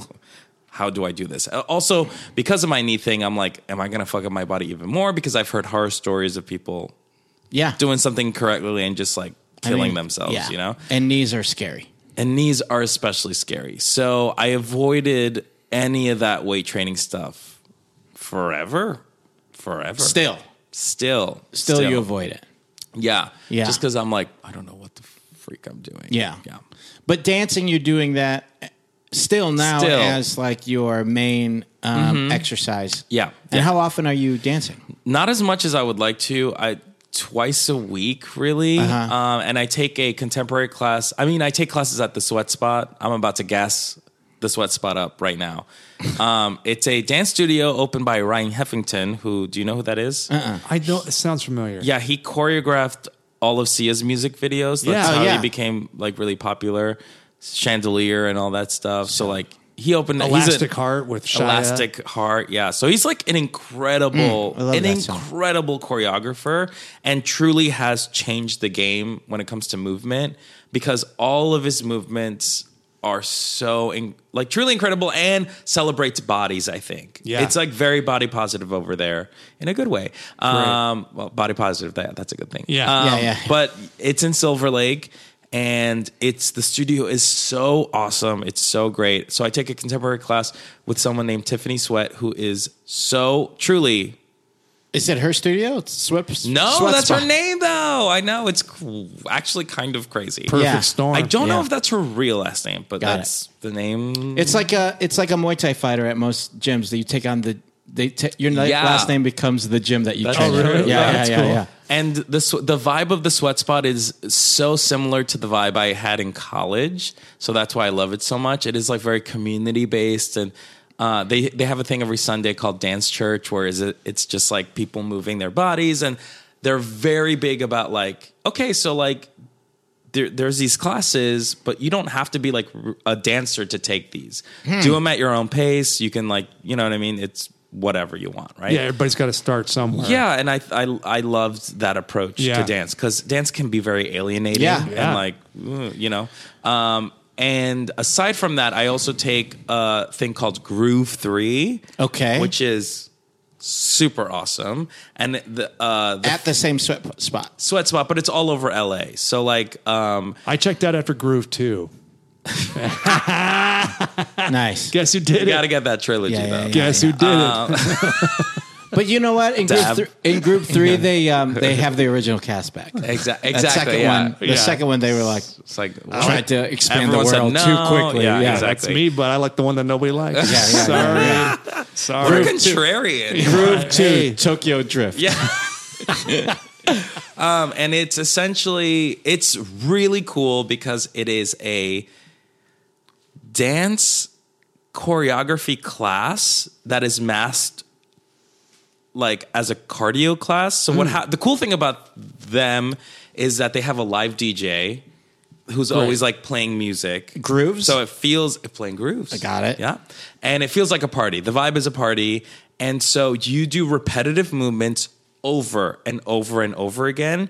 Speaker 4: how do I do this? Uh, Also, because of my knee thing, I'm like, am I going to fuck up my body even more? Because I've heard horror stories of people
Speaker 2: yeah.
Speaker 4: doing something correctly and just like
Speaker 2: I mean,
Speaker 4: killing themselves,
Speaker 2: yeah.
Speaker 4: you know?
Speaker 2: And knees are scary.
Speaker 4: And knees are especially scary. So I avoided any of that weight training stuff forever. Forever.
Speaker 2: Still,
Speaker 4: Still.
Speaker 2: still, you avoid it.
Speaker 4: Yeah.
Speaker 2: Yeah.
Speaker 4: Just because I'm like, I don't know what the freak I'm doing.
Speaker 2: Yeah.
Speaker 4: Yeah.
Speaker 2: But dancing, you're doing that still now
Speaker 4: Still.
Speaker 2: as like your main um, exercise.
Speaker 4: Yeah.
Speaker 2: And how often are you dancing?
Speaker 4: Not as much as I would like to. I twice a week, really.
Speaker 3: Uh-huh.
Speaker 4: Um, and I take a contemporary class. I mean, I take classes at the Sweat Spot. I'm about to gas the Sweat Spot up right now. um, it's a dance studio opened by Ryan Heffington. Who do you know who that is?
Speaker 3: I know it sounds familiar.
Speaker 4: Yeah, he choreographed all of Sia's music videos. That's
Speaker 3: Yeah. Oh,
Speaker 4: how
Speaker 2: yeah.
Speaker 4: he became like really popular, Chandelier and all that stuff. So like he opened he's a-
Speaker 3: Elastic Heart with Shia.
Speaker 4: Elastic Heart. Yeah. So he's like an incredible,
Speaker 2: Mm, I love
Speaker 4: an
Speaker 2: that song.
Speaker 4: incredible choreographer and truly has changed the game when it comes to movement because all of his movements are so in, like truly incredible and celebrates bodies, I think.
Speaker 3: Yeah.
Speaker 4: It's like very body positive over there in a good way. Um, well, body positive, that, that's a good thing.
Speaker 3: Yeah.
Speaker 4: Um,
Speaker 2: Yeah, yeah.
Speaker 4: But it's in Silver Lake, and it's the studio is so awesome. It's so great. So I take a contemporary class with someone named Tiffany Sweat, who is so truly
Speaker 2: Is it her studio? It's Sweat.
Speaker 4: no,
Speaker 2: Sweat
Speaker 4: that's
Speaker 2: Spot.
Speaker 4: her name though. I know it's cr- actually kind of crazy.
Speaker 3: Perfect
Speaker 2: Yeah.
Speaker 3: Storm.
Speaker 4: I don't know
Speaker 2: Yeah.
Speaker 4: if that's her real last name, but
Speaker 2: Got
Speaker 4: that's the name.
Speaker 2: It's like a it's like a Muay Thai fighter at most gyms that you take on the they ta your na-
Speaker 4: Yeah.
Speaker 2: last name becomes the gym that you
Speaker 4: That's
Speaker 2: train
Speaker 4: true.
Speaker 2: at. Yeah,
Speaker 4: That's
Speaker 2: yeah, yeah, yeah.
Speaker 4: And the sw- the vibe of the sweat spot is so similar to the vibe I had in college, so that's why I love it so much. It is like very community based, and uh, they they have a thing every Sunday called Dance Church, where is it? It's just like people moving their bodies, and they're very big about like okay, so like there, there's these classes, but you don't have to be like r- a dancer to take these. Do them at your own pace. You can like you know what I mean. It's whatever you want, right?
Speaker 3: Yeah, everybody's got to start somewhere.
Speaker 4: Yeah, and I I, I loved that approach
Speaker 3: Yeah.
Speaker 4: to dance because dance can be very alienating.
Speaker 2: Yeah.
Speaker 3: Yeah.
Speaker 4: and like mm, you know. Um, and aside from that, I also take a thing called Groove Three.
Speaker 2: Okay.
Speaker 4: which is super awesome, and the uh, the
Speaker 2: At the same sweat p- spot.
Speaker 4: sweat spot, but it's all over LA. So like, um,
Speaker 3: I checked out after Groove too.
Speaker 2: Nice.
Speaker 3: Guess who did
Speaker 4: you got to
Speaker 3: it?
Speaker 4: get Uh, that trilogy
Speaker 2: Yeah, yeah,
Speaker 4: though.
Speaker 2: yeah.
Speaker 3: Guess who did it?
Speaker 2: But you know what? In group,
Speaker 4: Dab.
Speaker 2: thr- in group three, they um, they have the original cast back. Exactly.
Speaker 4: Exa- Exactly.
Speaker 2: That second
Speaker 4: yeah,
Speaker 2: one, the
Speaker 4: yeah.
Speaker 2: second one, they were like
Speaker 4: It's like
Speaker 2: tried to expand
Speaker 4: Oh, Everyone
Speaker 2: the
Speaker 4: said
Speaker 2: world
Speaker 4: no.
Speaker 2: too quickly.
Speaker 4: Yeah,
Speaker 2: Yeah,
Speaker 4: exactly.
Speaker 3: That's me, but I like the one that nobody likes.
Speaker 2: Yeah, yeah, yeah,
Speaker 3: Sorry.
Speaker 2: yeah.
Speaker 4: We're
Speaker 3: Sorry.
Speaker 4: contrarian.
Speaker 2: Groove two, Tokyo Drift.
Speaker 4: Yeah. um, and it's essentially it's really cool because it is a dance choreography class that is masked like as a cardio class. So what ha- the cool thing about them is that they have a live DJ who's always like playing music
Speaker 2: Grooves?
Speaker 4: So it feels playing grooves. I
Speaker 2: got it.
Speaker 4: Yeah. And it feels like a party. The vibe is a party. And so you do repetitive movements over and over and over again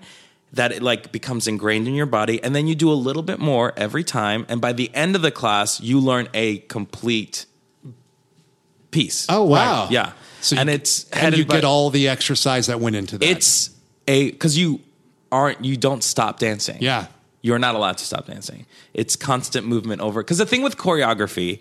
Speaker 4: that it like becomes ingrained in your body and then you do a little bit more every time and by the end of the class you learn a complete piece.
Speaker 2: Oh wow.
Speaker 4: Yeah.
Speaker 3: So
Speaker 4: and
Speaker 3: you-
Speaker 4: it's
Speaker 3: And you
Speaker 4: headed by-
Speaker 3: get all the exercise that went into that.
Speaker 4: it's a because you aren't you don't stop dancing.
Speaker 3: Yeah.
Speaker 4: you're not allowed to stop dancing. It's constant movement over. Because the thing with choreography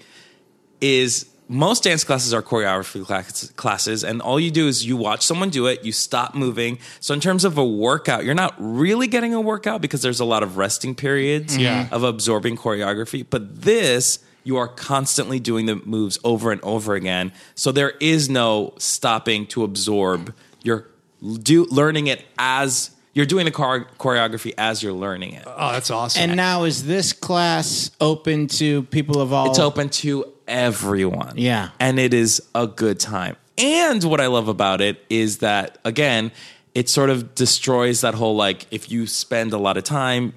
Speaker 4: is most dance classes are choreography class, classes, and all you do is you watch someone do it, you stop moving. So in terms of a workout, you're not really getting a workout because there's a lot of resting periods
Speaker 3: Yeah.
Speaker 4: of absorbing choreography. But this. You are constantly doing the moves over and over again, so there is no stopping to absorb. You're do learning it as You're doing the chore- choreography as you're learning it.
Speaker 3: Oh, that's awesome.
Speaker 2: And now is this class open to people of all?
Speaker 4: It's open to everyone.
Speaker 2: Yeah.
Speaker 4: And it is a good time. And what I love about it is that, again, it sort of destroys that whole like, if you spend a lot of time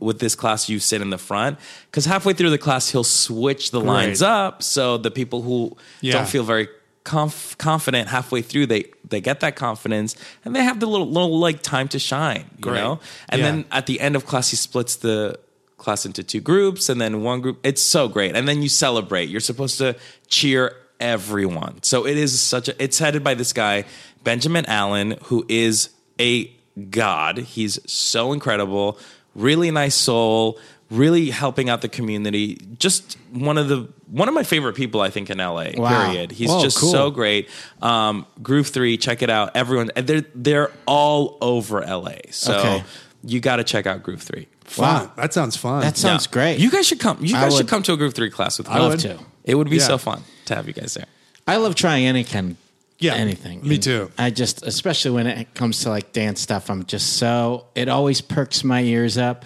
Speaker 4: with this class, you sit in the front. Because halfway through the class, he'll switch the lines up. So the people who
Speaker 3: Yeah.
Speaker 4: don't feel very conf- confident halfway through, they, they get that confidence and they have the little, little like time to shine, you
Speaker 3: Great.
Speaker 4: know? And
Speaker 3: Yeah.
Speaker 4: then at the end of class, he splits the class into two groups and then one group. It's so great. And then you celebrate. You're supposed to cheer everyone. So it is such a, it's headed by this guy, Benjamin Allen, who is a god. He's so incredible, really nice soul, really helping out the community. Just one of the, one of my favorite people, I think, in LA,
Speaker 2: Wow.
Speaker 4: period. He's
Speaker 2: Whoa,
Speaker 4: just
Speaker 2: cool.
Speaker 4: so great. Um, Groove Three, check it out. Everyone, and they're they're all over LA, so
Speaker 2: Okay.
Speaker 4: you got to check out Groove Three.
Speaker 3: Fun.
Speaker 2: Wow.
Speaker 3: That sounds fun.
Speaker 2: That sounds
Speaker 4: Yeah.
Speaker 2: great.
Speaker 4: You guys should come. You
Speaker 2: I
Speaker 4: guys
Speaker 2: would-
Speaker 4: should come to a Groove Three class with me.
Speaker 2: I love
Speaker 3: would.
Speaker 2: to.
Speaker 4: It would be
Speaker 3: Yeah.
Speaker 4: so fun to have you guys there.
Speaker 2: I love trying any kind.
Speaker 3: Yeah,
Speaker 2: anything.
Speaker 3: me too.
Speaker 2: I just, especially when it comes to like dance stuff, I'm just so it always perks my ears up,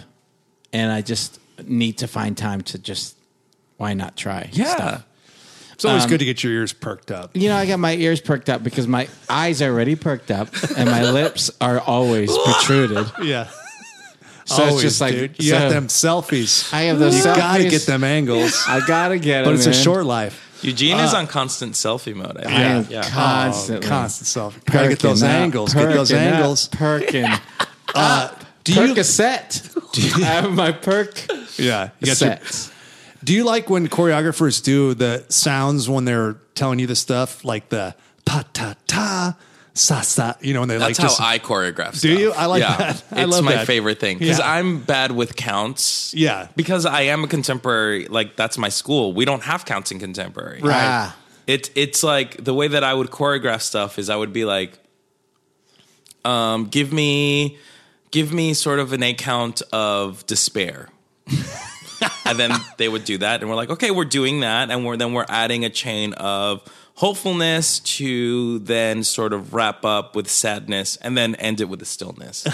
Speaker 2: and I just need to find time to just why not try? stuff.
Speaker 3: it's always
Speaker 2: um,
Speaker 3: good to get your ears perked up.
Speaker 2: You know, I got my ears perked up because my eyes are already perked up and my lips are always protruded.
Speaker 3: Yeah.
Speaker 2: So it's just like
Speaker 3: dude. you
Speaker 2: so
Speaker 3: got them selfies.
Speaker 2: I have those
Speaker 3: You gotta
Speaker 2: selfies.
Speaker 3: get them angles,
Speaker 2: I gotta get it.
Speaker 3: but it's a
Speaker 2: man.
Speaker 3: short life. Oh,
Speaker 4: Eugene is on constant selfie mode. I think.
Speaker 2: I am
Speaker 4: Yeah.
Speaker 2: constantly
Speaker 3: Constant selfie. Gotta get
Speaker 2: perking
Speaker 3: those
Speaker 2: up,
Speaker 3: angles. Get those
Speaker 2: perking up,
Speaker 3: angles.
Speaker 2: Perking.
Speaker 3: Do
Speaker 2: perk
Speaker 3: you?
Speaker 2: a set. I have my perk
Speaker 3: Yeah. You got your-
Speaker 2: sets.
Speaker 3: Do you like when choreographers do the sounds when they're telling you the stuff like the pa ta ta sa sa? You know, when they like
Speaker 4: That's
Speaker 3: just
Speaker 4: how I choreograph.
Speaker 3: Do
Speaker 4: stuff.
Speaker 3: you? I like
Speaker 4: yeah.
Speaker 3: that. I
Speaker 4: it's
Speaker 3: love
Speaker 4: my
Speaker 3: that.
Speaker 4: favorite thing because
Speaker 3: Yeah.
Speaker 4: I'm bad with counts.
Speaker 3: Yeah.
Speaker 4: because I am a contemporary. Like that's my school. We don't have counts in contemporary.
Speaker 3: Right.
Speaker 2: Ah,
Speaker 4: It it's like the way that I would choreograph stuff is I would be like, um, give me give me sort of an eight count of despair. and then they would do that, and we're like, okay, we're doing that, and we're then we're adding a chain of hopefulness to then sort of wrap up with sadness, and then end it with a stillness.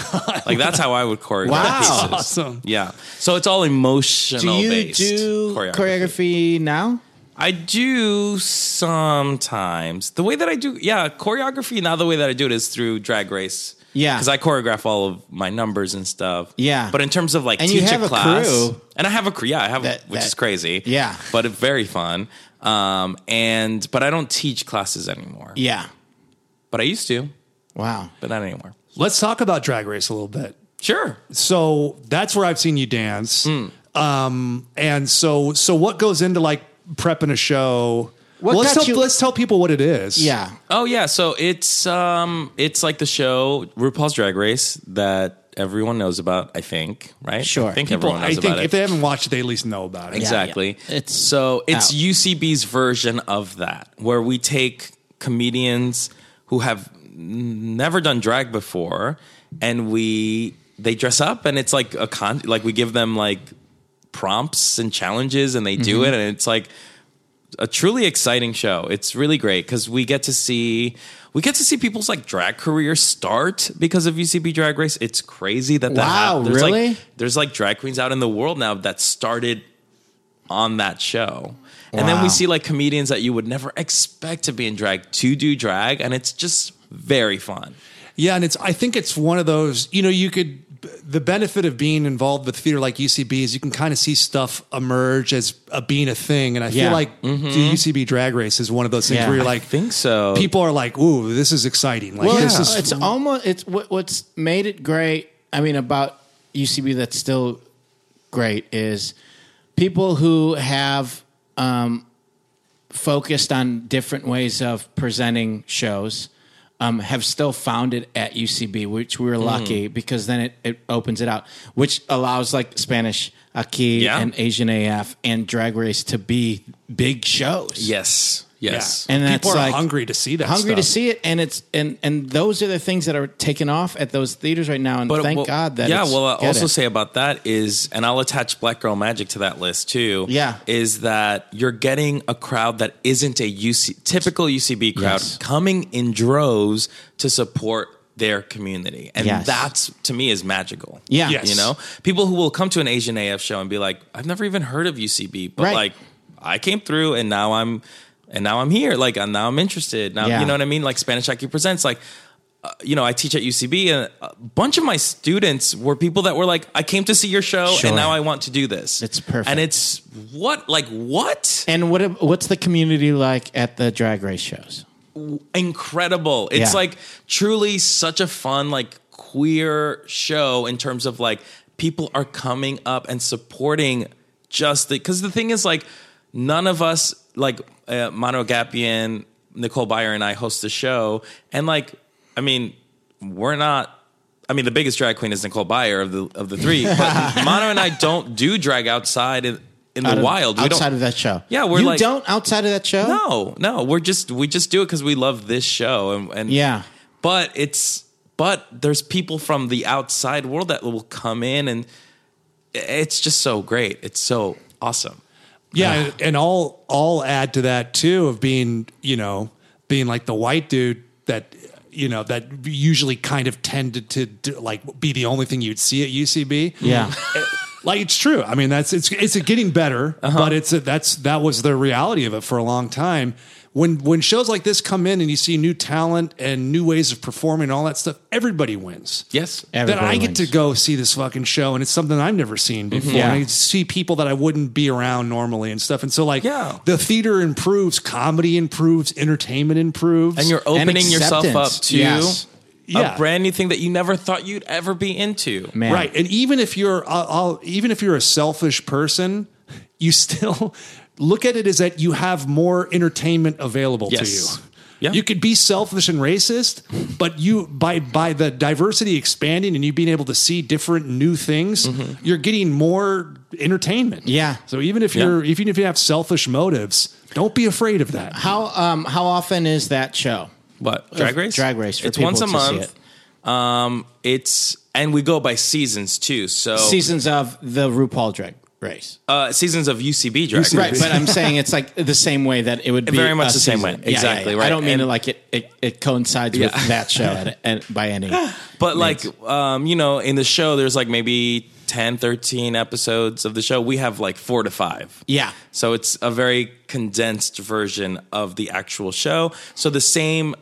Speaker 4: like that's how I would choreograph
Speaker 2: Wow.
Speaker 4: pieces.
Speaker 3: awesome.
Speaker 4: Yeah, so it's all emotional.
Speaker 2: do you
Speaker 4: based
Speaker 2: do choreography. now?
Speaker 4: I do sometimes. The way that I do, yeah, choreography. Now the way that I do it is through Drag Race.
Speaker 2: Yeah.
Speaker 4: because I choreograph all of my numbers and stuff.
Speaker 2: Yeah.
Speaker 4: but in terms of like
Speaker 2: And you
Speaker 4: teach
Speaker 2: have a
Speaker 4: a class,
Speaker 2: crew.
Speaker 4: and I have a crew. Yeah, I have,
Speaker 2: That-
Speaker 4: which
Speaker 2: that-
Speaker 4: is crazy.
Speaker 2: Yeah.
Speaker 4: but it's very fun. Um, and but I don't teach classes anymore.
Speaker 2: Yeah.
Speaker 4: but I used to,
Speaker 2: Wow.
Speaker 4: but not anymore.
Speaker 3: Let's talk about Drag Race a little bit.
Speaker 4: Sure.
Speaker 3: So that's where I've seen you dance.
Speaker 2: Hmm.
Speaker 3: Um, and so, so what goes into like prepping a show?
Speaker 2: What
Speaker 3: Well, let's
Speaker 2: got
Speaker 3: tell,
Speaker 2: you-
Speaker 3: let's tell people what it is.
Speaker 2: Yeah.
Speaker 4: Oh yeah, so it's um it's like the show RuPaul's Drag Race that everyone knows about. I think, right?
Speaker 2: Sure.
Speaker 4: I think
Speaker 3: Well,
Speaker 4: everyone knows
Speaker 3: I
Speaker 4: about
Speaker 3: think
Speaker 4: it.
Speaker 3: if they haven't watched it, they at least know about it.
Speaker 4: Exactly.
Speaker 2: yeah. It's
Speaker 4: so it's
Speaker 2: out.
Speaker 4: UCB's version of that, where we take comedians who have n- never done drag before, and we they dress up, and it's like a con like we give them like prompts and challenges, and they do
Speaker 2: Mm-hmm.
Speaker 4: it, and it's like a truly exciting show. It's really great because we get to see we get to see people's like drag career start because of UCB Drag Race. It's crazy that that
Speaker 2: Wow,
Speaker 4: hap- there's, like-
Speaker 2: really?
Speaker 4: there's like drag queens out in the world now that started on that show. And then
Speaker 2: Wow.
Speaker 4: we see like comedians that you would never expect to be in drag to do drag, and it's just very fun.
Speaker 3: Yeah, and it's I think it's one of those, you know, you could the benefit of being involved with theater like UCB is you can kind of see stuff emerge as a, being a thing. And I
Speaker 2: Yeah. Mm-hmm.
Speaker 3: feel like the UCB drag race is one of those things
Speaker 2: Yeah.
Speaker 3: where you're
Speaker 2: I
Speaker 3: like
Speaker 4: I think so.
Speaker 3: people are like, ooh, this is exciting. Like
Speaker 2: Well,
Speaker 3: this
Speaker 2: it's,
Speaker 3: is
Speaker 2: it's almost it's what, what's made it great. I mean, about UCB that's still great is people who have um, focused on different ways of presenting shows um, have still found it at UCB, which we were lucky because then it, it opens it out, which allows like Spanish Aki
Speaker 4: Yeah.
Speaker 2: and Asian AF and Drag Race to be big shows.
Speaker 4: yes.
Speaker 3: yeah.
Speaker 4: Yes.
Speaker 2: And that's
Speaker 3: people are
Speaker 2: like-
Speaker 3: hungry to see that.
Speaker 2: hungry to
Speaker 3: stuff.
Speaker 2: see it and it's and and those are the things that are taken off at those theaters right now and thank
Speaker 4: well,
Speaker 2: god that
Speaker 4: yeah
Speaker 2: it's
Speaker 4: well i
Speaker 2: get
Speaker 4: also
Speaker 2: it.
Speaker 4: say about that is and i'll attach black girl magic to that list too
Speaker 2: Yeah.
Speaker 4: is that you're getting a crowd that isn't a UC, typical ucb crowd
Speaker 2: Yes.
Speaker 4: coming in droves to support their community. And
Speaker 5: Yes.
Speaker 4: that's to me is magical.
Speaker 5: Yeah.
Speaker 3: Yes.
Speaker 4: You know, people who will come to an Asian AF show and be like, I've never even heard of UCB, but
Speaker 5: Right.
Speaker 4: like I came through and now I'm and now I'm here. Like and now I'm interested. Now
Speaker 5: Yeah.
Speaker 4: you know what I mean? Like Spanish IQ presents like uh, you know, I teach at UCB and a bunch of my students were people that were like, I came to see your show
Speaker 5: Sure.
Speaker 4: and now I want to do this.
Speaker 5: It's perfect.
Speaker 4: And it's what like what?
Speaker 5: And what what's the community like at the drag race shows?
Speaker 4: incredible. It's
Speaker 5: Yeah.
Speaker 4: like truly such a fun, like queer show in terms of like people are coming up and supporting just the because the thing is like none of us like uh, Mono Gapian, Nicole Byer, and I host the show, and like I mean we're not. I mean, the biggest drag queen is Nicole Byer of the of the three, but Mono and I don't do drag outside in, in the
Speaker 5: Out of-
Speaker 4: wild. We
Speaker 5: outside
Speaker 4: don't,
Speaker 5: of that show.
Speaker 4: Yeah, we're
Speaker 5: you
Speaker 4: like-
Speaker 5: don't outside of that show.
Speaker 4: no, no, we're just we just do it because we love this show and, and
Speaker 5: Yeah.
Speaker 4: But it's but there's people from the outside world that will come in and it's just so great. It's so awesome.
Speaker 3: Yeah, and, and I'll I'll add to that too of being you know being like the white dude that you know that usually kind of tended to do, like be the only thing you'd see at UCB.
Speaker 5: Yeah.
Speaker 3: like it's true. I mean that's it's it's getting better, but it's a, that's that was the reality of it for a long time. When when shows like this come in and you see new talent and new ways of performing and all that stuff, everybody wins
Speaker 4: Yes.
Speaker 5: Everybody
Speaker 3: that I get
Speaker 5: wins.
Speaker 3: to go see this fucking show, and it's something I've never seen
Speaker 4: Mm-hmm.
Speaker 3: before.
Speaker 5: Yeah.
Speaker 3: And I get to see people that I wouldn't be around normally and stuff. And so, like,
Speaker 4: Yeah.
Speaker 3: the theater improves, comedy improves, entertainment improves,
Speaker 4: And you're
Speaker 5: And
Speaker 4: opening yourself up
Speaker 5: acceptance.
Speaker 4: to
Speaker 5: Yes.
Speaker 3: Yeah.
Speaker 4: a brand new thing that you never thought you'd ever be into.
Speaker 5: Man.
Speaker 3: right. And even if you're, I'll, I'll, even if you're a selfish person, you still look at it as that you have more entertainment available
Speaker 4: Yes.
Speaker 3: to you.
Speaker 4: Yeah.
Speaker 3: You could be selfish and racist, but you by by the diversity expanding and you being able to see different new things,
Speaker 4: Mm-hmm.
Speaker 3: you're getting more entertainment.
Speaker 5: Yeah.
Speaker 3: So even if you're even if you have selfish motives, don't be afraid of that.
Speaker 5: How um how often is that show?
Speaker 4: What? Drag race?
Speaker 5: Drag race. For
Speaker 4: it's
Speaker 5: people
Speaker 4: once a
Speaker 5: to see
Speaker 4: month. Um it's and we go by seasons too. So
Speaker 5: it. Seasons of the RuPaul drag race.
Speaker 4: uh seasons of UCB drag race.
Speaker 5: Right, but I'm saying it's like the same way that it would be
Speaker 4: Very much
Speaker 5: a
Speaker 4: the same way.
Speaker 5: season. Yeah, yeah,
Speaker 4: Exactly,
Speaker 5: yeah. I
Speaker 4: right.
Speaker 5: don't mean
Speaker 4: And-
Speaker 5: it like it, it, it coincides
Speaker 4: Yeah.
Speaker 5: with that show at, at, by any.
Speaker 4: But like um, you know, in the show there's like maybe 10, 13 episodes of the show. We have like 4 to 5.
Speaker 5: Yeah,
Speaker 4: So it's a very condensed version of the actual show. So the same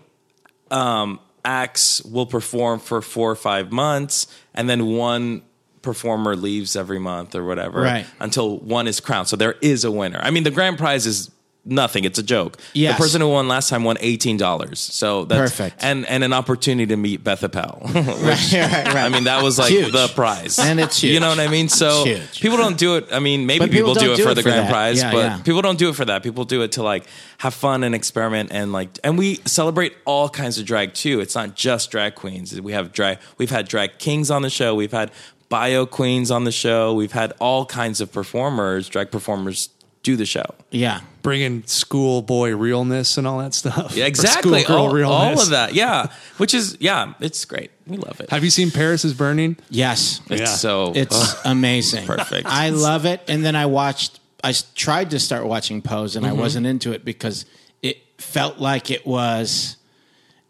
Speaker 4: um, acts will perform for 4 or 5 months and then one performer leaves every month or whatever
Speaker 5: Right.
Speaker 4: until one is crowned. So there is a winner. I mean, the grand prize is nothing. It's a joke.
Speaker 5: Yes.
Speaker 4: The person who won last time won $18. So that's
Speaker 5: Perfect.
Speaker 4: and and an opportunity to meet Beth Appel.
Speaker 5: right, right, right.
Speaker 4: I mean, that was like
Speaker 5: Huge.
Speaker 4: the prize,
Speaker 5: And it's huge.
Speaker 4: You know what I mean? So
Speaker 5: It's huge.
Speaker 4: people don't do it. I mean, maybe
Speaker 5: But people
Speaker 4: people, do
Speaker 5: don't
Speaker 4: it for the grand
Speaker 5: that.
Speaker 4: prize,
Speaker 5: Yeah,
Speaker 4: but
Speaker 5: yeah.
Speaker 4: people don't do it for that. People do it to like have fun and experiment and like, and we celebrate all kinds of drag too. It's not just drag queens. We have drag. We've had drag kings on the show. We've had bio queens on the show. We've had all kinds of performers, drag performers, do the show.
Speaker 5: yeah,
Speaker 3: Bringing schoolboy realness and all that stuff. Or
Speaker 4: Exactly,
Speaker 3: schoolgirl
Speaker 4: all, all
Speaker 3: realness.
Speaker 4: of that. Yeah, which is yeah, it's great. We love it.
Speaker 3: Have you seen Paris is Burning?
Speaker 4: Mm-hmm.
Speaker 5: yes.
Speaker 4: it's
Speaker 3: Yeah.
Speaker 4: so
Speaker 5: It's amazing.
Speaker 4: Perfect.
Speaker 5: I love it. And then I watched. I s- tried to start watching Pose, and
Speaker 4: Mm-hmm.
Speaker 5: I wasn't into it because it felt like it was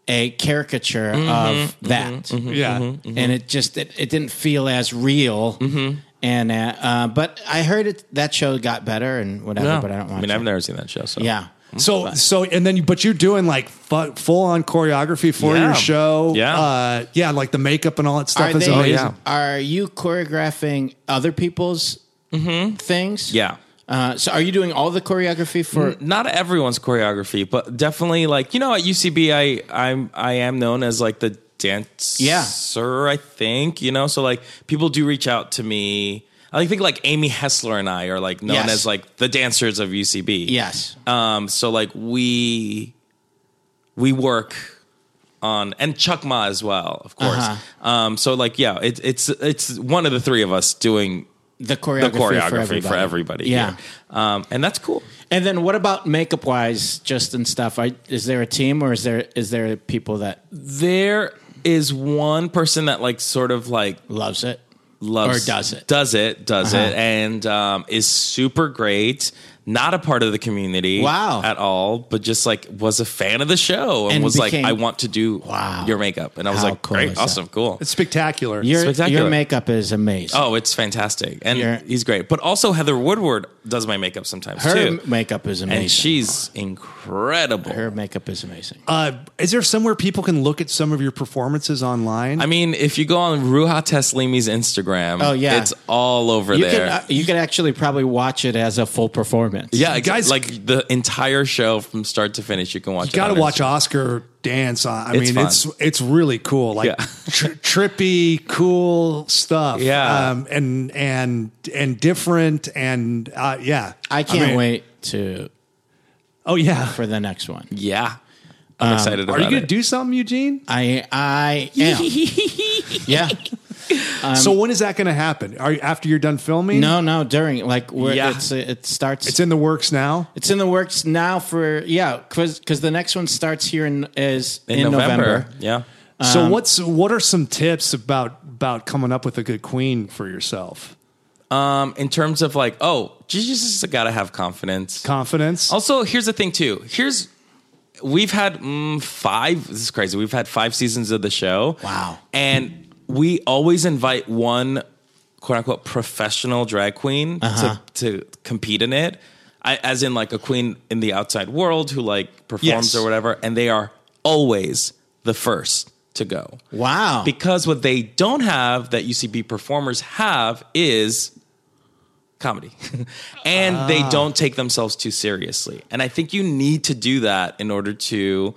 Speaker 5: a caricature
Speaker 4: Mm-hmm.
Speaker 5: of that,
Speaker 3: Yeah.
Speaker 5: and it just it, it didn't feel as real.
Speaker 4: Mm-hmm.
Speaker 5: And uh, uh, but I heard it that show got better and whatever,
Speaker 4: Yeah.
Speaker 5: but I don't watch.
Speaker 4: I mean,
Speaker 5: it.
Speaker 4: I've never seen that show. So
Speaker 5: yeah.
Speaker 3: So so and then you, but you're doing like fu- full on choreography for
Speaker 4: Yeah.
Speaker 3: your show.
Speaker 4: Yeah.
Speaker 3: uh, yeah, like the makeup and all that stuff
Speaker 5: Are,
Speaker 3: is
Speaker 5: they,
Speaker 3: amazing.
Speaker 4: oh, yeah.
Speaker 5: are you choreographing other people's things?
Speaker 4: Mm-hmm. yeah. Mm-hmm.
Speaker 5: Uh, so are you doing all the choreography for?
Speaker 4: not everyone's choreography, but definitely like you know at UCB I I'm I am known as like the dancer.
Speaker 5: Yeah.
Speaker 4: I think you know. So like people do reach out to me. I think like Amy Hessler and I are like known
Speaker 5: Yes.
Speaker 4: as like the dancers of UCB.
Speaker 5: Yes.
Speaker 4: Um. So like we we work on and Chuck Ma as well, of course.
Speaker 5: Uh-huh.
Speaker 4: Um. So like yeah, it's it's it's one of the three of us doing
Speaker 5: the
Speaker 4: the
Speaker 5: choreography,
Speaker 4: choreography
Speaker 5: for everybody.
Speaker 4: for everybody.
Speaker 5: Yeah.
Speaker 4: here. Um. And that's cool.
Speaker 5: And then what about makeup wise, just and stuff? I, is there a team or is there is there people that
Speaker 4: there is one person that like sort of like
Speaker 5: loves it?
Speaker 4: loves
Speaker 5: Or does it.
Speaker 4: does it does
Speaker 5: Uh-huh.
Speaker 4: it and um, is super great not a part of the community
Speaker 5: Wow.
Speaker 4: at all, but just like was a fan of the show and,
Speaker 5: And
Speaker 4: was
Speaker 5: became-
Speaker 4: like, I want to do
Speaker 5: Wow.
Speaker 4: your makeup. And I was
Speaker 5: How
Speaker 4: like,
Speaker 5: cool is
Speaker 4: great,
Speaker 5: that?
Speaker 4: awesome, cool.
Speaker 3: It's spectacular.
Speaker 5: Your,
Speaker 4: Spectacular.
Speaker 5: your makeup is amazing.
Speaker 4: Oh, it's fantastic. And
Speaker 5: You're-
Speaker 4: he's great. But also Heather Woodward does my makeup sometimes
Speaker 5: Her
Speaker 4: Oh, too.
Speaker 5: m- makeup is amazing.
Speaker 4: and she's incredible.
Speaker 5: Her makeup is amazing.
Speaker 3: uh, is there somewhere people can look at some of your performances online?
Speaker 4: I mean, if you go on Ruha Teslimi's Instagram,
Speaker 5: Oh, yeah.
Speaker 4: it's all over
Speaker 5: You
Speaker 4: there.
Speaker 5: can uh, you can actually probably watch it as a full performance.
Speaker 4: yeah, it's
Speaker 3: guys-
Speaker 4: like the entire show from start to finish, you can watch.
Speaker 3: you got to
Speaker 4: it on
Speaker 3: watch Oscar dance. On, I
Speaker 4: It's
Speaker 3: mean,
Speaker 4: fun.
Speaker 3: it's it's really cool, like
Speaker 4: Yeah.
Speaker 3: tr- trippy, cool stuff.
Speaker 4: Yeah.
Speaker 3: um, and and and different, and uh, yeah,
Speaker 5: I can't
Speaker 3: mean-
Speaker 5: wait to
Speaker 3: Oh yeah,
Speaker 5: for the next one.
Speaker 4: Yeah, I'm excited about
Speaker 3: Um, are you gonna
Speaker 4: it.
Speaker 3: do something, Eugene?
Speaker 5: I I am. yeah. Um,
Speaker 3: so when is that gonna happen? Are you, after you're done filming?
Speaker 5: No, no, during like we're,
Speaker 4: Yeah.
Speaker 5: it's it starts
Speaker 3: it's in the works now.
Speaker 5: It's in the works now for yeah, cuz cuz the next one starts here in is in, November.
Speaker 4: Yeah. Um,
Speaker 3: so what's what are some tips about about coming up with a good queen for yourself?
Speaker 4: Um, in terms of like, oh, Jesus has got to have confidence.
Speaker 3: Confidence.
Speaker 4: Also, here's the thing too. Here's we've had mm, five. This is crazy. We've had five seasons of the show.
Speaker 5: Wow.
Speaker 4: And we always invite one quote unquote professional drag queen to, to compete in it, I, as in like a queen in the outside world who like performs
Speaker 3: Yes.
Speaker 4: or whatever, and they are always the first to go.
Speaker 5: Wow.
Speaker 4: Because what they don't have that UCB performers have is comedy. and they don't take themselves too seriously. And I think you need to do that in order to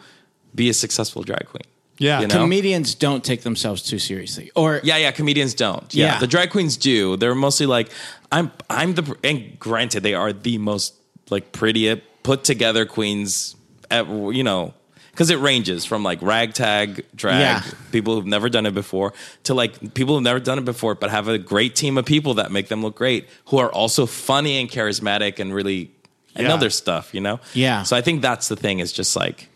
Speaker 4: be a successful drag queen.
Speaker 3: Yeah.
Speaker 4: You know?
Speaker 5: Comedians don't take themselves too seriously. Or
Speaker 4: yeah, yeah, comedians don't. Yeah.
Speaker 5: Yeah.
Speaker 4: The drag queens do. They're mostly like I'm I'm the and granted they are the most like pretty uh, put together queens at, you know because it ranges from like ragtag drag
Speaker 5: Yeah.
Speaker 4: people who've never done it before to like people who've never done it before but have a great team of people that make them look great who are also funny and charismatic and really and
Speaker 3: Yeah.
Speaker 4: other stuff you know
Speaker 5: Yeah.
Speaker 4: so i think that's the thing is just like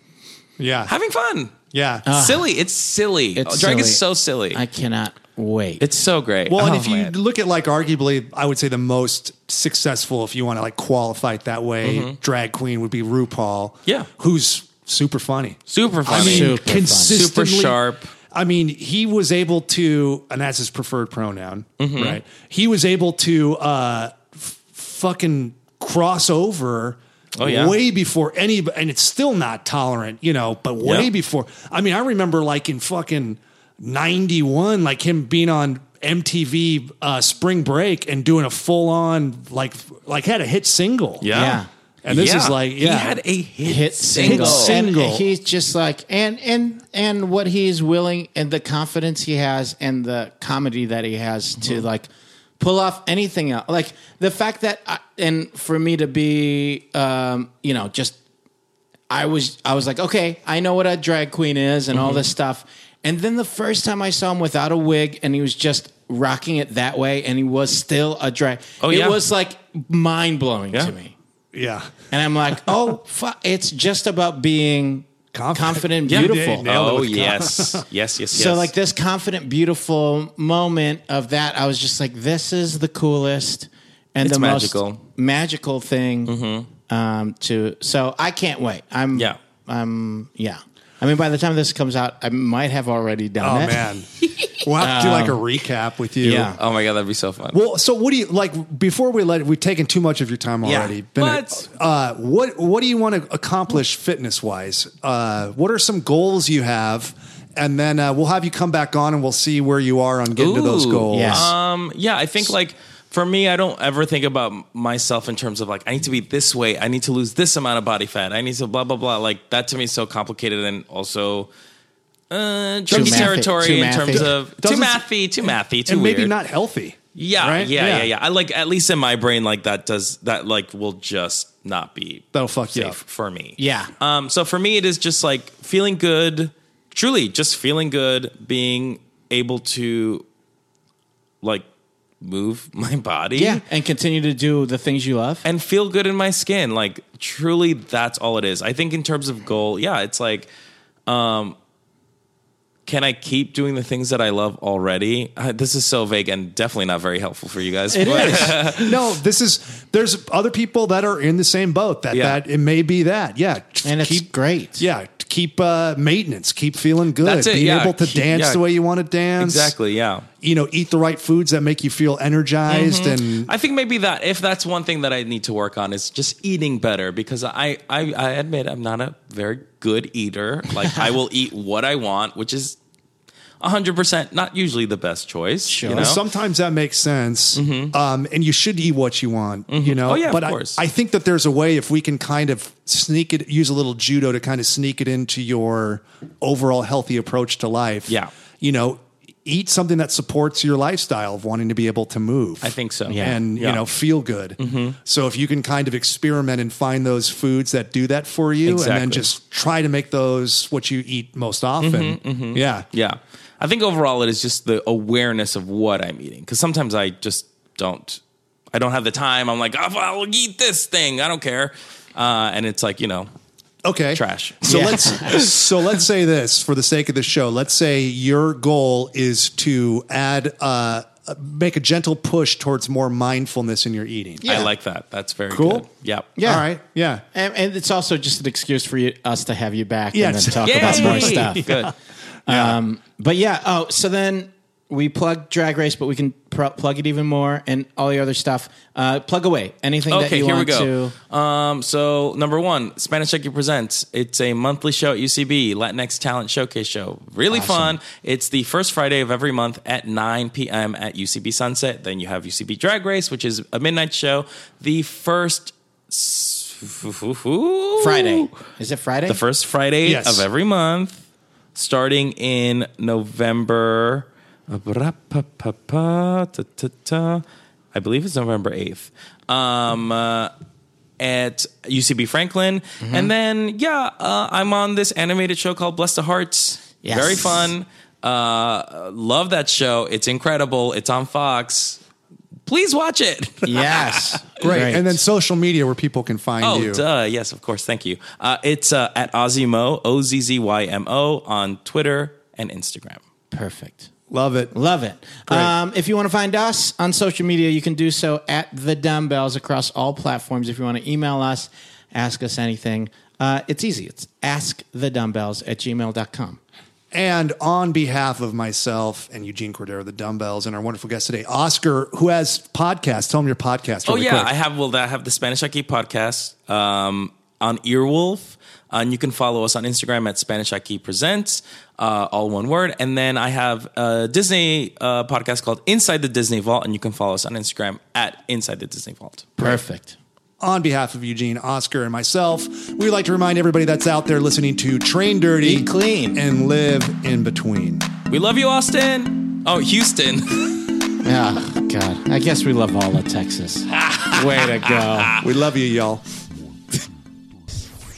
Speaker 3: yeah.
Speaker 4: having fun
Speaker 3: yeah.
Speaker 4: silly it's silly
Speaker 5: It's
Speaker 4: drag is so
Speaker 5: silly.
Speaker 4: silly
Speaker 5: I cannot wait.
Speaker 4: it's so great
Speaker 3: Well, and
Speaker 4: Oh,
Speaker 3: if you
Speaker 4: man.
Speaker 3: look at like arguably, I would say the most successful, if you want to like qualify it that way, drag queen would be RuPaul.
Speaker 4: Mm-hmm. Yeah.
Speaker 3: who's super funny,
Speaker 4: Super funny.
Speaker 3: I mean,
Speaker 5: Super funny.
Speaker 3: consistently
Speaker 4: Super sharp.
Speaker 3: I mean, he was able to, and that's his preferred pronoun,
Speaker 4: Mm-hmm.
Speaker 3: right? He was able to uh, f- fucking cross over.
Speaker 4: Oh, yeah.
Speaker 3: Way before any, and it's still not tolerant, you know, but way
Speaker 4: Yeah.
Speaker 3: before. I mean, I remember like in fucking 91, like him being on MTV uh, Spring Break and doing a full on, like, like had a hit single.
Speaker 5: Yeah.
Speaker 3: And this is like, yeah.
Speaker 4: He had a hit,
Speaker 5: hit single.
Speaker 4: single.
Speaker 5: And
Speaker 3: single.
Speaker 5: he's just like and and and what he's willing and the confidence he has and the comedy that he has to
Speaker 4: Mm-hmm.
Speaker 5: like pull off anything else. Like the fact that I, and for me to be um you know just I was I was like okay, I know what a drag queen is and all
Speaker 4: Mm-hmm.
Speaker 5: this stuff. And then the first time I saw him without a wig and he was just rocking it that way and he was still a drag.
Speaker 4: Oh,
Speaker 5: it
Speaker 4: yeah.
Speaker 5: was like mind blowing
Speaker 4: Yeah.
Speaker 5: to me.
Speaker 3: yeah.
Speaker 5: And I'm like, oh, fu it's just about being
Speaker 3: Confident.
Speaker 5: confident,
Speaker 3: Yeah,
Speaker 5: beautiful.
Speaker 3: they nailed it
Speaker 4: Oh
Speaker 3: with Con-
Speaker 4: yes. yes, yes, yes.
Speaker 5: So like this confident, beautiful moment of that, I was just like, this is the coolest and
Speaker 4: It's
Speaker 5: the
Speaker 4: magical.
Speaker 5: most magical thing um, to. So I can't wait. I'm
Speaker 4: Yeah.
Speaker 5: I'm yeah. I mean, by the time this comes out, I might have already done
Speaker 3: Oh,
Speaker 5: it.
Speaker 3: man. We'll have to do
Speaker 4: Um,
Speaker 3: like a recap with you.
Speaker 5: Yeah.
Speaker 4: Oh my god, that'd be so fun.
Speaker 3: Well, so what do you like? Before we let we've taken too much of your time
Speaker 5: Yeah.
Speaker 3: already. Bennett. uh, what what do you want to accomplish fitness wise? Uh, what are some goals you have? And then uh, we'll have you come back on, and we'll see where you are on getting to those
Speaker 4: Ooh,
Speaker 3: goals.
Speaker 5: yes.
Speaker 4: um yeah, I think like for me, I don't ever think about m- myself in terms of like I need to be this way, I need to lose this amount of body fat, I need to blah blah blah. Like that to me is so complicated and also uh, tricky
Speaker 5: mathy-
Speaker 4: territory
Speaker 5: too
Speaker 4: in
Speaker 5: mathy.
Speaker 4: terms of too
Speaker 3: Doesn't-
Speaker 4: mathy, too mathy, too
Speaker 3: and
Speaker 4: weird.
Speaker 3: maybe not healthy.
Speaker 4: yeah,
Speaker 3: right?
Speaker 4: yeah, yeah,
Speaker 3: Yeah.
Speaker 4: yeah, I like at least in my brain, like that does that like will just not be
Speaker 3: That'll fuck you
Speaker 4: safe
Speaker 3: up.
Speaker 4: for me.
Speaker 5: Yeah.
Speaker 4: Um, so for me, it is just like feeling good, truly just feeling good, being able to like move my body
Speaker 5: yeah, and continue to do the things you love.
Speaker 4: and feel good in my skin. Like truly, that's all it is. I think in terms of goal, yeah, it's like, um, can I keep doing the things that I love already? Uh, this is so vague and definitely not very helpful for you guys.
Speaker 3: It
Speaker 4: but-
Speaker 3: is. no, this is. There's other people that are in the same boat. That
Speaker 4: Yeah.
Speaker 3: that it may be that. Yeah,
Speaker 2: and it's
Speaker 3: keep
Speaker 2: great.
Speaker 3: yeah keep uh, maintenance. Keep feeling good.
Speaker 4: That's it,
Speaker 3: Being
Speaker 4: yeah.
Speaker 3: able to
Speaker 4: Keep-
Speaker 3: dance
Speaker 4: yeah.
Speaker 3: the way you want to dance.
Speaker 4: Exactly. Yeah.
Speaker 3: You know, eat the right foods that make you feel energized
Speaker 4: Mm-hmm.
Speaker 3: and
Speaker 4: I think maybe that if that's one thing that I need to work on is just eating better because I I, I admit I'm not a very good eater. Like I will eat what I want, which is 100% not usually the best choice. Sure. You know? Mm-hmm.
Speaker 3: Sometimes that makes sense, um, and you should eat what you want, you know.
Speaker 4: Oh, yeah, of
Speaker 3: but I-
Speaker 4: course.
Speaker 3: I, think that there's a way if we can kind of sneak it, use a little judo to kind of sneak it into your overall healthy approach to life.
Speaker 4: Yeah.
Speaker 3: you know, eat something that supports your lifestyle of wanting to be able to move.
Speaker 4: I think so.
Speaker 3: and
Speaker 4: Yeah. Mm-hmm.
Speaker 3: you know, feel good. So if you can kind of experiment and find those foods that do that for you, and
Speaker 4: Exactly.
Speaker 3: then just try to make those what you eat most often.
Speaker 4: Mm-hmm,
Speaker 3: Yeah,
Speaker 4: Yeah. I think overall it is just the awareness of what I'm eating because sometimes I just don't. I don't have the time. I'm like, oh, I'll eat this thing. I don't care. Uh, and it's like, you know,
Speaker 3: Okay.
Speaker 4: Trash.
Speaker 3: So
Speaker 2: Yeah.
Speaker 3: let's so let's say this for the sake of the show. Let's say your goal is to add uh make a gentle push towards more mindfulness in your eating.
Speaker 4: I like that. That's very
Speaker 3: Cool.
Speaker 4: Good. Yep.
Speaker 3: Yeah. All right. Yeah.
Speaker 2: And, and it's also just an excuse for you, us to have you back
Speaker 3: Yeah,
Speaker 2: and then
Speaker 3: just-
Speaker 2: talk
Speaker 4: Yay!
Speaker 2: about more stuff.
Speaker 4: Good.
Speaker 2: Um, but yeah, oh, so then we plug Drag Race, but we can pr- plug it even more and all the other stuff. Uh, plug away anything that
Speaker 4: Okay,
Speaker 2: you
Speaker 4: here we
Speaker 2: want
Speaker 4: go.
Speaker 2: to.
Speaker 4: Um, so number one, Spanish Jackie presents. It's a monthly show at UCB, Latinx Talent Showcase Show. Really fun. It's the first Friday of every month at 9 p.m. at UCB Sunset. Then you have UCB Drag Race, which is a midnight show. The first Friday,
Speaker 2: Friday. Is it Friday?
Speaker 4: the first Friday
Speaker 3: Yes.
Speaker 4: of every month, starting in November. I believe it's November eighth. Um, uh, at UCB Franklin,
Speaker 2: Mm-hmm.
Speaker 4: and then yeah, uh, I'm on this animated show called Bless the Hearts.
Speaker 2: Yes.
Speaker 4: Very fun. Uh, love that show. It's incredible. It's on Fox. Please watch it.
Speaker 2: Yes.
Speaker 3: Great. And then social media where people can find
Speaker 4: Oh,
Speaker 3: you.
Speaker 4: duh. Yes, of course. Thank you. Uh, it's uh, at Ozzymo, O Z Z Y M O, on Twitter and Instagram.
Speaker 2: perfect.
Speaker 3: Love it.
Speaker 2: Love it. Um, if you want to find us on social media, you can do so at the dumbbells across all platforms. If you want to email us, ask us anything. Uh, it's easy. It's askthedumbbells at gmail.com.
Speaker 3: And on behalf of myself and Eugene Cordero, the dumbbells, and our wonderful guest today, Oscar, who has podcasts. Tell him your podcast.
Speaker 4: Oh
Speaker 3: Really
Speaker 4: yeah,
Speaker 3: quick.
Speaker 4: I have. Well, I have the Spanish IQ podcast um, on Earwolf, and you can follow us on Instagram at Spanish IQ Presents, uh, all one word. And then I have a Disney uh, podcast called Inside the Disney Vault, and you can follow us on Instagram at Inside the Disney Vault.
Speaker 2: Perfect.
Speaker 3: on behalf of Eugene, Oscar, and myself, we'd like to remind everybody that's out there listening to Train Dirty,
Speaker 2: Eat clean.
Speaker 3: and live in between.
Speaker 4: We love you, Austin. Oh, Houston.
Speaker 2: Oh, God. I guess we love all of Texas. Way to go.
Speaker 3: We love you, y'all.